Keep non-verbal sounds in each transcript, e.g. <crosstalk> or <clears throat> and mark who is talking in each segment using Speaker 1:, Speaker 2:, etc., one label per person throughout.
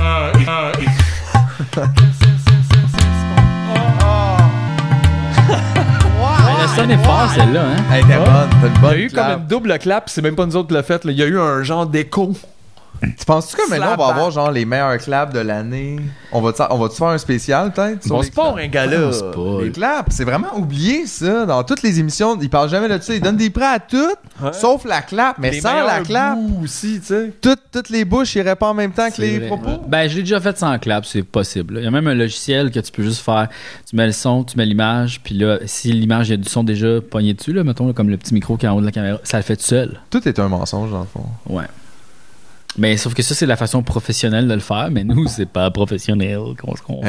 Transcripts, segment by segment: Speaker 1: Ah, et- Yes, yes, yes, yes, yes.
Speaker 2: La sonne est forte, celle-là, hein?
Speaker 3: Elle était
Speaker 4: Ouais.
Speaker 3: bonne, t'as une
Speaker 4: Il y
Speaker 3: bonne
Speaker 4: a eu comme
Speaker 3: clap.
Speaker 4: une double clap, c'est même pas nous autres qui l'a fait. là. Il y a eu un genre d'écho.
Speaker 3: Tu penses-tu que maintenant on va
Speaker 4: Slap-back.
Speaker 3: avoir genre les meilleurs claps de l'année? On va-tu on va faire un spécial peut-être? sur
Speaker 4: Bon,
Speaker 3: les
Speaker 4: c'est pas un gars-là.
Speaker 2: pense pas.
Speaker 3: Les claps, c'est vraiment oublié ça. Dans toutes les émissions, ils parlent jamais de ça. Ils donnent des prêts à toutes,
Speaker 4: Ouais.
Speaker 3: sauf la clap. Mais
Speaker 4: Les
Speaker 3: sans la
Speaker 4: meilleurs
Speaker 3: clap,
Speaker 4: bouts aussi, tu sais.
Speaker 3: toutes, toutes les bouches iraient pas en même temps que
Speaker 2: C'est
Speaker 3: les
Speaker 2: vrai.
Speaker 3: propos.
Speaker 2: Ben, je l'ai déjà fait sans clap, c'est possible. là. Il y a même un logiciel que tu peux juste faire. Tu mets le son, tu mets l'image, puis là, si l'image, il y a du son déjà pogné dessus, là, mettons, là, comme le petit micro qui est en haut de la caméra, ça le fait tout seul.
Speaker 3: Tout est un mensonge dans le fond.
Speaker 2: Ouais. Mais sauf que ça, c'est la façon professionnelle de le faire, mais nous, c'est pas professionnel qu'on se comprend.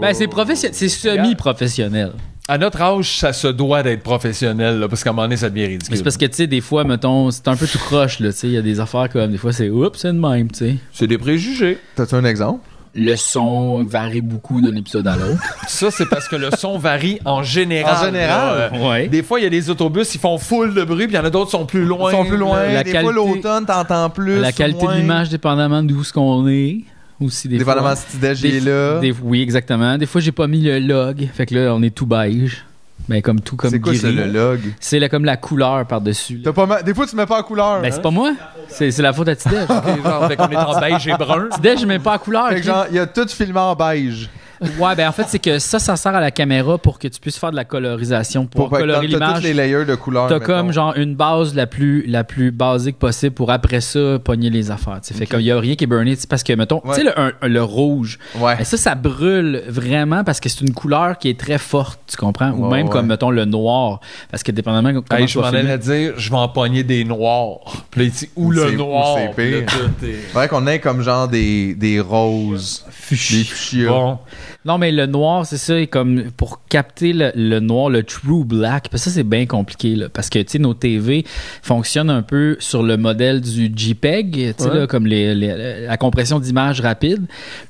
Speaker 2: Ben, c'est professionnel, c'est semi-professionnel.
Speaker 4: À notre âge, ça se doit d'être professionnel, là, parce qu'à un moment donné, ça devient
Speaker 2: Mais
Speaker 4: ridicule.
Speaker 2: c'est parce que, tu sais, des fois, mettons, c'est un peu tout croche, là, tu sais. Il y a des affaires comme, des fois, c'est oups, c'est de même, tu sais.
Speaker 4: C'est des préjugés.
Speaker 3: T'as-tu un exemple?
Speaker 2: Le son varie beaucoup d'un épisode à l'autre.
Speaker 4: Ça, c'est parce que le son varie en général.
Speaker 3: En général.
Speaker 4: là.
Speaker 2: Ouais.
Speaker 4: Des fois, il y a des autobus, ils font full de bruit, puis il y en a d'autres qui sont plus loin.
Speaker 3: Ils sont plus loin.
Speaker 2: la
Speaker 3: des fois,
Speaker 2: qualité-
Speaker 3: l'automne, t'entends plus.
Speaker 2: La qualité
Speaker 3: moins.
Speaker 2: de l'image, dépendamment d'où ce qu'on est. Aussi, des
Speaker 3: Dépendamment
Speaker 2: fois.
Speaker 3: si tu déj
Speaker 2: Des-
Speaker 3: est là.
Speaker 2: des- oui, exactement. Des fois, j'ai pas mis le log. Fait que là, on est tout beige. Ben, comme tout, comme
Speaker 3: C'est quoi ça,
Speaker 2: gris.
Speaker 3: le log?
Speaker 2: C'est la- comme la couleur par-dessus. là.
Speaker 3: T'as pas mal- Des fois, tu mets pas en couleur. hein.
Speaker 2: Ben, c'est pas moi. C'est c'est la faute à
Speaker 4: Des
Speaker 2: Tidej.
Speaker 3: <laughs>
Speaker 4: gens, ben, fait qu'on est en beige et brun.
Speaker 2: Tidej, je mets pas la couleur.
Speaker 3: Fait que genre, il y a tout filmé en beige.
Speaker 2: Ouais, ben, en fait, c'est que ça, ça sert à la caméra pour que tu puisses faire de la colorisation, pour,
Speaker 3: Pour pas
Speaker 2: colorer
Speaker 3: t'as toutes
Speaker 2: l'image.
Speaker 3: les layers de couleurs.
Speaker 2: T'as
Speaker 3: mettons.
Speaker 2: comme genre une base la plus, la plus basique possible pour après ça pogner les affaires. tu sais. Fait qu'il y a rien qui est burné. tu sais, Parce que, mettons,
Speaker 3: Ouais.
Speaker 2: tu sais, le, un- le rouge,
Speaker 3: Ouais.
Speaker 2: ben ça, ça brûle vraiment parce que c'est une couleur qui est très forte, tu comprends? Ou
Speaker 3: Ouais,
Speaker 2: même
Speaker 3: ouais.
Speaker 2: comme, mettons, le noir. Parce que dépendamment de comment
Speaker 4: Hey,
Speaker 2: tu
Speaker 4: je m'en
Speaker 2: vas
Speaker 4: allais
Speaker 2: filmer.
Speaker 4: dire, je vais empoigner des noirs. Puis là, il dit, ou
Speaker 3: Ou
Speaker 4: le
Speaker 3: c'est-
Speaker 4: noir.
Speaker 3: ou c'est
Speaker 4: Puis là,
Speaker 3: pire.
Speaker 4: tout est-
Speaker 3: Faudrait qu'on ait comme genre des, des roses, des fuchsias.
Speaker 4: Bon.
Speaker 2: Non, mais le noir, c'est ça, et comme pour capter le, le noir, le true black, parce que ça, c'est bien compliqué, là, parce que, tu sais, nos TV fonctionnent un peu sur le modèle du JPEG, tu sais,
Speaker 4: Ouais.
Speaker 2: là, comme les, les- la compression d'image rapide.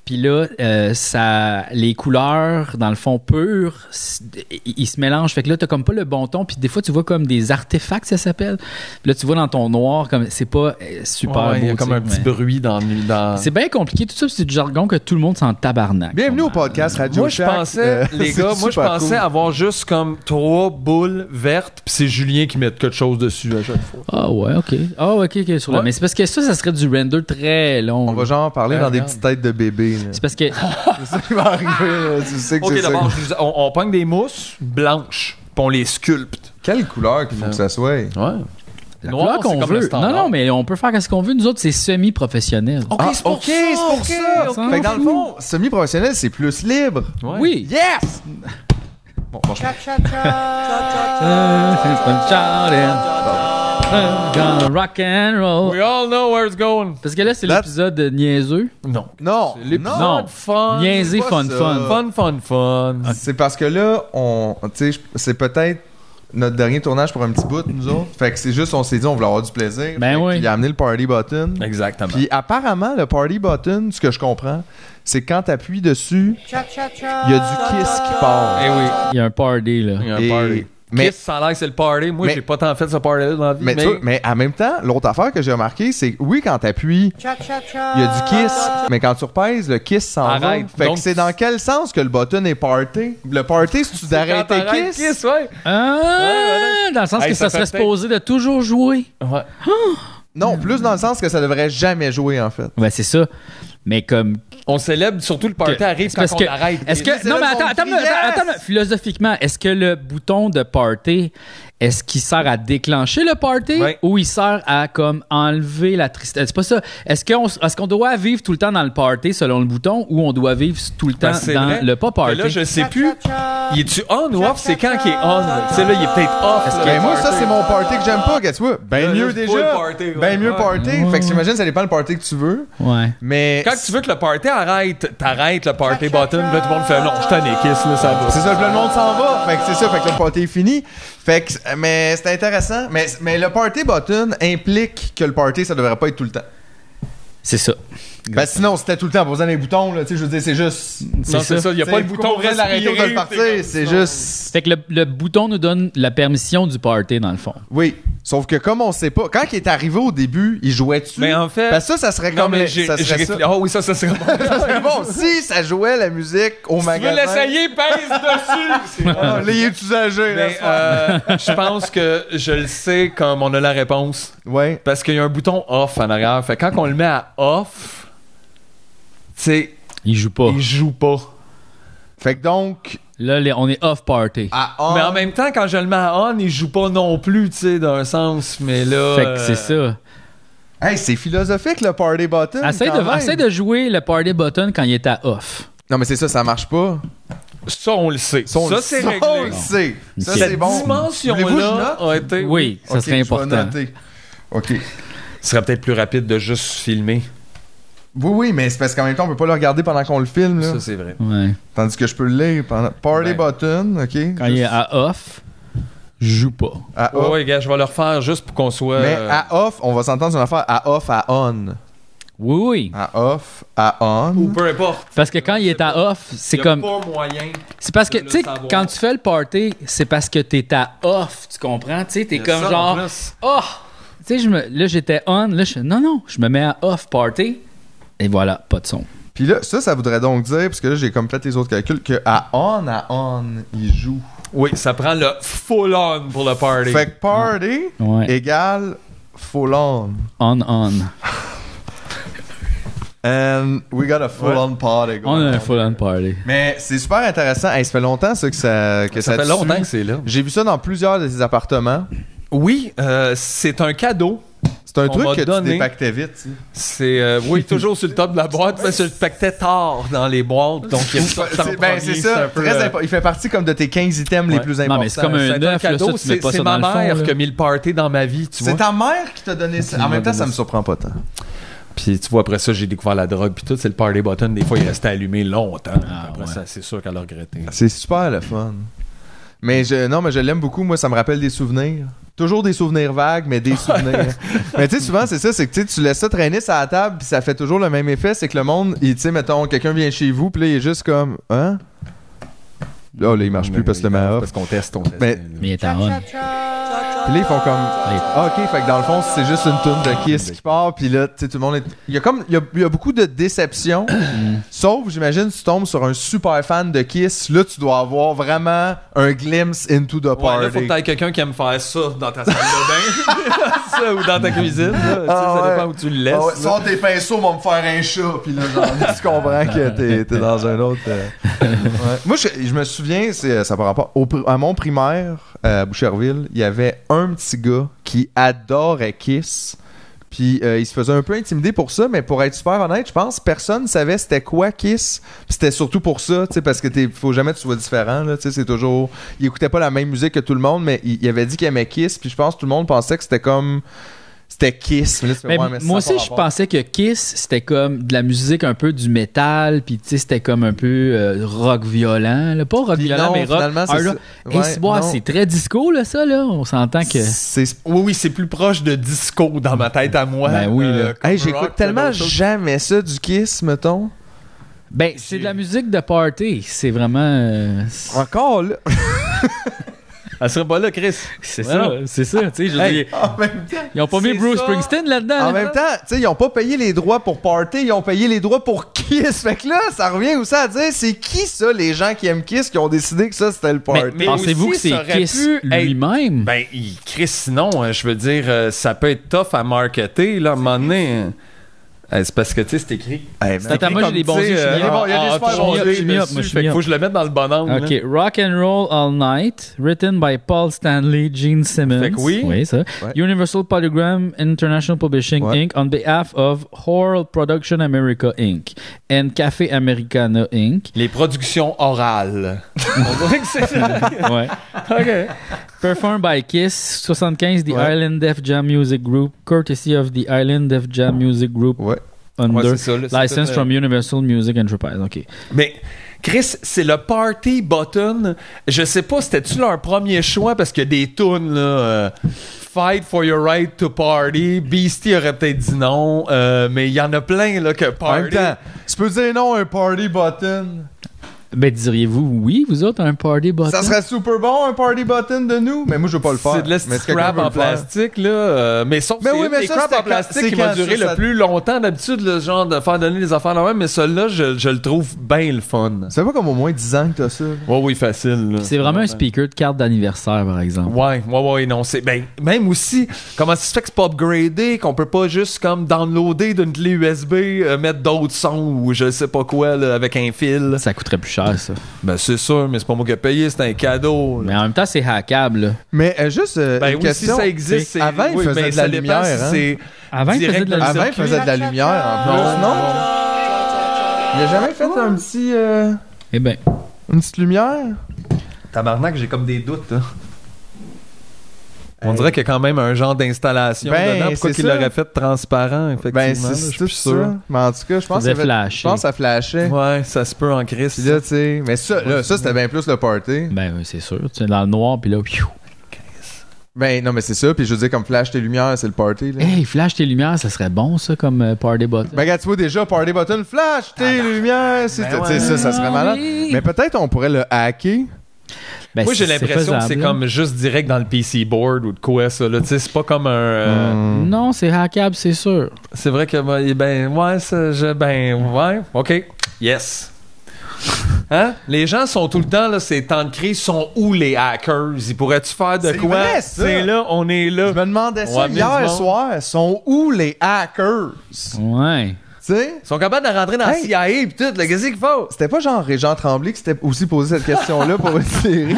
Speaker 2: Puis là, euh, ça, les couleurs, dans le fond, pures, s- ils ils se mélangent. Fait que là, t'as comme pas le bon ton, puis des fois, tu vois comme des artefacts, ça s'appelle. Puis là, tu vois dans ton noir, comme c'est pas euh, super
Speaker 4: Ouais,
Speaker 2: beau.
Speaker 4: il y a comme
Speaker 2: tu sais,
Speaker 4: un petit
Speaker 2: mais-
Speaker 4: bruit dans, le- dans...
Speaker 2: C'est bien compliqué, tout ça, c'est du jargon que tout le monde s'en tabarnak.
Speaker 3: Bienvenue au podcast Radio
Speaker 4: moi, je
Speaker 3: Shack.
Speaker 4: pensais,
Speaker 3: Euh,
Speaker 4: les
Speaker 3: c'est
Speaker 4: gars, moi, je
Speaker 3: super
Speaker 4: pensais avoir juste comme trois boules vertes, puis c'est Julien qui met quelque chose dessus à chaque fois.
Speaker 2: Ah ouais, ok. Ah ouais, ok, ok. Sur le-
Speaker 4: Ouais.
Speaker 2: Mais c'est parce que ça, ça serait du render très long.
Speaker 3: cool. On va genre parler
Speaker 4: Ouais,
Speaker 3: dans des
Speaker 4: regarde.
Speaker 3: petites têtes de bébé. là.
Speaker 2: C'est parce que.
Speaker 4: Ah,
Speaker 3: <laughs> C'est <laughs> ça qui va arriver. là. Tu sais que
Speaker 4: OK,
Speaker 3: c'est ça.
Speaker 4: d'abord, je vous- on, on pogne des mousses blanches, puis on les sculpte.
Speaker 3: Quelle couleur qu'il faut que ça soit?
Speaker 4: Ouais.
Speaker 2: la
Speaker 4: Noir,
Speaker 2: couleur qu'on
Speaker 4: c'est comme le
Speaker 2: veut.
Speaker 4: standard. Oh,
Speaker 2: Non, non, mais on peut faire ce qu'on veut. Nous autres, c'est semi-professionnel.
Speaker 4: OK,
Speaker 3: Ah,
Speaker 4: c'est pour
Speaker 3: ok,
Speaker 4: ça.
Speaker 3: c'est pour ça.
Speaker 2: ça.
Speaker 3: Fait que dans le fond, semi-professionnel, c'est plus libre.
Speaker 4: Ouais.
Speaker 2: Oui.
Speaker 3: Yes! Bon, bon, je-
Speaker 2: Euh, Gonna rock and roll.
Speaker 4: We all know where it's going.
Speaker 2: Parce que là, c'est
Speaker 3: That-
Speaker 2: l'épisode de niaiseux.
Speaker 4: Non.
Speaker 3: Non,
Speaker 4: L'épisode
Speaker 3: non.
Speaker 2: Non.
Speaker 4: fun.
Speaker 2: Niaiser,
Speaker 3: c'est pas
Speaker 2: fun,
Speaker 3: ça.
Speaker 2: fun.
Speaker 4: Fun, fun, fun.
Speaker 3: C'est parce que là, on, tu sais, je- c'est peut-être notre dernier tournage pour un petit bout, nous autres. Fait que c'est juste, on s'est dit, on voulait avoir du plaisir.
Speaker 2: Ben
Speaker 3: Fait
Speaker 2: oui.
Speaker 3: qu'il a amené le party button.
Speaker 4: Ah, Exactement.
Speaker 3: Puis apparemment, le party button, ce que je comprends, c'est quand t'appuies dessus, il y a du kiss qui part.
Speaker 4: eh oui,
Speaker 2: Il y a un party, là.
Speaker 4: il y a un
Speaker 3: Et-
Speaker 4: party.
Speaker 3: mais-
Speaker 4: Mais ça a l'air que c'est le party. Moi,
Speaker 3: Mais-
Speaker 4: j'ai pas tant fait ce party-là dans la vie.
Speaker 3: Mais, tu vois, mais en même temps, l'autre affaire que j'ai remarqué, c'est que oui, quand t'appuies, il y a du kiss, mais quand tu repèses, le kiss s'en va.
Speaker 4: Arrête.
Speaker 3: Fait
Speaker 4: Donc,
Speaker 3: que c'est dans quel sens que le button est party? Le party, si tu d'arrêter
Speaker 4: Quand t'arrêtes,
Speaker 3: kiss.
Speaker 4: ouais.
Speaker 2: Ah, dans le sens
Speaker 4: Hey,
Speaker 2: que
Speaker 4: ça
Speaker 2: ça,
Speaker 4: fait
Speaker 2: serait supposé de toujours jouer.
Speaker 4: Ouais.
Speaker 3: Non, plus dans le sens que ça devrait jamais jouer, en fait.
Speaker 2: Ben, c'est ça. Mais comme
Speaker 4: On célèbre surtout le party
Speaker 2: Que-
Speaker 4: arrive
Speaker 2: c'est
Speaker 4: quand
Speaker 2: parce
Speaker 4: on
Speaker 2: que-
Speaker 4: arrête.
Speaker 2: Est-ce
Speaker 3: Et là,
Speaker 2: que
Speaker 3: c'est
Speaker 2: non
Speaker 3: là
Speaker 2: mais
Speaker 3: qu'on
Speaker 2: attends, attends,
Speaker 3: crie,
Speaker 2: une minute,
Speaker 3: Yes!
Speaker 2: attends, une minute. philosophiquement, est-ce que le bouton de party est-ce qu'il sert à déclencher le party
Speaker 4: Ouais.
Speaker 2: ou il sert à comme enlever la tristesse C'est pas ça. Est-ce qu'on est-ce qu'on doit vivre tout le temps dans le party selon le bouton ou on doit vivre tout le temps
Speaker 4: Ben, c'est
Speaker 2: dans
Speaker 4: vrai.
Speaker 2: le pas
Speaker 4: Mais
Speaker 2: party
Speaker 4: là, je sais plus. Il est-tu on ou off? C'est quand qu'il est on? là? Tu sais, là, il est peut-être off. là,
Speaker 3: Ben
Speaker 4: le
Speaker 3: moi,
Speaker 4: party.
Speaker 3: ça, c'est mon party que j'aime pas, qu'est-ce que tu veux? Ben
Speaker 4: Là,
Speaker 3: mieux
Speaker 4: là, c'est
Speaker 3: déjà.
Speaker 4: pas le party, ouais.
Speaker 3: Ben mieux
Speaker 4: Ouais.
Speaker 3: party. Fait que j'imagine, ça dépend le party que tu veux.
Speaker 2: Ouais.
Speaker 3: Mais
Speaker 4: Quand tu veux que le party arrête, t'arrêtes le party button, là, tout le monde fait non, je t'en ai kiss, là, ça va.
Speaker 3: C'est ça, plein de monde s'en va. Fait que c'est ça, fait que le party est fini. Fait que, mais c'est intéressant. Mais, mais le party button implique que le party, ça devrait pas être tout le temps.
Speaker 2: C'est ça.
Speaker 3: Ben sinon, c'était tout le temps en posant les boutons, là, tu sais, je veux dire, c'est juste.
Speaker 2: C'est
Speaker 4: Non, c'est
Speaker 2: ça.
Speaker 4: ça. Il n'y a
Speaker 3: Tu
Speaker 4: pas
Speaker 3: sais,
Speaker 4: le
Speaker 3: pourquoi
Speaker 4: bouton
Speaker 3: on pourrait l'arrêter
Speaker 4: respirer.
Speaker 3: de le partir, c'est juste.
Speaker 2: Fait que le, le bouton nous donne la permission du party, dans le fond.
Speaker 3: Oui. Sauf que comme on sait pas, quand il est arrivé au début, il jouait dessus.
Speaker 4: Mais Ben, en fait.
Speaker 3: Parce que ça, ça serait
Speaker 4: Non,
Speaker 3: comme.
Speaker 4: mais
Speaker 3: les-
Speaker 4: j'ai
Speaker 3: ça
Speaker 4: j'ai
Speaker 3: serait ça.
Speaker 4: réfléchi. Ah oui, ça, ça serait bon.
Speaker 3: Ça serait bon, <laughs> si ça jouait la musique
Speaker 4: tu
Speaker 3: au
Speaker 4: veux
Speaker 3: magasin.
Speaker 4: l'essayer, pèse dessus. C'est-
Speaker 3: Ah, là, il est usagé, là,
Speaker 4: Mais,
Speaker 3: ce soir.
Speaker 4: euh, je pense que je le sais comme on a la réponse.
Speaker 3: Ouais.
Speaker 4: Parce qu'il y a un bouton off en arrière. Fait que quand on le met à off, tu sais,
Speaker 2: Il joue pas.
Speaker 4: il joue pas.
Speaker 3: Fait que donc,
Speaker 2: Là, les- on est off party.
Speaker 3: à on,
Speaker 4: Mais en même temps, quand je le mets à on, il joue pas non plus, tu sais, d'un sens. Mais là. euh,
Speaker 2: fait que c'est ça.
Speaker 3: Hey, c'est philosophique le party button.
Speaker 2: Essaye
Speaker 3: quand
Speaker 2: de,
Speaker 3: même.
Speaker 2: essaye de jouer le party button quand il est à off.
Speaker 3: Non, mais c'est ça, ça marche pas.
Speaker 4: euh, Ça, on le sait.
Speaker 3: Ça, on
Speaker 4: ça,
Speaker 3: le-
Speaker 4: c'est
Speaker 3: ça,
Speaker 4: réglé.
Speaker 3: on le sait. Ça,
Speaker 2: Ok.
Speaker 3: c'est bon. Voulez-vous que je
Speaker 4: dimension-là
Speaker 3: note?
Speaker 4: a été.
Speaker 2: Oui, ça
Speaker 3: Ok,
Speaker 2: serait
Speaker 3: je vais
Speaker 2: important.
Speaker 3: noter. OK. Oui,
Speaker 4: Ce serait peut-être plus rapide de juste filmer.
Speaker 3: oui, mais c'est parce qu'en même temps, on peut pas le regarder pendant qu'on le filme. Là.
Speaker 4: Ça, c'est vrai.
Speaker 2: Ouais.
Speaker 3: Tandis que je peux le lire pendant. Party
Speaker 4: Ouais.
Speaker 3: button, OK.
Speaker 2: Quand il est à off, joue pas.
Speaker 3: À
Speaker 4: Ouais,
Speaker 3: off.
Speaker 4: Oh, ouais, gars, je vais le refaire juste pour qu'on soit.
Speaker 3: Mais
Speaker 4: euh,
Speaker 3: à off, on va s'entendre sur une affaire à off, à on.
Speaker 2: Oui, oui.
Speaker 4: Ah.
Speaker 3: À off, à on.
Speaker 4: euh, Ou peu importe.
Speaker 2: Parce que quand il est à off, c'est
Speaker 4: Y a
Speaker 2: comme.
Speaker 4: pas moyen.
Speaker 2: C'est parce que,
Speaker 4: de
Speaker 2: tu
Speaker 4: le
Speaker 2: sais,
Speaker 4: savoir.
Speaker 2: quand tu fais le party, c'est parce que t'es à off, tu comprends? Tu sais, t'es
Speaker 4: Y a
Speaker 2: comme
Speaker 4: ça, en
Speaker 2: genre,
Speaker 4: plus.
Speaker 2: oh! Tu sais, je me- là, j'étais on, là, je non, non, je me mets à off party, et voilà, pas de son.
Speaker 3: Puis là, ça, ça voudrait donc dire, parce que là, j'ai comme fait les autres calculs, que à on, à on, il joue.
Speaker 4: Oui, ça prend le full on pour le party.
Speaker 3: Fait que party
Speaker 2: Ouais.
Speaker 3: égale full on.
Speaker 2: On, on.
Speaker 3: And we got a full on party.
Speaker 2: On
Speaker 3: going
Speaker 2: a un
Speaker 3: on.
Speaker 2: full on party.
Speaker 3: Mais c'est super intéressant. Hey, ça fait longtemps ça, que ça, que
Speaker 4: ça,
Speaker 3: ça
Speaker 4: fait
Speaker 3: te
Speaker 4: longtemps
Speaker 3: suit.
Speaker 4: que c'est là.
Speaker 3: J'ai vu ça dans plusieurs de ces appartements.
Speaker 4: Oui, euh, c'est un cadeau.
Speaker 3: C'est un
Speaker 4: On m'a
Speaker 3: truc que
Speaker 4: donné.
Speaker 3: tu dépactais vite. tu sais.
Speaker 4: C'est euh,
Speaker 3: <laughs>
Speaker 4: oui, toujours sur le top de la boîte parce que je le paquetais tard dans les boîtes, donc il ressort en
Speaker 3: C'est- Ben,
Speaker 4: premier,
Speaker 3: c'est ça.
Speaker 4: un peu,
Speaker 3: très
Speaker 4: euh,
Speaker 3: impo- Il fait partie comme de tes 15 items les
Speaker 4: Ouais.
Speaker 3: plus
Speaker 2: Non,
Speaker 3: importants.
Speaker 2: mais c'est comme un
Speaker 4: C'est un
Speaker 2: neuf, là, ça,
Speaker 4: cadeau,
Speaker 2: tu mets
Speaker 4: c'est
Speaker 2: pas ça
Speaker 4: c'est
Speaker 2: dans
Speaker 4: ma
Speaker 2: le fond.
Speaker 4: mère
Speaker 2: là.
Speaker 4: qui a mis le party dans ma vie, tu vois.
Speaker 3: C'est ta mère qui t'a donné ça. En
Speaker 4: m'a
Speaker 3: même temps,
Speaker 4: donné
Speaker 3: ça me
Speaker 4: ça.
Speaker 3: surprend pas tant.
Speaker 4: Puis tu vois, après ça, j'ai découvert la drogue, puis tout, c'est le party button. Des fois, il restait allumé longtemps.
Speaker 2: Ah,
Speaker 4: après
Speaker 2: ouais.
Speaker 4: ça, c'est sûr qu'elle a regretté.
Speaker 3: C'est super le fun. Mais je, non, mais je l'aime beaucoup. Moi, ça me rappelle des souvenirs. Toujours des souvenirs vagues, mais des souvenirs. <laughs> mais tu sais, souvent, c'est ça, c'est que tu sais, tu laisses ça traîner sur la table, puis ça fait toujours le même effet. C'est que le monde, il- tu sais, mettons, quelqu'un vient chez vous, puis là, il est juste comme, hein? Oh, là, il marche plus parce que le mets off.
Speaker 4: Parce qu'on teste, on teste.
Speaker 3: Mais-
Speaker 2: Mais il est à on.
Speaker 3: Puis là, ils font comme, ah, ok, fait que dans le fond, c'est juste une toune de kiss qui part, puis là, tu sais, tout le monde est. Il y a comme, il y a, il y a beaucoup de déceptions. <clears throat> Sauf, j'imagine, si tu tombes sur un super fan de kiss, là, tu dois avoir vraiment un glimpse into the
Speaker 4: Ouais, là,
Speaker 3: party.
Speaker 4: faut que t'aies quelqu'un qui aime faire ça dans ta salle
Speaker 3: <laughs>
Speaker 4: de bain. <laughs> ça, ou dans ta cuisine. là. Tu sais,
Speaker 3: Ah,
Speaker 4: Ça
Speaker 3: ouais.
Speaker 4: dépend où tu le laisses.
Speaker 3: Ah ouais,
Speaker 4: là.
Speaker 3: sors tes pinceaux, on va me faire un chat. Puis là, genre, <laughs> tu comprends que t'es, t'es dans un autre. euh, <laughs> ouais. Moi, je, je me souviens, c'est, euh, ça par rapport. au pri- à mon primaire, euh, à Boucherville, il y avait un petit gars qui adorait Kiss. Puis euh, il se faisait un peu intimider pour ça, mais pour être super honnête, je pense personne savait c'était quoi Kiss. Puis c'était surtout pour ça, tu sais, parce que t'es, faut jamais que tu sois différent, là, tu sais, c'est toujours. Il écoutait pas la même musique que tout le monde, mais il, il avait dit qu'il aimait Kiss. Puis je pense que tout le monde pensait que c'était comme. C'était Kiss. Mais là, tu fais,
Speaker 2: Mais
Speaker 3: ouais, mais
Speaker 2: Ben, moi
Speaker 3: ça a
Speaker 2: aussi,
Speaker 3: pas
Speaker 2: je
Speaker 3: rapport.
Speaker 2: pensais que Kiss, c'était comme de la musique un peu du métal, puis tu sais, c'était comme un peu euh, rock violent. Là. Pas rock
Speaker 3: Puis
Speaker 2: violent,
Speaker 3: non,
Speaker 2: mais rock.
Speaker 3: finalement, c'est
Speaker 2: hard rock.
Speaker 3: ça.
Speaker 2: Et
Speaker 3: Ouais,
Speaker 2: c'est bois,
Speaker 3: non.
Speaker 2: c'est très disco, là, ça, là. On s'entend que.
Speaker 3: C'est-
Speaker 4: Oui, oui, c'est plus proche de disco dans ma tête à moi. euh,
Speaker 2: Ben oui, là.
Speaker 4: comme
Speaker 3: Hey,
Speaker 4: rock,
Speaker 3: j'écoute
Speaker 4: là,
Speaker 3: tellement
Speaker 4: d'autres choses.
Speaker 3: jamais ça du Kiss, mettons.
Speaker 2: Ben, c'est de la musique de party. C'est vraiment. euh, c'est
Speaker 3: Encore là.
Speaker 4: Elle serait pas là, Chris.
Speaker 2: c'est
Speaker 4: Ouais, non.
Speaker 2: ça, c'est ça. Tu sais, je veux
Speaker 4: Hey,
Speaker 2: dire,
Speaker 3: <laughs> En même temps,
Speaker 2: ils ont pas mis
Speaker 4: c'est
Speaker 2: Bruce
Speaker 4: ça.
Speaker 2: Springsteen là-dedans. là.
Speaker 3: en même temps, tu sais, ils ont pas payé les droits pour Party, ils ont payé les droits pour Kiss. Fait que là, ça revient aussi à dire, c'est qui ça, les gens qui aiment Kiss, qui ont décidé que ça, c'était le Party?
Speaker 2: mais pensez-vous que
Speaker 4: aussi, ça
Speaker 2: c'est
Speaker 4: aurait
Speaker 2: Kiss
Speaker 4: pu être-
Speaker 2: lui-même?
Speaker 4: Ben, il- Chris, sinon, euh, je veux dire, euh, ça peut être tough à marketer, là, à un moment donné. euh. Eh, c'est parce que, tu sais, c'est écrit.
Speaker 3: Hey, man.
Speaker 2: Attends, moi, j'ai
Speaker 4: comme,
Speaker 2: des bons
Speaker 4: tu sais,
Speaker 2: yeux, je suis
Speaker 4: euh,
Speaker 2: mis up.
Speaker 4: en-
Speaker 3: Il y a des
Speaker 4: en-
Speaker 3: super
Speaker 4: en-
Speaker 3: bons
Speaker 4: en-
Speaker 2: yeux, je suis mis up, moi, je suis
Speaker 4: Fait
Speaker 2: mis
Speaker 4: qu'il
Speaker 2: up.
Speaker 4: faut que je le mette dans le bonhomme. là.
Speaker 2: OK. Rock and Roll All Night, written by Paul Stanley, Gene Simmons.
Speaker 4: Fait que oui.
Speaker 2: ça.
Speaker 3: Ouais.
Speaker 2: Universal Polygram International Publishing
Speaker 3: Ouais.
Speaker 2: Inc. on behalf of Horror Production America Inc. and Café Americana
Speaker 4: <laughs>
Speaker 2: Inc.
Speaker 4: Les productions orales. On dirait que c'est ça.
Speaker 2: Ouais.
Speaker 4: OK.
Speaker 2: Performed by Kiss 75 The
Speaker 3: Ouais.
Speaker 2: Island Def Jam Music Group, courtesy of the Island Def Jam Music Group
Speaker 3: Ouais.
Speaker 2: under
Speaker 4: Ouais, c'est ça, là, c'est
Speaker 2: license
Speaker 4: tout, euh,
Speaker 2: from Universal Music Enterprise. OK.
Speaker 4: Mais Chris, c'est le party button. Je sais pas, c'était-tu leur premier choix parce que des tunes là, euh, Fight for your right to party. Beastie aurait peut-être dit non, euh, mais il y en a plein là, que
Speaker 3: En même
Speaker 4: party.
Speaker 3: temps, tu peux dire non à un party button.
Speaker 2: Ben, diriez-vous oui, vous autres, un party button?
Speaker 3: Ça serait super bon un party button de nous, mais moi je veux pas le faire.
Speaker 4: C'est de la
Speaker 3: Mais si quelqu'un
Speaker 4: scrap
Speaker 3: veut le
Speaker 4: en
Speaker 3: faire-
Speaker 4: plastique, là. euh, mais sauf que
Speaker 3: Mais
Speaker 4: c'est
Speaker 3: oui,
Speaker 4: une
Speaker 3: mais
Speaker 4: des
Speaker 3: ça,
Speaker 4: scraps
Speaker 3: c'était
Speaker 4: en plastique
Speaker 3: quand-
Speaker 4: qui m'a
Speaker 3: c'est quand
Speaker 4: duré
Speaker 3: ça,
Speaker 4: le
Speaker 3: ça-
Speaker 4: plus longtemps. D'habitude, le genre de faire donner les affaires de même, mais celui-là, je, je le trouve bien le fun.
Speaker 3: C'est pas comme au moins 10 ans que t'as ça. là.
Speaker 4: Ouais, oui, facile. là.
Speaker 2: C'est vraiment un speaker de carte d'anniversaire, par exemple.
Speaker 4: Ouais, ouais, ouais, non, c'est. Ben, même aussi, comment ça se fait que c'est pas upgradé, qu'on peut pas juste, comme, downloader d'une clé USB, euh, mettre d'autres sons ou je sais pas quoi, là, avec un fil.
Speaker 2: Ça coûterait plus cher, ça.
Speaker 4: Ben, c'est sûr, mais c'est pas moi qui ai payé, c'est un cadeau. là.
Speaker 2: Mais en même temps, c'est hackable. là.
Speaker 3: Mais euh, juste euh,
Speaker 4: Ben,
Speaker 3: une
Speaker 4: oui,
Speaker 3: question.
Speaker 4: si ça existe, c'est.
Speaker 3: Avant, il
Speaker 4: oui,
Speaker 3: faisait
Speaker 4: mais
Speaker 3: de la
Speaker 4: ça dépend
Speaker 3: lumière.
Speaker 4: si
Speaker 3: hein.
Speaker 4: c'est
Speaker 2: Avant, il
Speaker 4: direct
Speaker 2: faisait de la
Speaker 4: dans le
Speaker 3: Avant, il
Speaker 4: circuit.
Speaker 3: faisait de la lumière en plus. Non? Il a jamais fait un petit, euh,
Speaker 2: Eh ben,
Speaker 3: une petite lumière? Ben,
Speaker 4: Tabarnak, j'ai comme des doutes. hein. On dirait qu'il y a quand même un genre d'installation
Speaker 3: Ben,
Speaker 4: dedans. Pourquoi
Speaker 3: c'est
Speaker 4: qu'il
Speaker 3: ça.
Speaker 4: l'aurait fait transparent, effectivement? là,
Speaker 3: Ben, c'est
Speaker 4: je
Speaker 3: c'est
Speaker 4: suis
Speaker 3: tout
Speaker 4: plus
Speaker 3: ça. Mais en tout cas, je pense
Speaker 2: faisait
Speaker 3: que ça fait- je
Speaker 2: flasher.
Speaker 3: pense que ça flashait.
Speaker 4: Ouais, ça se peut en crise.
Speaker 3: Puis là, tu sais, mais ça, là, ça c'était bien plus le party.
Speaker 2: ben oui, c'est sûr. Tu es dans le noir, puis là, piou.
Speaker 3: Ben non, mais c'est ça. Puis je veux dire, comme flash tes lumières, c'est le party. Là.
Speaker 2: Hey, flash tes lumières, ça serait bon, ça, comme euh, party button.
Speaker 3: Ben, regarde, tu vois déjà, Party Button, flash, tes lumières, c'est
Speaker 4: Ben
Speaker 3: tu sais, ça, ça serait
Speaker 2: Ah
Speaker 3: malade.
Speaker 2: oui.
Speaker 3: Mais peut-être on pourrait le hacker.
Speaker 2: Ben,
Speaker 4: Moi,
Speaker 2: si
Speaker 4: j'ai l'impression que c'est
Speaker 2: faisable,
Speaker 4: comme juste direct dans le PC board ou de quoi, ça. Là. Tu sais, C'est pas comme un. euh,
Speaker 3: Hmm.
Speaker 2: là. Non, c'est hackable, c'est sûr.
Speaker 4: C'est vrai que, ben, ben, ouais, ça, je, ben, ouais, ok,
Speaker 3: <laughs>
Speaker 4: yes. Hein? Les gens sont tout le temps, là, ces temps de crise, sont où les hackers? Ils pourraient-tu faire de
Speaker 3: C'est
Speaker 4: quoi?
Speaker 3: vrai, ça.
Speaker 4: C'est là, on est là.
Speaker 3: Je me demandais
Speaker 4: Ouais,
Speaker 3: ça
Speaker 4: mais
Speaker 3: hier
Speaker 4: du monde.
Speaker 3: soir. Sont où les hackers? Tu
Speaker 2: Ouais.
Speaker 3: sais?
Speaker 4: Ils sont capables de rentrer dans
Speaker 3: Hey.
Speaker 4: le CIA et tout, là, qu'est-ce qu'il faut?
Speaker 3: C'était pas genre Régent Tremblay qui s'était aussi posé cette question-là pour une série.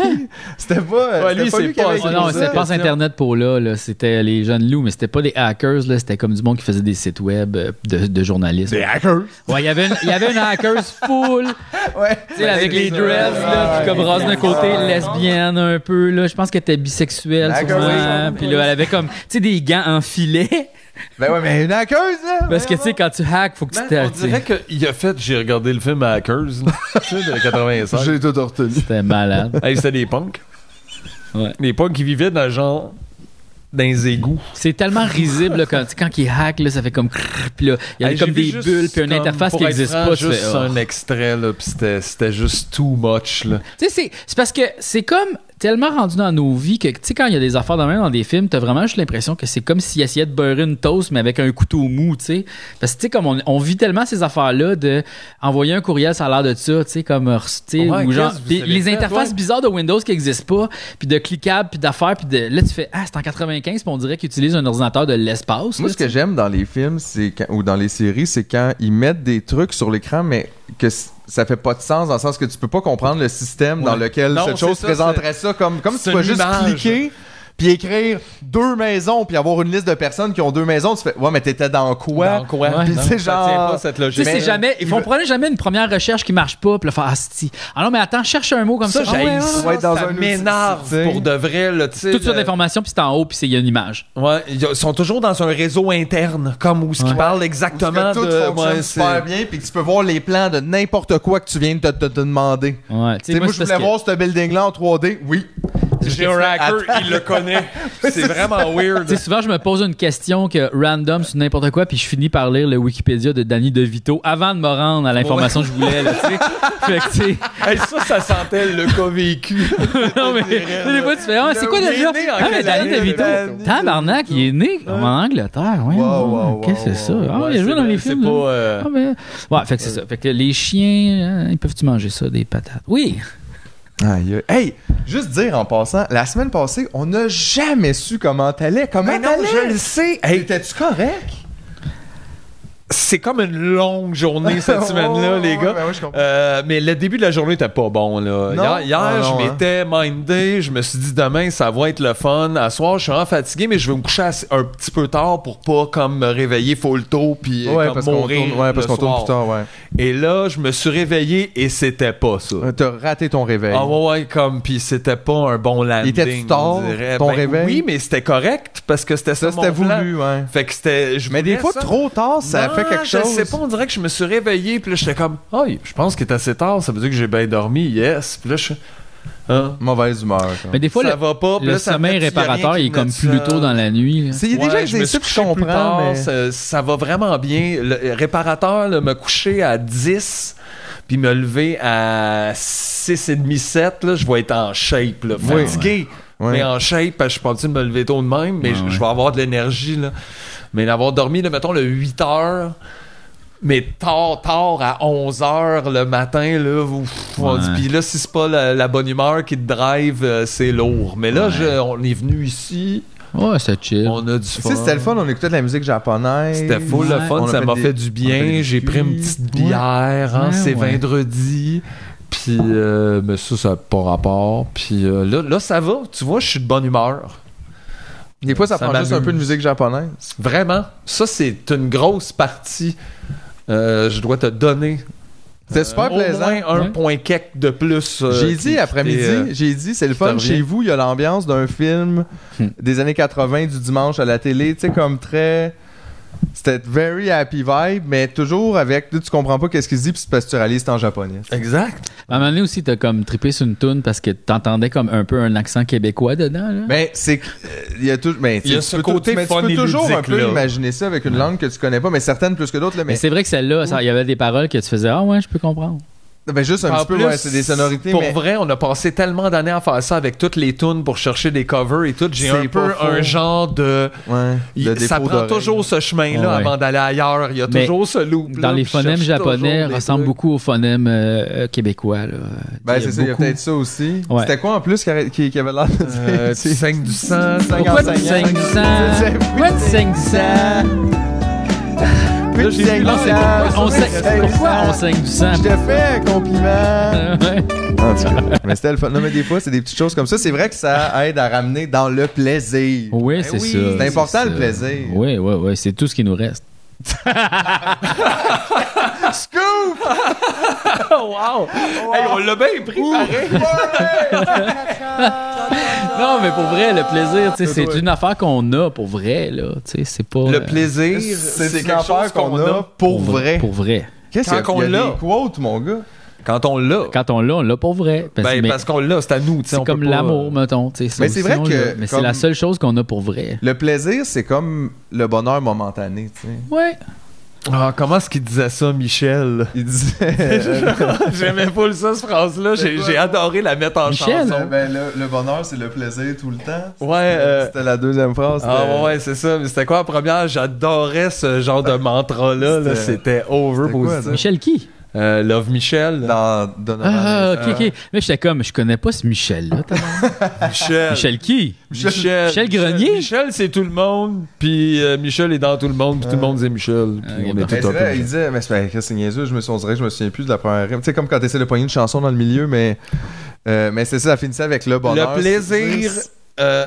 Speaker 3: C'était pas. euh,
Speaker 4: Ouais,
Speaker 3: c'était
Speaker 4: lui,
Speaker 3: pas
Speaker 4: c'est
Speaker 3: lui qui
Speaker 4: pas-
Speaker 3: avait
Speaker 4: Ah
Speaker 2: Oh
Speaker 3: écrit
Speaker 2: non,
Speaker 3: ça.
Speaker 2: c'était pas Internet pour là, là. C'était les jeunes loups, mais c'était pas des hackers, là. C'était comme du monde qui faisait des sites web euh, de, de journalistes.
Speaker 3: Des hackers.
Speaker 2: Ouais, il y avait une, il y avait une hackers full,
Speaker 3: Ouais.
Speaker 2: tu sais, avec les dresses, là, puis comme rose d'un côté, lesbienne un peu, là. Je pense qu'elle était bisexuelle,
Speaker 3: La
Speaker 2: sûrement.
Speaker 3: hackeuse.
Speaker 2: hein. Puis là, elle avait comme, tu sais, des gants en filet. <laughs>
Speaker 3: Ben ouais, mais une hackeuse, là.
Speaker 4: Ben,
Speaker 2: Parce que, tu sais, quand tu hack, faut que tu
Speaker 4: Man, Ben, on dirait
Speaker 2: t'arrêtes.
Speaker 4: qu'il a fait, j'ai regardé le film Hackers,
Speaker 3: <laughs>
Speaker 4: tu sais, de 96.
Speaker 3: J'ai tout retenu.
Speaker 2: C'était malade.
Speaker 4: Hey, c'était des punks.
Speaker 2: Ouais.
Speaker 4: Des punks qui vivaient dans le genre, dans les égouts.
Speaker 2: C'est tellement risible, là, quand, tu sais, quand il hack, là, ça fait comme <laughs> crrr, puis là, il y a
Speaker 4: Hey,
Speaker 2: comme
Speaker 4: j'ai vu
Speaker 2: des
Speaker 4: juste
Speaker 2: bulles, puis une
Speaker 4: comme,
Speaker 2: interface
Speaker 4: pour
Speaker 2: qui
Speaker 4: être
Speaker 2: n'existe
Speaker 4: franc,
Speaker 2: pas. Tu
Speaker 4: juste
Speaker 2: fais, oh.
Speaker 4: un extrait, là, puis c'était, c'était juste too much, là.
Speaker 2: Tu sais, c'est- c'est parce que c'est comme tellement rendu dans nos vies que, tu sais, quand il y a des affaires de même dans des films, t'as vraiment juste l'impression que c'est comme s'ils essayaient de beurrer une toast, mais avec un couteau mou, tu sais. Parce que, tu sais, comme on, on vit tellement ces affaires-là de envoyer un courriel, ça a l'air de ça, tu sais, comme euh, tu sais,
Speaker 4: Ouais,
Speaker 2: ou genre,
Speaker 4: qu'est-ce que vous
Speaker 2: puis
Speaker 4: avez
Speaker 2: les
Speaker 4: fait,
Speaker 2: interfaces
Speaker 4: ouais.
Speaker 2: bizarres de Windows qui existent pas, puis de cliquables, puis d'affaires, puis de. Là, tu fais, ah, c'est en 95, puis on dirait qu'ils utilisent un ordinateur de l'espace.
Speaker 3: Moi,
Speaker 2: là,
Speaker 3: ce que j'aime dans les films c'est quand- ou dans les séries, c'est quand ils mettent des trucs sur l'écran, mais que c- ça fait pas de sens dans le sens que tu peux pas comprendre le système dans
Speaker 4: Ouais.
Speaker 3: lequel
Speaker 4: Non,
Speaker 3: cette
Speaker 4: c'est
Speaker 3: chose
Speaker 4: ça,
Speaker 3: présenterait ça comme comme
Speaker 4: c'est
Speaker 3: tu peux
Speaker 4: une
Speaker 3: juste
Speaker 4: image.
Speaker 3: cliquer puis écrire deux maisons puis avoir une liste de personnes qui ont deux maisons, tu fais ouais mais t'étais dans quoi
Speaker 4: Dans quoi?
Speaker 3: Puis
Speaker 4: Non,
Speaker 3: tu
Speaker 4: ça tient
Speaker 3: sais genre
Speaker 4: pas cette
Speaker 2: Tu
Speaker 4: logique. euh,
Speaker 2: sais, c'est jamais. Ils font prendre jamais une première recherche qui marche pas, puis le faire asti. Ah non, mais attends, cherche un mot comme ça.
Speaker 4: ça,
Speaker 2: Ah ouais, ouais,
Speaker 4: j'haïs
Speaker 2: ouais.
Speaker 4: ça.
Speaker 3: ouais, dans
Speaker 4: ça
Speaker 3: un outil, tu
Speaker 4: m'énerve
Speaker 3: sais.
Speaker 4: pour de vrai, là, tu sais.
Speaker 2: Toutes sortes
Speaker 4: le-
Speaker 2: d'informations, puis c'est en haut, puis c'est- il y a une image.
Speaker 4: Ouais, ils sont toujours dans un réseau interne, comme où ce qu'ils
Speaker 2: Ouais.
Speaker 4: parlent
Speaker 3: Parce que
Speaker 4: exactement
Speaker 3: tout
Speaker 4: de...
Speaker 3: fonctionne
Speaker 4: euh, ouais, c'est-
Speaker 3: super bien puis que tu peux voir les plans de n'importe quoi que tu viens de te, te- te demander.
Speaker 2: Ouais.
Speaker 3: Tu sais, moi, je voulais voir ce building-là en 3D. Oui.
Speaker 4: J'ai un hacker, il le <laughs> connaît. C'est vraiment
Speaker 2: Tu
Speaker 4: weird.
Speaker 2: sais, souvent, je me pose une question que random sur n'importe quoi, puis je finis par lire le Wikipédia de Danny DeVito avant de me rendre à l'information que je voulais. Là, tu sais. <laughs> fait que, tu
Speaker 4: <laughs>
Speaker 2: sais,
Speaker 4: Hey, ça, ça sentait le cas vécu.
Speaker 2: non, mais, tu sais, des fois, tu fais, ah, c'est quoi
Speaker 4: Il est
Speaker 2: déjà?
Speaker 4: né en
Speaker 2: Ah, mais
Speaker 4: quelle
Speaker 2: Danny
Speaker 4: année,
Speaker 2: DeVito.
Speaker 4: Danny
Speaker 2: Tabarnak, il est né en Angleterre. Ouais,
Speaker 3: Wow, wow, wow,
Speaker 2: Qu'est-ce que c'est
Speaker 3: wow.
Speaker 2: ça? Ah, il a joué dans les films.
Speaker 4: C'est
Speaker 2: là.
Speaker 4: pas... euh,
Speaker 2: Ah, ben, Ouais, fait que c'est ça. Fait que les chiens, euh, ils peuvent-tu manger ça, des patates? Oui!
Speaker 3: Aïe, aïe. Hey, juste dire en passant, la semaine passée, on n'a jamais su comment t'allais. Comment
Speaker 4: Mais non, je
Speaker 3: t'allais?
Speaker 4: le sais.
Speaker 3: Hey,
Speaker 4: Hey,
Speaker 3: t'es-tu correct?
Speaker 4: c'est comme une longue journée cette <laughs>
Speaker 3: <laughs> Ouais,
Speaker 4: semaine-là,
Speaker 3: ouais,
Speaker 4: les
Speaker 3: ouais,
Speaker 4: gars.
Speaker 3: ben ouais, je comprends.
Speaker 4: Euh, mais le début de la journée était pas bon, là.
Speaker 3: Non?
Speaker 4: Hier, hier,
Speaker 3: Ah, non,
Speaker 4: je m'étais mindé. Je me suis dit, demain, ça va être le fun. À soir, je suis vraiment fatigué, mais je vais me coucher assez- un petit peu tard pour pas, comme, me réveiller full tôt puis euh, comme mourir
Speaker 3: ouais,
Speaker 4: le
Speaker 3: parce qu'on tourne
Speaker 4: soir.
Speaker 3: plus tard, ouais.
Speaker 4: Et là, je me suis réveillé et c'était pas ça.
Speaker 3: Euh, T'as raté ton réveil.
Speaker 4: Ah ouais, ouais, comme, puis c'était pas un bon landing,
Speaker 3: était-tu
Speaker 4: on
Speaker 3: tard,
Speaker 4: dirait.
Speaker 3: ton
Speaker 4: Ben
Speaker 3: réveil?
Speaker 4: Oui, mais c'était correct, parce que c'était ça,
Speaker 3: ça, c'était
Speaker 4: mon plan.
Speaker 3: voulu, ouais.
Speaker 4: Fait que c'était... je
Speaker 3: Mais des
Speaker 4: voulais
Speaker 3: fois,
Speaker 4: ça.
Speaker 3: trop tard, ça
Speaker 4: Non,
Speaker 3: fait quelque
Speaker 4: Ah, je
Speaker 3: chose.
Speaker 4: sais pas, on dirait que je me suis réveillé, puis là, j'étais comme, oh, je pense qu'il est assez tard, ça veut dire que j'ai bien dormi, yes. Puis là, je. Hein?
Speaker 3: Mauvaise humeur. quoi.
Speaker 2: Mais des fois,
Speaker 4: ça
Speaker 2: le,
Speaker 4: va pas. puis
Speaker 2: le
Speaker 4: là, ça
Speaker 2: sommeil
Speaker 4: fait, puis y a rien
Speaker 2: réparateur,
Speaker 4: qui
Speaker 2: il est
Speaker 4: me
Speaker 2: comme
Speaker 4: note
Speaker 2: plus
Speaker 4: ça.
Speaker 2: tôt dans la nuit. là.
Speaker 3: C'est- Il y a
Speaker 4: Ouais,
Speaker 3: déjà
Speaker 4: je me
Speaker 3: des
Speaker 4: suis
Speaker 3: trucs que je
Speaker 4: couché plus
Speaker 3: comprends,
Speaker 4: tard,
Speaker 3: mais-
Speaker 4: ça, ça va vraiment bien. Le réparateur, là, me coucher à 10 puis me lever à 6,5, 7, là, je vais être en shape. Là,
Speaker 2: Oui.
Speaker 4: fatigué,
Speaker 3: Ouais.
Speaker 4: mais en shape. parce que Je suis pas obligé de me lever tôt de même, mais
Speaker 2: Ouais,
Speaker 4: je, je
Speaker 2: ouais.
Speaker 4: vais avoir de l'énergie. là. Mais d'avoir dormi, là, mettons, le 8 heures, mais tard, tard, à 11 heures le matin, là, ouf, on
Speaker 2: Ouais.
Speaker 4: dit, puis là, si c'est pas la, la bonne humeur qui te drive, euh, c'est lourd. Mais là,
Speaker 2: Ouais.
Speaker 4: je- on est venu ici,
Speaker 2: Ouais, c'est chill.
Speaker 4: on a du
Speaker 3: Tu
Speaker 4: fun.
Speaker 3: sais, c'était le fun, on écoutait de la musique japonaise.
Speaker 4: C'était full le
Speaker 2: Ouais.
Speaker 4: fun,
Speaker 3: On a
Speaker 4: ça
Speaker 3: fait
Speaker 4: m'a
Speaker 3: des-
Speaker 4: fait du
Speaker 3: on a fait
Speaker 4: bien.
Speaker 3: des
Speaker 4: J'ai pris une
Speaker 3: cuits.
Speaker 4: petite
Speaker 2: Ouais.
Speaker 4: bière, hein,
Speaker 2: Ouais,
Speaker 4: c'est
Speaker 2: ouais.
Speaker 4: vendredi. Puis, euh, mais ça, ça n'a pas rapport. Puis euh, là, là, ça va. Tu vois, je suis de bonne humeur.
Speaker 3: Des fois, ça,
Speaker 4: Ça
Speaker 3: prend juste un
Speaker 4: m'amuse.
Speaker 3: peu de musique japonaise.
Speaker 4: Vraiment. Ça, c'est une grosse partie. Euh, je dois te donner
Speaker 3: C'était super
Speaker 4: Euh, au
Speaker 3: plaisant.
Speaker 4: moins un
Speaker 2: Ouais.
Speaker 4: point quelque de plus. euh,
Speaker 3: J'ai
Speaker 4: qui- qui
Speaker 3: dit
Speaker 4: t'est,
Speaker 3: après-midi,
Speaker 4: euh,
Speaker 3: j'ai dit c'est le
Speaker 4: qui te
Speaker 3: fun
Speaker 4: revient.
Speaker 3: chez vous, il y a l'ambiance d'un film
Speaker 2: Hmm.
Speaker 3: des années 80 du dimanche à la télé, tu sais comme très c'était very happy vibe mais toujours avec tu comprends pas qu'est-ce qu'il dit puis c'est parce que tu réalises que c'est en japonais.
Speaker 4: Exact.
Speaker 2: À un moment donné aussi, t'as comme trippé sur une toune parce que t'entendais comme un peu un accent québécois dedans. là.
Speaker 3: Mais c'est que, euh, il y a tout mais tu
Speaker 4: Il y a
Speaker 3: sais,
Speaker 4: ce
Speaker 3: tu peux tout-
Speaker 4: côté
Speaker 3: mais tu
Speaker 4: fun
Speaker 3: peux
Speaker 4: et
Speaker 3: toujours un
Speaker 4: ludique,
Speaker 3: peu
Speaker 4: là. Hmm.
Speaker 3: imaginer ça avec une langue que tu connais pas mais certaines plus que d'autres là,
Speaker 2: Mais
Speaker 3: mais
Speaker 2: c'est vrai que celle-là, ça- il y avait des paroles que tu faisais Ah ouais, je peux comprendre.
Speaker 3: ben, juste un
Speaker 4: En
Speaker 3: petit peu
Speaker 4: plus,
Speaker 3: ouais, c'est des sonorités
Speaker 4: Pour
Speaker 3: mais
Speaker 4: vrai, on a passé tellement d'années à faire ça avec toutes les tunes pour chercher des covers et tout. J'ai
Speaker 3: C'est
Speaker 4: un peu
Speaker 3: pas faux.
Speaker 4: un genre de.
Speaker 3: ouais, de
Speaker 4: Il- ça
Speaker 3: dépôt
Speaker 4: prend
Speaker 3: d'oreille.
Speaker 4: toujours ce chemin-là
Speaker 2: Ouais.
Speaker 4: avant d'aller ailleurs. Il y a
Speaker 2: Mais
Speaker 4: toujours ce loop.
Speaker 2: Dans les phonèmes japonais, ressemble beaucoup aux phonèmes euh, euh, québécois. Là.
Speaker 3: Ben
Speaker 2: Il y a
Speaker 3: c'est ça, il y a
Speaker 2: beaucoup-
Speaker 3: peut-être ça aussi.
Speaker 2: Ouais.
Speaker 3: C'était quoi en plus qui arrête- qui qui avait l'air de dire? <laughs>
Speaker 4: tu saignes Euh, du sang.
Speaker 3: Cinq
Speaker 2: Pourquoi
Speaker 3: en
Speaker 2: tu
Speaker 3: cinq
Speaker 2: saignes du sang?
Speaker 3: C'est- c'est-
Speaker 2: Pourquoi tu saignes du sang?
Speaker 3: Plus
Speaker 4: Là,
Speaker 3: de
Speaker 4: j'ai vu, là, c'est
Speaker 3: sang,
Speaker 2: Pourquoi on
Speaker 3: plus de
Speaker 2: saigne- Pourquoi on saigne du
Speaker 3: <laughs>
Speaker 2: sang?
Speaker 3: Je te fais un
Speaker 4: <laughs>
Speaker 3: compliment.
Speaker 2: Ouais.
Speaker 3: En tout cas, mais c'était le fun. Non, mais des fois, c'est des petites choses comme ça. C'est vrai que ça aide à ramener dans le plaisir.
Speaker 2: Oui, c'est
Speaker 4: oui,
Speaker 2: ça.
Speaker 4: c'est
Speaker 3: Ben important,
Speaker 2: ça.
Speaker 3: le plaisir.
Speaker 2: Oui, oui, oui. C'est tout ce qui nous reste.
Speaker 3: <laughs>
Speaker 2: <laughs>
Speaker 3: Scoop!
Speaker 4: wow! Hey, on l'a bien pris. pareil.
Speaker 2: Non, mais pour vrai, le plaisir, tu sais,
Speaker 3: Ouais.
Speaker 2: c'est une affaire qu'on a pour vrai, là. Tu sais, c'est pas.
Speaker 4: Le
Speaker 2: euh,
Speaker 4: plaisir,
Speaker 3: C'est
Speaker 4: c'est
Speaker 3: une
Speaker 4: quelque chose
Speaker 3: affaire
Speaker 4: qu'on a.
Speaker 3: pour vrai.
Speaker 2: Pour vrai.
Speaker 3: Qu'est-ce
Speaker 4: Quand
Speaker 3: qu'il y a-
Speaker 4: qu'on
Speaker 3: il y a
Speaker 4: l'a.
Speaker 3: des quotes, mon gars?
Speaker 4: Quand on l'a.
Speaker 2: Quand on l'a, on l'a pour vrai. Parce,
Speaker 4: Ben,
Speaker 2: mais
Speaker 4: parce qu'on l'a, c'est à nous. tu sais, on
Speaker 2: c'est
Speaker 4: peut
Speaker 2: comme
Speaker 4: pas- euh,
Speaker 2: l'amour, mettons. tu sais, ça
Speaker 3: euh, Mais c'est
Speaker 2: aussi,
Speaker 3: vrai
Speaker 2: on
Speaker 3: que
Speaker 2: l'a. Mais c'est
Speaker 3: comme-
Speaker 2: la seule chose qu'on a pour vrai.
Speaker 3: Le plaisir, c'est comme le bonheur momentané, tu sais.
Speaker 2: Ouais.
Speaker 4: Ah, comment est-ce qu'il disait ça, Michel?
Speaker 3: Il disait...
Speaker 4: <laughs>
Speaker 3: euh,
Speaker 4: J'aimais pas le ça, cette phrase-là. J'ai
Speaker 3: quoi?
Speaker 4: j'ai adoré la mettre en
Speaker 2: Michel?
Speaker 4: chanson.
Speaker 3: ben, le, le bonheur, c'est le plaisir tout le temps.
Speaker 4: Ouais, euh,
Speaker 3: C'était la deuxième phrase.
Speaker 4: Ah
Speaker 3: c'était-
Speaker 4: ouais, ouais, c'est ça. Mais c'était quoi la première? J'adorais ce genre de mantra-là. là.
Speaker 3: C'était-
Speaker 4: C'était over
Speaker 3: c'était quoi, ça?
Speaker 4: positif.
Speaker 2: Michel qui?
Speaker 4: Euh, Love Michel.
Speaker 3: Dans Donovan Euh,
Speaker 2: Ah, ok,
Speaker 3: Wilson.
Speaker 2: ok. Là, j'étais comme, je connais pas ce Michel-là. t'as-
Speaker 4: Michel.
Speaker 2: Michel qui?
Speaker 4: Michel.
Speaker 2: Michel Grenier?
Speaker 4: Michel, c'est tout le monde. Puis euh, Michel est dans tout le monde. Puis tout le monde c'est Michel. Puis
Speaker 2: Ah,
Speaker 4: on
Speaker 2: ben,
Speaker 4: est
Speaker 3: Ben,
Speaker 4: tout
Speaker 3: c'est
Speaker 4: un
Speaker 3: vrai,
Speaker 4: peu.
Speaker 3: il disait, mais c'est ben, Chris, c'est niaiseux, je me suis, on dirait que je me souviens plus de la première rime. Tu sais, comme quand t'essaies de pogner une chanson dans le milieu, mais, euh, mais c'est ça, ça finissait avec le bonheur.
Speaker 4: le plaisir.
Speaker 3: C'est-
Speaker 4: euh,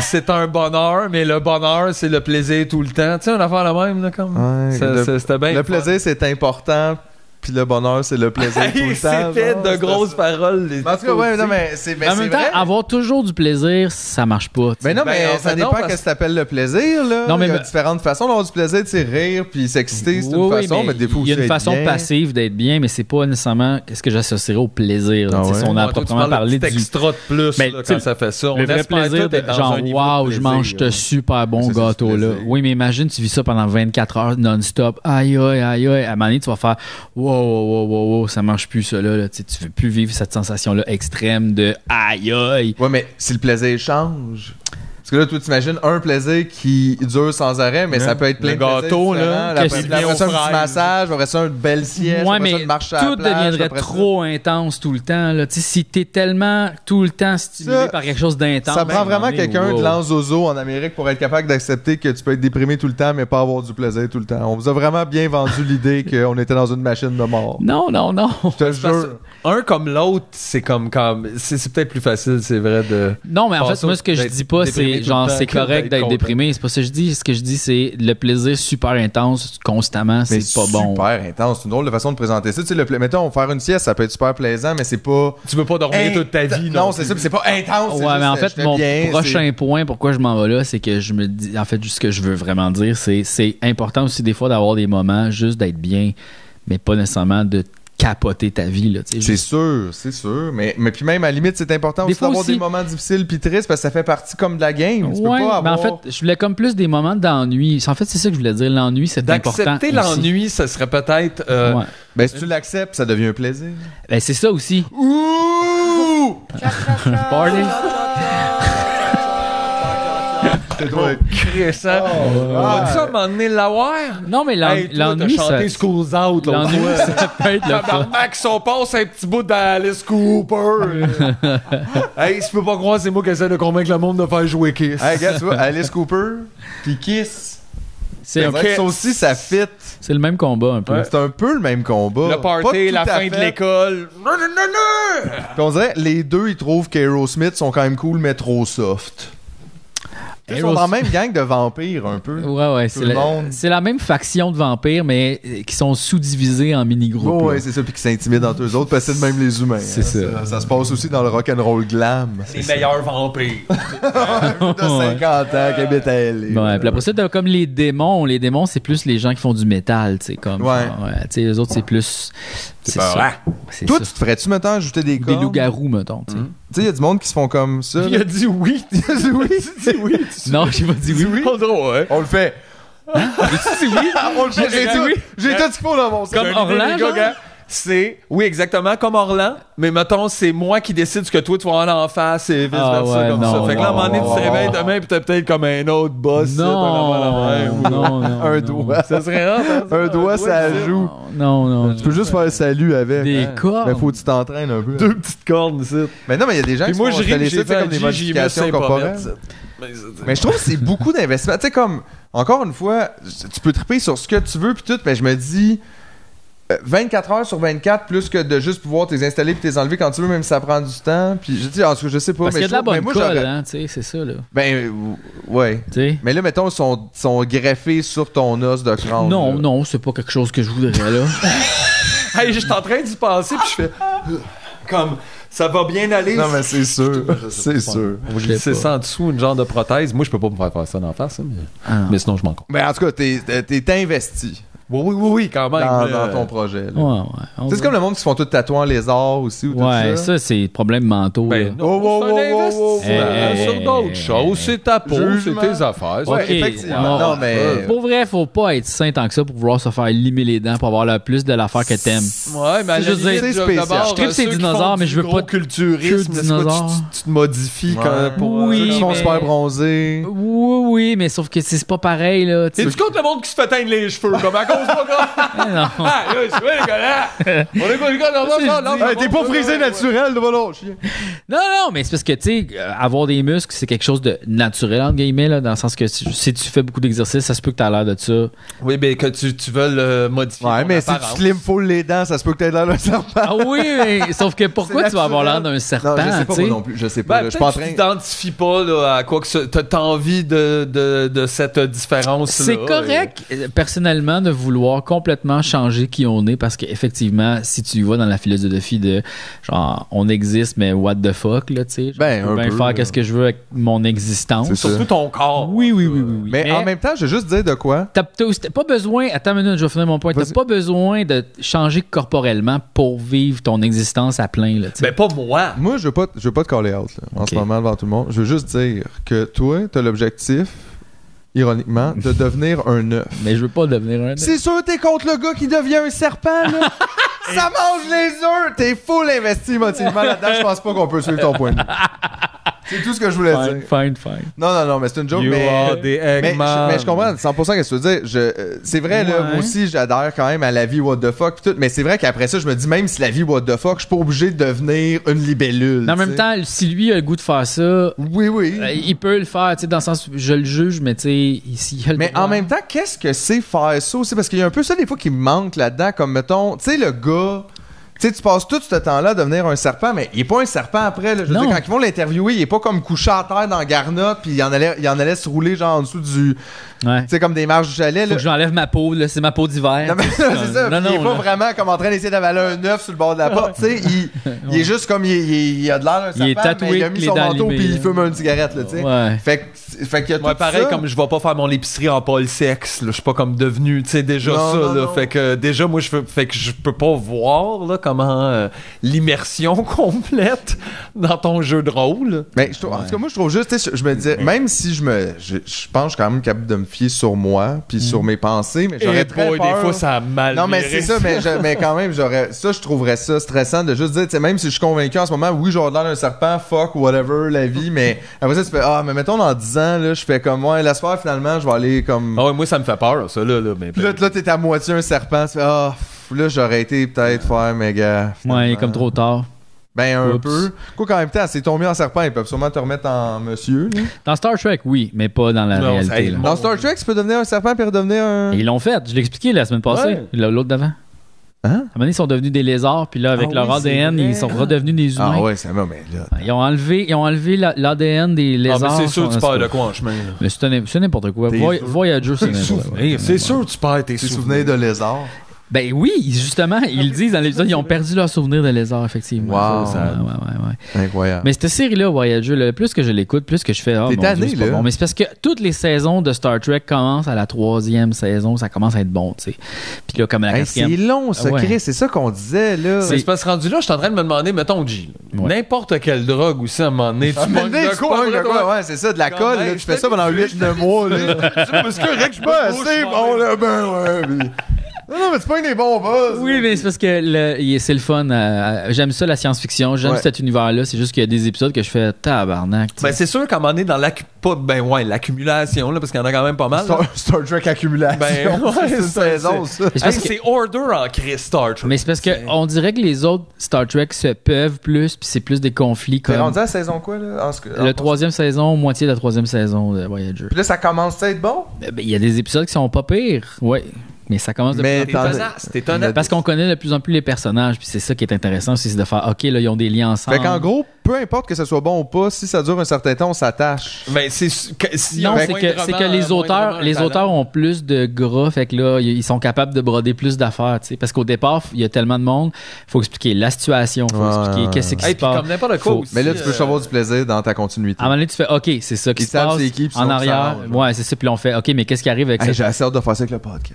Speaker 4: c'est un bonheur, mais le bonheur, c'est le plaisir tout le temps. Tu sais, on a affaire la même, là, comme.
Speaker 3: Ouais,
Speaker 4: Ça-
Speaker 3: le,
Speaker 4: ça- C'était bien. fun.
Speaker 3: le plaisir, c'est important, puis le bonheur, c'est
Speaker 4: <laughs>
Speaker 3: le plaisir tout
Speaker 4: Hey,
Speaker 3: le temps.
Speaker 4: C'était
Speaker 3: genre,
Speaker 4: de
Speaker 3: c'est
Speaker 4: grosses
Speaker 3: ça.
Speaker 4: paroles. les-
Speaker 3: Mais En tout cas, ouais, non, mais c'est mais
Speaker 2: en
Speaker 3: c'est
Speaker 2: même temps,
Speaker 3: vrai.
Speaker 2: avoir toujours du plaisir, ça marche pas. tu sais.
Speaker 3: Mais non,
Speaker 4: Ben,
Speaker 3: mais
Speaker 4: en
Speaker 3: ça
Speaker 4: fait, non,
Speaker 3: dépend
Speaker 4: parce-
Speaker 3: qu'est-ce que t'appelles le plaisir, là.
Speaker 2: Non, mais-
Speaker 3: Il y a différentes façons d'avoir du plaisir, tu sais, rire, puis s'exciter, c'est une
Speaker 2: Oui, oui,
Speaker 3: façon, mais, des fois
Speaker 2: Il y a une
Speaker 3: aussi être
Speaker 2: façon
Speaker 3: bien.
Speaker 2: passive d'être bien, mais c'est pas nécessairement ce que j'associerais au plaisir. là.
Speaker 3: Ah
Speaker 2: Tu sais, si
Speaker 3: ouais?
Speaker 2: on a
Speaker 4: Ouais, toi, tu
Speaker 2: proprement
Speaker 4: parles de
Speaker 2: parlé
Speaker 4: petit
Speaker 2: du
Speaker 4: extra de plus
Speaker 2: Mais,
Speaker 4: là,
Speaker 2: tu sais,
Speaker 4: quand ça fait ça. On
Speaker 2: Le vrai
Speaker 4: espère
Speaker 2: plaisir
Speaker 4: tout
Speaker 2: d'être
Speaker 4: dans
Speaker 2: genre,
Speaker 4: un niveau
Speaker 2: waouh,
Speaker 4: de
Speaker 2: je
Speaker 4: plaisir,
Speaker 2: mange ce
Speaker 4: là.
Speaker 2: super
Speaker 3: Ça,
Speaker 2: bon
Speaker 3: c'est du
Speaker 2: gâteau-là.
Speaker 3: plaisir.
Speaker 2: Oui, mais imagine, tu vis ça pendant 24 heures non-stop. Aïe, aïe, aïe, aïe. À un moment donné, tu vas faire, wow, wow, wow, wow, wow, ça marche plus, ça, là. là. Tu sais, tu veux plus vivre cette sensation-là extrême de aïe, aïe.
Speaker 3: Ouais, mais si le plaisir change. Parce que là, toi, t'imagines un plaisir qui dure sans arrêt, mais
Speaker 4: Ouais.
Speaker 3: ça peut être plein
Speaker 4: Le
Speaker 3: de plaisirs
Speaker 4: gâteau, là,
Speaker 3: différents.
Speaker 2: que
Speaker 3: Après,
Speaker 2: c'est
Speaker 3: après
Speaker 4: bien
Speaker 3: ça, un
Speaker 4: aux
Speaker 3: petit
Speaker 4: fraises.
Speaker 3: massage, après ça, une belle sieste,
Speaker 2: Ouais,
Speaker 3: après ça,
Speaker 2: mais
Speaker 3: une marche à la
Speaker 2: tout
Speaker 3: plage,
Speaker 2: deviendrait
Speaker 3: après ça-
Speaker 2: trop intense tout le temps. Là. Tu sais, Si t'es tellement tout le temps stimulé
Speaker 3: Ça-
Speaker 2: par quelque chose d'intense. ben,
Speaker 3: Ça prend vraiment
Speaker 2: à un moment donné,
Speaker 3: quelqu'un
Speaker 2: wow.
Speaker 3: de l'anzozo en Amérique pour être capable d'accepter que tu peux être déprimé tout le temps, mais pas avoir du plaisir tout le temps. On vous a vraiment bien vendu l'idée <laughs> qu'on était dans une machine de mort.
Speaker 2: Non, non, non.
Speaker 3: Je te
Speaker 4: Parce
Speaker 3: jure.
Speaker 4: que Un comme l'autre, c'est comme comme c'est c'est peut-être plus facile, c'est vrai de.
Speaker 2: Non, mais en
Speaker 4: Passer
Speaker 2: fait, moi, ce que je
Speaker 4: d'être
Speaker 2: dis pas,
Speaker 4: déprimé
Speaker 2: c'est
Speaker 4: tout
Speaker 2: genre,
Speaker 4: le temps
Speaker 2: c'est
Speaker 4: que d'être
Speaker 2: correct d'être
Speaker 4: content.
Speaker 2: déprimé. C'est pas ça que je dis. Ce que je dis, c'est le plaisir super intense, constamment, c'est pas bon.
Speaker 3: super intense. C'est une drôle de façon de présenter ça. Tu sais, le pla- mettons, faire une sieste, ça peut être super plaisant, mais c'est pas.
Speaker 4: Tu peux pas dormir
Speaker 3: Hey,
Speaker 4: toute ta vie.
Speaker 3: Non,
Speaker 4: Non,
Speaker 3: c'est ça, puis c'est pas intense. c'est
Speaker 2: Ouais, mais en
Speaker 3: juste,
Speaker 2: fait,
Speaker 3: j'étais
Speaker 2: mon
Speaker 3: bien, c'est-
Speaker 2: prochain point, pourquoi je m'en vais là, c'est que je me dis, en fait, juste ce que je veux vraiment dire, c'est c'est important aussi des fois d'avoir des moments juste d'être bien, mais pas nécessairement de capoter ta vie. Là, tu sais,
Speaker 3: C'est
Speaker 2: juste-
Speaker 3: sûr, c'est sûr. Mais, mais puis même, à la limite, c'est important
Speaker 2: Des
Speaker 3: aussi
Speaker 2: fois
Speaker 3: d'avoir
Speaker 2: aussi-
Speaker 3: des moments difficiles puis tristes parce que ça fait partie comme de la game. tu peux
Speaker 2: Ouais,
Speaker 3: pas
Speaker 2: mais
Speaker 3: avoir...
Speaker 2: en fait, je voulais comme plus des moments d'ennui. En fait, c'est ça que je voulais dire. L'ennui, c'est important.
Speaker 4: D'accepter
Speaker 2: aussi.
Speaker 4: l'ennui, ce serait peut-être. euh,
Speaker 2: Ouais.
Speaker 3: Ben, si tu l'acceptes, ça devient un plaisir.
Speaker 4: <laughs>
Speaker 2: Ben, c'est ça aussi.
Speaker 3: Ouh!
Speaker 2: Party.
Speaker 3: C'est trop...
Speaker 4: Crissant.
Speaker 3: Ah,
Speaker 4: Vas-tu hein? à un moment donné l'avoir?
Speaker 2: Non, mais l'en-
Speaker 4: Hey, toi, t'as
Speaker 2: l'ennui,
Speaker 4: chanté
Speaker 2: ça.
Speaker 4: School's Out, là.
Speaker 2: L'ennui, ça peut être le fun.
Speaker 4: Tabarnak, si on passe un petit bout d'Alice Cooper. hey, tu peux pas croire, c'est moi qui essaie de convaincre le monde de faire jouer Kiss.
Speaker 3: Hey, regarde, tu vois, Alice Cooper puis Kiss.
Speaker 2: C'est
Speaker 3: C'est vrai que ça aussi, ça fit.
Speaker 2: c'est le même combat un peu.
Speaker 3: C'est un peu le même combat.
Speaker 4: le
Speaker 3: Pas tout
Speaker 4: party, la
Speaker 3: à
Speaker 4: fin
Speaker 3: fait.
Speaker 4: de l'école. Non, non, non, non!
Speaker 3: Puis on dirait, les deux, ils trouvent qu'Aerosmith sont quand même cool, mais trop soft. Ils sont
Speaker 2: Aeros-
Speaker 3: dans la même gang de vampires, un peu.
Speaker 2: Ouais, ouais,
Speaker 3: Tout
Speaker 2: c'est la,
Speaker 3: le monde.
Speaker 2: c'est la même faction de vampires, mais euh, qui sont sous-divisés en mini-groupes.
Speaker 3: Ouais, ouais,
Speaker 2: là.
Speaker 3: c'est ça, puis qui s'intimident entre eux autres, parce que c'est de même les humains.
Speaker 2: C'est
Speaker 3: hein.
Speaker 2: ça.
Speaker 3: ça. se passe aussi dans le rock'n'roll glam.
Speaker 4: Les meilleurs vampires.
Speaker 3: de 50 ans qui habite à LA.
Speaker 2: Ouais, puis après ça, t'as comme les démons. Les démons, c'est plus les gens qui font du métal, tu sais, comme.
Speaker 3: Ouais.
Speaker 2: genre, ouais, tu sais, les autres, c'est plus. C'est
Speaker 3: peurant.
Speaker 2: ça. C'est
Speaker 3: Toi,
Speaker 2: ça.
Speaker 3: tu te ferais-tu, mettons, ajouter des
Speaker 2: Des
Speaker 3: cornes?
Speaker 2: loups-garous, mettons, tu sais.
Speaker 4: Hmm.
Speaker 3: Tu sais, il y a du monde qui se font comme ça.
Speaker 4: Il
Speaker 3: là.
Speaker 4: a dit oui. <laughs> Il a dit oui. Il a dit oui. <laughs>
Speaker 2: Non, j'ai pas dit
Speaker 4: Il a dit
Speaker 2: oui.
Speaker 4: oui. Pas drôle, hein?
Speaker 3: On
Speaker 2: <laughs>
Speaker 3: le fait. On le fait. J'ai
Speaker 4: dit
Speaker 3: tout,
Speaker 4: oui.
Speaker 3: j'ai tout ce qu'il faut dans mon sac.
Speaker 2: Comme
Speaker 4: J'ai une idée,
Speaker 2: Orlan,
Speaker 4: les gars,
Speaker 2: genre?
Speaker 4: gars. C'est, oui, exactement, comme Orlan, mais mettons, c'est moi qui décide ce que toi tu vas avoir en face et vice versa,
Speaker 2: Ah ouais,
Speaker 4: comme
Speaker 2: non,
Speaker 3: Oh,
Speaker 4: ça. Fait que là, à un
Speaker 2: non,
Speaker 4: moment donné, tu
Speaker 3: non,
Speaker 4: te réveilles
Speaker 3: non.
Speaker 4: demain, pis t'as peut-être comme un autre boss. là, t'as vraiment la même.
Speaker 2: Non, non, non.
Speaker 3: Un
Speaker 2: non.
Speaker 3: doigt.
Speaker 4: Ça serait rare, ça, ça.
Speaker 3: Un doigt, ça
Speaker 4: ici.
Speaker 3: joue.
Speaker 2: Non, non.
Speaker 3: Tu peux juste faire salut avec.
Speaker 2: Des cornes.
Speaker 3: Mais faut que tu t'entraînes un peu.
Speaker 4: Deux petites cornes ici.
Speaker 3: Mais non, mais il y a des gens
Speaker 4: Puis
Speaker 3: qui
Speaker 4: moi,
Speaker 3: se
Speaker 4: je
Speaker 3: font
Speaker 4: ris,
Speaker 3: installer
Speaker 4: mais j'ai
Speaker 3: ça, tu sais,
Speaker 4: fait
Speaker 3: comme des
Speaker 4: J, j'y mets
Speaker 3: modifications
Speaker 4: ça,
Speaker 3: corporelles. Mais je trouve que c'est beaucoup d'investissement. Tu sais, comme, encore une fois, tu peux triper sur ce que tu veux, puis tout, mais je me dis, euh, 24 heures sur 24, plus que de juste pouvoir t'es installer puis t'es enlever quand tu veux, même si ça prend du temps. Puis, je dis, en tout cas, je sais pas.
Speaker 2: Parce
Speaker 3: mais
Speaker 2: qu'il y a de
Speaker 3: je
Speaker 2: la
Speaker 3: trouve- mais
Speaker 2: bonne
Speaker 3: moi,
Speaker 2: colle,
Speaker 3: j'aurais-
Speaker 2: hein, tu sais, c'est ça, là.
Speaker 3: Ben, euh, ouais.
Speaker 2: Tu sais.
Speaker 3: Mais là, mettons, ils sont, sont greffés sur ton os de crâne.
Speaker 2: Non,
Speaker 3: là.
Speaker 2: non, c'est pas quelque chose que je voudrais,
Speaker 3: <laughs>
Speaker 2: là.
Speaker 4: Hey, j'étais en train d'y penser, puis je fais. <laughs> Comme, ça va bien aller.
Speaker 3: Non, mais c'est sûr. C'est sûr.
Speaker 2: Je sais
Speaker 4: C'est
Speaker 2: pas.
Speaker 4: ça en dessous, une genre de prothèse. Moi, je peux pas me faire faire ça d'en face, hein, mais...
Speaker 2: Ah, non.
Speaker 4: mais sinon, je m'en compte.
Speaker 3: Mais en tout cas, t'es- t'es t'es investi
Speaker 4: Oui, oui, oui, oui, quand
Speaker 2: Ben,
Speaker 4: même.
Speaker 3: dans,
Speaker 4: là.
Speaker 3: dans ton projet. là.
Speaker 2: Ouais, ouais. On
Speaker 3: Tu sais, C'est comme le monde qui se font tout tatouer en lézard aussi. Ou tout
Speaker 2: Ouais,
Speaker 3: ça.
Speaker 2: ça, c'est problème mentaux.
Speaker 4: Ben,
Speaker 2: là.
Speaker 4: non,
Speaker 3: Oh, oh,
Speaker 4: c'est un
Speaker 3: oh, oh, oh,
Speaker 4: investissement
Speaker 2: oh, oh.
Speaker 4: sur d'autres
Speaker 2: Hey,
Speaker 4: choses. C'est ta peau, c'est
Speaker 3: Jugement.
Speaker 4: tes affaires.
Speaker 3: Ouais,
Speaker 2: Ok,
Speaker 3: effectivement.
Speaker 2: ouais. Euh,
Speaker 3: Non, mais.
Speaker 2: Pour vrai, faut pas être sain tant que ça pour vouloir se faire limer les dents pour avoir le plus de l'affaire que t'aimes.
Speaker 4: Ouais, mais à la
Speaker 2: C'est juste dire,
Speaker 4: limite,
Speaker 3: c'est
Speaker 4: je-
Speaker 3: spécial.
Speaker 4: d'abord,
Speaker 2: Je tripe
Speaker 4: euh,
Speaker 2: ces
Speaker 4: ceux qui
Speaker 2: dinosaures,
Speaker 4: font
Speaker 2: mais
Speaker 4: du
Speaker 2: je veux
Speaker 4: gros
Speaker 2: pas de- que
Speaker 4: culturisme.
Speaker 2: de
Speaker 4: c'est quoi, tu-
Speaker 2: dinosaures.
Speaker 4: Tu, tu te modifies
Speaker 3: Ouais.
Speaker 4: quand, pour. euh,
Speaker 3: Ceux qui
Speaker 2: Oui,
Speaker 3: sont
Speaker 2: mais-
Speaker 3: super bronzés.
Speaker 2: Oui, oui, mais sauf que c'est c'est pas pareil, là.
Speaker 4: Et <laughs>
Speaker 2: Tu
Speaker 4: tu comptes le monde qui se fait teindre les cheveux, comme à cause pas comme.
Speaker 2: Non.
Speaker 4: Ah, là, je suis les gars là. On est quoi, les gars? Non, non, non, non,
Speaker 3: Hey, T'es pas frisé naturel, de voilà, chien.
Speaker 2: Non, non, mais c'est parce que, tu sais, euh, avoir des muscles, c'est quelque chose de naturel, entre guillemets, là, dans le sens que si, si tu fais beaucoup d'exercices, ça se peut que t'as l'air de
Speaker 3: <laughs>
Speaker 2: ça.
Speaker 4: Oui, mais que tu, tu veux le modifier.
Speaker 3: Ouais,
Speaker 4: ton
Speaker 3: mais si
Speaker 4: apparence.
Speaker 3: tu slim full les dents, ça se peut que t'aies l'air d'un serpent.
Speaker 2: Ah oui, mais sauf que pourquoi
Speaker 3: C'est
Speaker 2: tu vas avoir l'air
Speaker 3: naturel.
Speaker 2: d'un serpent,
Speaker 3: Non, je sais pas
Speaker 2: tu sais?
Speaker 3: moi non plus. Je sais pas.
Speaker 4: Ben,
Speaker 3: là, je
Speaker 4: peut-être
Speaker 3: suis pas en
Speaker 4: que tu
Speaker 3: train.
Speaker 4: t'identifies pas là, à quoi que ce... T'as t'as envie de, de, de cette différence
Speaker 2: C'est correct, euh, personnellement, de vouloir complètement changer qui on est parce qu'effectivement, si tu y vas dans la philosophie de genre, on existe, mais what the fuck, là, tu sais, genre,
Speaker 3: Ben,
Speaker 2: je peux
Speaker 3: un
Speaker 2: bien
Speaker 3: peu, là.
Speaker 2: faire qu'est-ce que je veux avec mon
Speaker 3: C'est
Speaker 2: existence.
Speaker 3: ça.
Speaker 4: Surtout ton corps.
Speaker 2: Oui, oui, oui, oui, oui.
Speaker 3: Mais en même temps, je vais juste dire de quoi.
Speaker 2: T'as t'as aussi- t'as pas besoin, attends une minute, je vais finir mon point. T'as
Speaker 3: Vas-y.
Speaker 2: pas besoin de changer corporellement pour vivre ton existence à plein. Là, tu sais.
Speaker 4: Mais Ben, pas moi.
Speaker 3: Moi, je veux pas, je veux pas te caller out là, en
Speaker 2: Ok.
Speaker 3: ce moment devant tout le monde. Je veux juste dire que toi, t'as l'objectif, ironiquement, de devenir un œuf.
Speaker 2: mais je veux pas devenir un.
Speaker 3: C'est sûr, t'es contre le gars qui devient un serpent,
Speaker 4: <laughs>
Speaker 3: là. Ça mange les œufs. T'es full investi émotivement là-dedans. Je pense pas qu'on peut suivre ton point de
Speaker 4: <laughs>
Speaker 3: vue. C'est tout ce que je voulais
Speaker 2: Fine,
Speaker 3: dire.
Speaker 2: fine, fine.
Speaker 3: Non, non, non, mais c'est une joke,
Speaker 4: You
Speaker 3: mais.
Speaker 4: are the
Speaker 3: Mais,
Speaker 4: Eggman.
Speaker 3: je, mais je comprends 100% qu'est-ce que tu veux dire. Je, euh, c'est vrai, là,
Speaker 2: Ouais.
Speaker 3: moi aussi, j'adhère quand même à la vie what the fuck pis tout, mais c'est vrai qu'après ça, je me dis même si la vie what the fuck, je suis pas obligé de devenir une libellule.
Speaker 2: Mais en même
Speaker 3: tu sais.
Speaker 2: temps, si lui a le goût de faire ça, euh,
Speaker 3: Oui, oui.
Speaker 2: il peut le faire, tu sais, dans le sens, je le juge, mais tu sais, ici, il a le
Speaker 3: Mais
Speaker 2: droit.
Speaker 3: en même temps, qu'est-ce que c'est faire ça aussi? Parce qu'il y a un peu ça des fois qui me manque là-dedans, comme mettons, tu sais, le gars. Tu sais, tu passes tout ce temps-là à devenir un serpent, mais il est pas un serpent après. Là. Je veux
Speaker 2: Non.
Speaker 3: dire, quand ils vont l'interviewer, il est pas comme couché à terre dans Garnotte, puis il en allait, il en allait se rouler genre en dessous du,
Speaker 2: Ouais.
Speaker 3: C'est comme des marges du chalet.
Speaker 2: Faut
Speaker 3: Là.
Speaker 2: que j'enlève ma peau, là, c'est ma peau d'hiver.
Speaker 3: <laughs> Non, mais c'est ça.
Speaker 2: Non,
Speaker 3: puis il est
Speaker 2: non,
Speaker 3: pas
Speaker 2: là.
Speaker 3: vraiment comme en train d'essayer d'avaler un œuf sur le bord de la porte. tu sais.
Speaker 2: <laughs>
Speaker 3: il, il est juste comme il, il- il a de l'air d'un
Speaker 2: Il est
Speaker 3: serpent,
Speaker 2: tatoué
Speaker 3: mais il a
Speaker 2: avec
Speaker 3: mis
Speaker 2: les
Speaker 3: son
Speaker 2: dents
Speaker 3: manteau
Speaker 2: limées,
Speaker 3: puis il
Speaker 2: là.
Speaker 3: fume une cigarette. Là, tu sais.
Speaker 2: Ouais.
Speaker 3: Fait que, fait qu'il y a
Speaker 4: Moi,
Speaker 3: tout
Speaker 4: pareil,
Speaker 3: ça.
Speaker 4: comme je vais pas faire mon épicerie en Paul Sexe, là, je suis pas comme devenu, tu sais, déjà
Speaker 3: Non,
Speaker 4: ça,
Speaker 3: non,
Speaker 4: là.
Speaker 3: non.
Speaker 4: Fait que, déjà, moi, je veux- fait que je peux pas voir, là, comment euh, l'immersion <laughs> complète dans ton jeu de rôle.
Speaker 3: Mais je trouve- en tout cas, moi, je trouve juste, tu sais, je, je me disais, même si je me. Je, je pense que je suis quand même capable de me fier sur moi, puis
Speaker 2: Mm.
Speaker 3: sur mes pensées, mais j'aurais
Speaker 4: Et
Speaker 3: très
Speaker 4: boy,
Speaker 3: peur.
Speaker 4: des fois, ça a mal
Speaker 3: non, mais
Speaker 4: viré.
Speaker 3: c'est ça, mais, je- mais quand même, j'aurais. Ça, je trouverais ça stressant de juste dire, tu sais, même si je suis convaincu en ce moment, oui, j'aurais l'air d'un serpent, fuck, whatever, la vie, mais après ça, tu fais, ah, mais mettons, dans 10 ans, là, je fais comme, ouais, la soirée, finalement, je vais aller comme.
Speaker 2: Oh.
Speaker 4: Ah ouais, moi, ça me fait peur, ça, là, là, mais... ben,
Speaker 3: Puis là, t- là, t'es à moitié un serpent, tu fais, ah, pff, là, j'aurais été peut-être faire, mais gars.
Speaker 2: Ouais, il est
Speaker 3: finalement.
Speaker 2: comme trop tard.
Speaker 3: Ben, un
Speaker 2: Oups.
Speaker 3: peu. Quoi qu'en même temps, c'est tombé en serpent, ils peuvent sûrement te remettre en monsieur, là.
Speaker 2: Dans Star Trek, oui, mais pas dans la
Speaker 4: Non, ça,
Speaker 2: réalité.
Speaker 4: il
Speaker 2: là.
Speaker 4: monte.
Speaker 3: Dans Star Trek, tu peux devenir un serpent puis redevenir un.
Speaker 2: Et ils l'ont fait, je l'ai expliqué la semaine passée,
Speaker 4: Ouais.
Speaker 2: l- l'autre d'avant. À
Speaker 3: Hein?
Speaker 2: un moment donné, ils sont devenus des lézards, puis là, avec
Speaker 4: Ah
Speaker 2: leur
Speaker 4: oui, c'est
Speaker 2: ADN,
Speaker 4: vrai.
Speaker 2: ils sont redevenus des humains.
Speaker 3: Ah ouais, c'est vrai, mais là.
Speaker 2: Ils ont enlevé, ils ont enlevé la- l'ADN des
Speaker 4: Ah,
Speaker 2: lézards.
Speaker 4: mais c'est sûr,
Speaker 2: Ils
Speaker 4: tu
Speaker 2: sont-
Speaker 4: perds de quoi en chemin, là?
Speaker 2: Mais c'est un- c'est n'importe quoi.
Speaker 3: Tes
Speaker 2: Voy-
Speaker 3: sou-
Speaker 2: Voyager, c'est n'importe quoi.
Speaker 4: C'est sûr, tu perds tes
Speaker 3: Tes souvenirs
Speaker 4: souvenirs.
Speaker 3: de lézard.
Speaker 2: Ben oui, justement, ils le disent dans l'épisode, ils ont perdu leur souvenir de lézard, effectivement.
Speaker 3: Wow.
Speaker 2: Ça, ça- ouais, ouais, ouais.
Speaker 3: Incroyable.
Speaker 2: Mais cette série-là, Voyager, là, plus que je l'écoute, plus que je fais. Ah,
Speaker 3: T'es
Speaker 2: mon Dieu,
Speaker 3: tanné,
Speaker 2: c'est pas
Speaker 3: là.
Speaker 2: bon. Mais c'est parce que toutes les saisons de Star Trek commencent à la troisième saison, ça commence à être bon, tu sais. Puis là, comme à la
Speaker 3: Hey,
Speaker 2: quatrième.
Speaker 3: c'est long, ce
Speaker 2: Ah ouais.
Speaker 3: Chris, c'est ça qu'on disait, là.
Speaker 4: C'est c'est parce que rendu là, je suis en train de me demander, mettons, G, là,
Speaker 2: Ouais.
Speaker 4: n'importe quelle drogue aussi, à un moment donné, tu
Speaker 3: <laughs> Ah, mais
Speaker 4: manques
Speaker 3: venez,
Speaker 4: de
Speaker 3: tu
Speaker 4: quoi,
Speaker 3: pognes de
Speaker 4: après,
Speaker 3: quoi,
Speaker 4: toi?
Speaker 3: ouais, c'est ça, de la
Speaker 4: Quand
Speaker 3: colle,
Speaker 4: même,
Speaker 3: là, tu
Speaker 4: je
Speaker 3: fais ça
Speaker 4: t'ai
Speaker 3: pendant
Speaker 4: dit,
Speaker 3: 8-9 mois, là.
Speaker 4: Parce que Rex,
Speaker 3: Ben, <laughs> c'est bon, là, ben, ouais. puis- Non, non, mais tu pognes des bons buzz.
Speaker 2: Oui, mais c'est parce que le- il- c'est le fun. euh, euh, j'aime ça, la science-fiction. J'aime
Speaker 3: Ouais.
Speaker 2: cet univers-là. C'est juste qu'il y a des épisodes que je fais tabarnak. tu sais.
Speaker 4: Ben, c'est sûr qu'à un moment donné, dans l'acc- pas- ben, ouais, l'accumulation, là, parce qu'il y en a quand même pas mal. là.
Speaker 3: Star, Star Trek accumulation.
Speaker 4: Ben, ouais,
Speaker 3: <laughs> c'est une
Speaker 4: ça,
Speaker 3: saison, ça.
Speaker 2: Mais c'est
Speaker 4: Hey,
Speaker 2: parce que-
Speaker 4: c'est order en Chris Star Trek.
Speaker 2: mais c'est parce que on dirait que les autres Star Trek se peuvent plus, puis c'est plus des conflits
Speaker 3: T'es
Speaker 2: comme
Speaker 3: rendu à la saison quoi, là? En ce que-
Speaker 2: le
Speaker 3: en-
Speaker 2: troisième saison, moitié de la troisième saison de Voyager.
Speaker 3: Puis là, ça commence à être bon.
Speaker 2: Ben, ben, Il y a des épisodes qui sont pas pires, ouais, mais ça commence de
Speaker 3: Mais
Speaker 4: C'est
Speaker 3: t'en-
Speaker 4: étonnant, c'est étonnant.
Speaker 2: Parce qu'on connaît de plus en plus les personnages, puis c'est ça qui est intéressant aussi, c'est de faire, ok, là, ils ont des liens ensemble.
Speaker 3: Fait qu'en gros, peu importe que ce soit bon ou pas, si ça dure un certain temps, on s'attache.
Speaker 4: Ben, c'est su- que- s'il y a
Speaker 2: non,
Speaker 4: un
Speaker 2: c'est que,
Speaker 4: moindrement-
Speaker 2: c'est que les
Speaker 4: un moindrement
Speaker 2: auteurs, les
Speaker 4: talent.
Speaker 2: auteurs ont plus de gras, fait que là, ils ils sont capables de broder plus d'affaires, tu sais. Parce qu'au départ, il y a tellement de monde, faut expliquer la situation, faut
Speaker 3: Ouais,
Speaker 2: expliquer
Speaker 3: ouais,
Speaker 2: qu'est-ce qui
Speaker 4: Hey,
Speaker 2: se
Speaker 4: puis
Speaker 2: passe.
Speaker 4: comme n'importe quoi
Speaker 2: Faut-
Speaker 4: aussi,
Speaker 3: Mais là, tu peux
Speaker 4: euh,
Speaker 3: savoir du plaisir dans ta continuité.
Speaker 2: À un moment donné, tu fais, OK, c'est ça qui
Speaker 3: Ils
Speaker 2: se
Speaker 3: savent
Speaker 2: passe.
Speaker 3: c'est qui, puis
Speaker 2: en
Speaker 3: sinon, ça
Speaker 2: arrière.
Speaker 3: arrange, ouais.
Speaker 2: Ouais, c'est ça. Puis là, on fait, OK, mais qu'est-ce qui arrive avec
Speaker 3: Hey, J'ai
Speaker 2: ça?
Speaker 3: assez hâte de faire ça avec le podcast.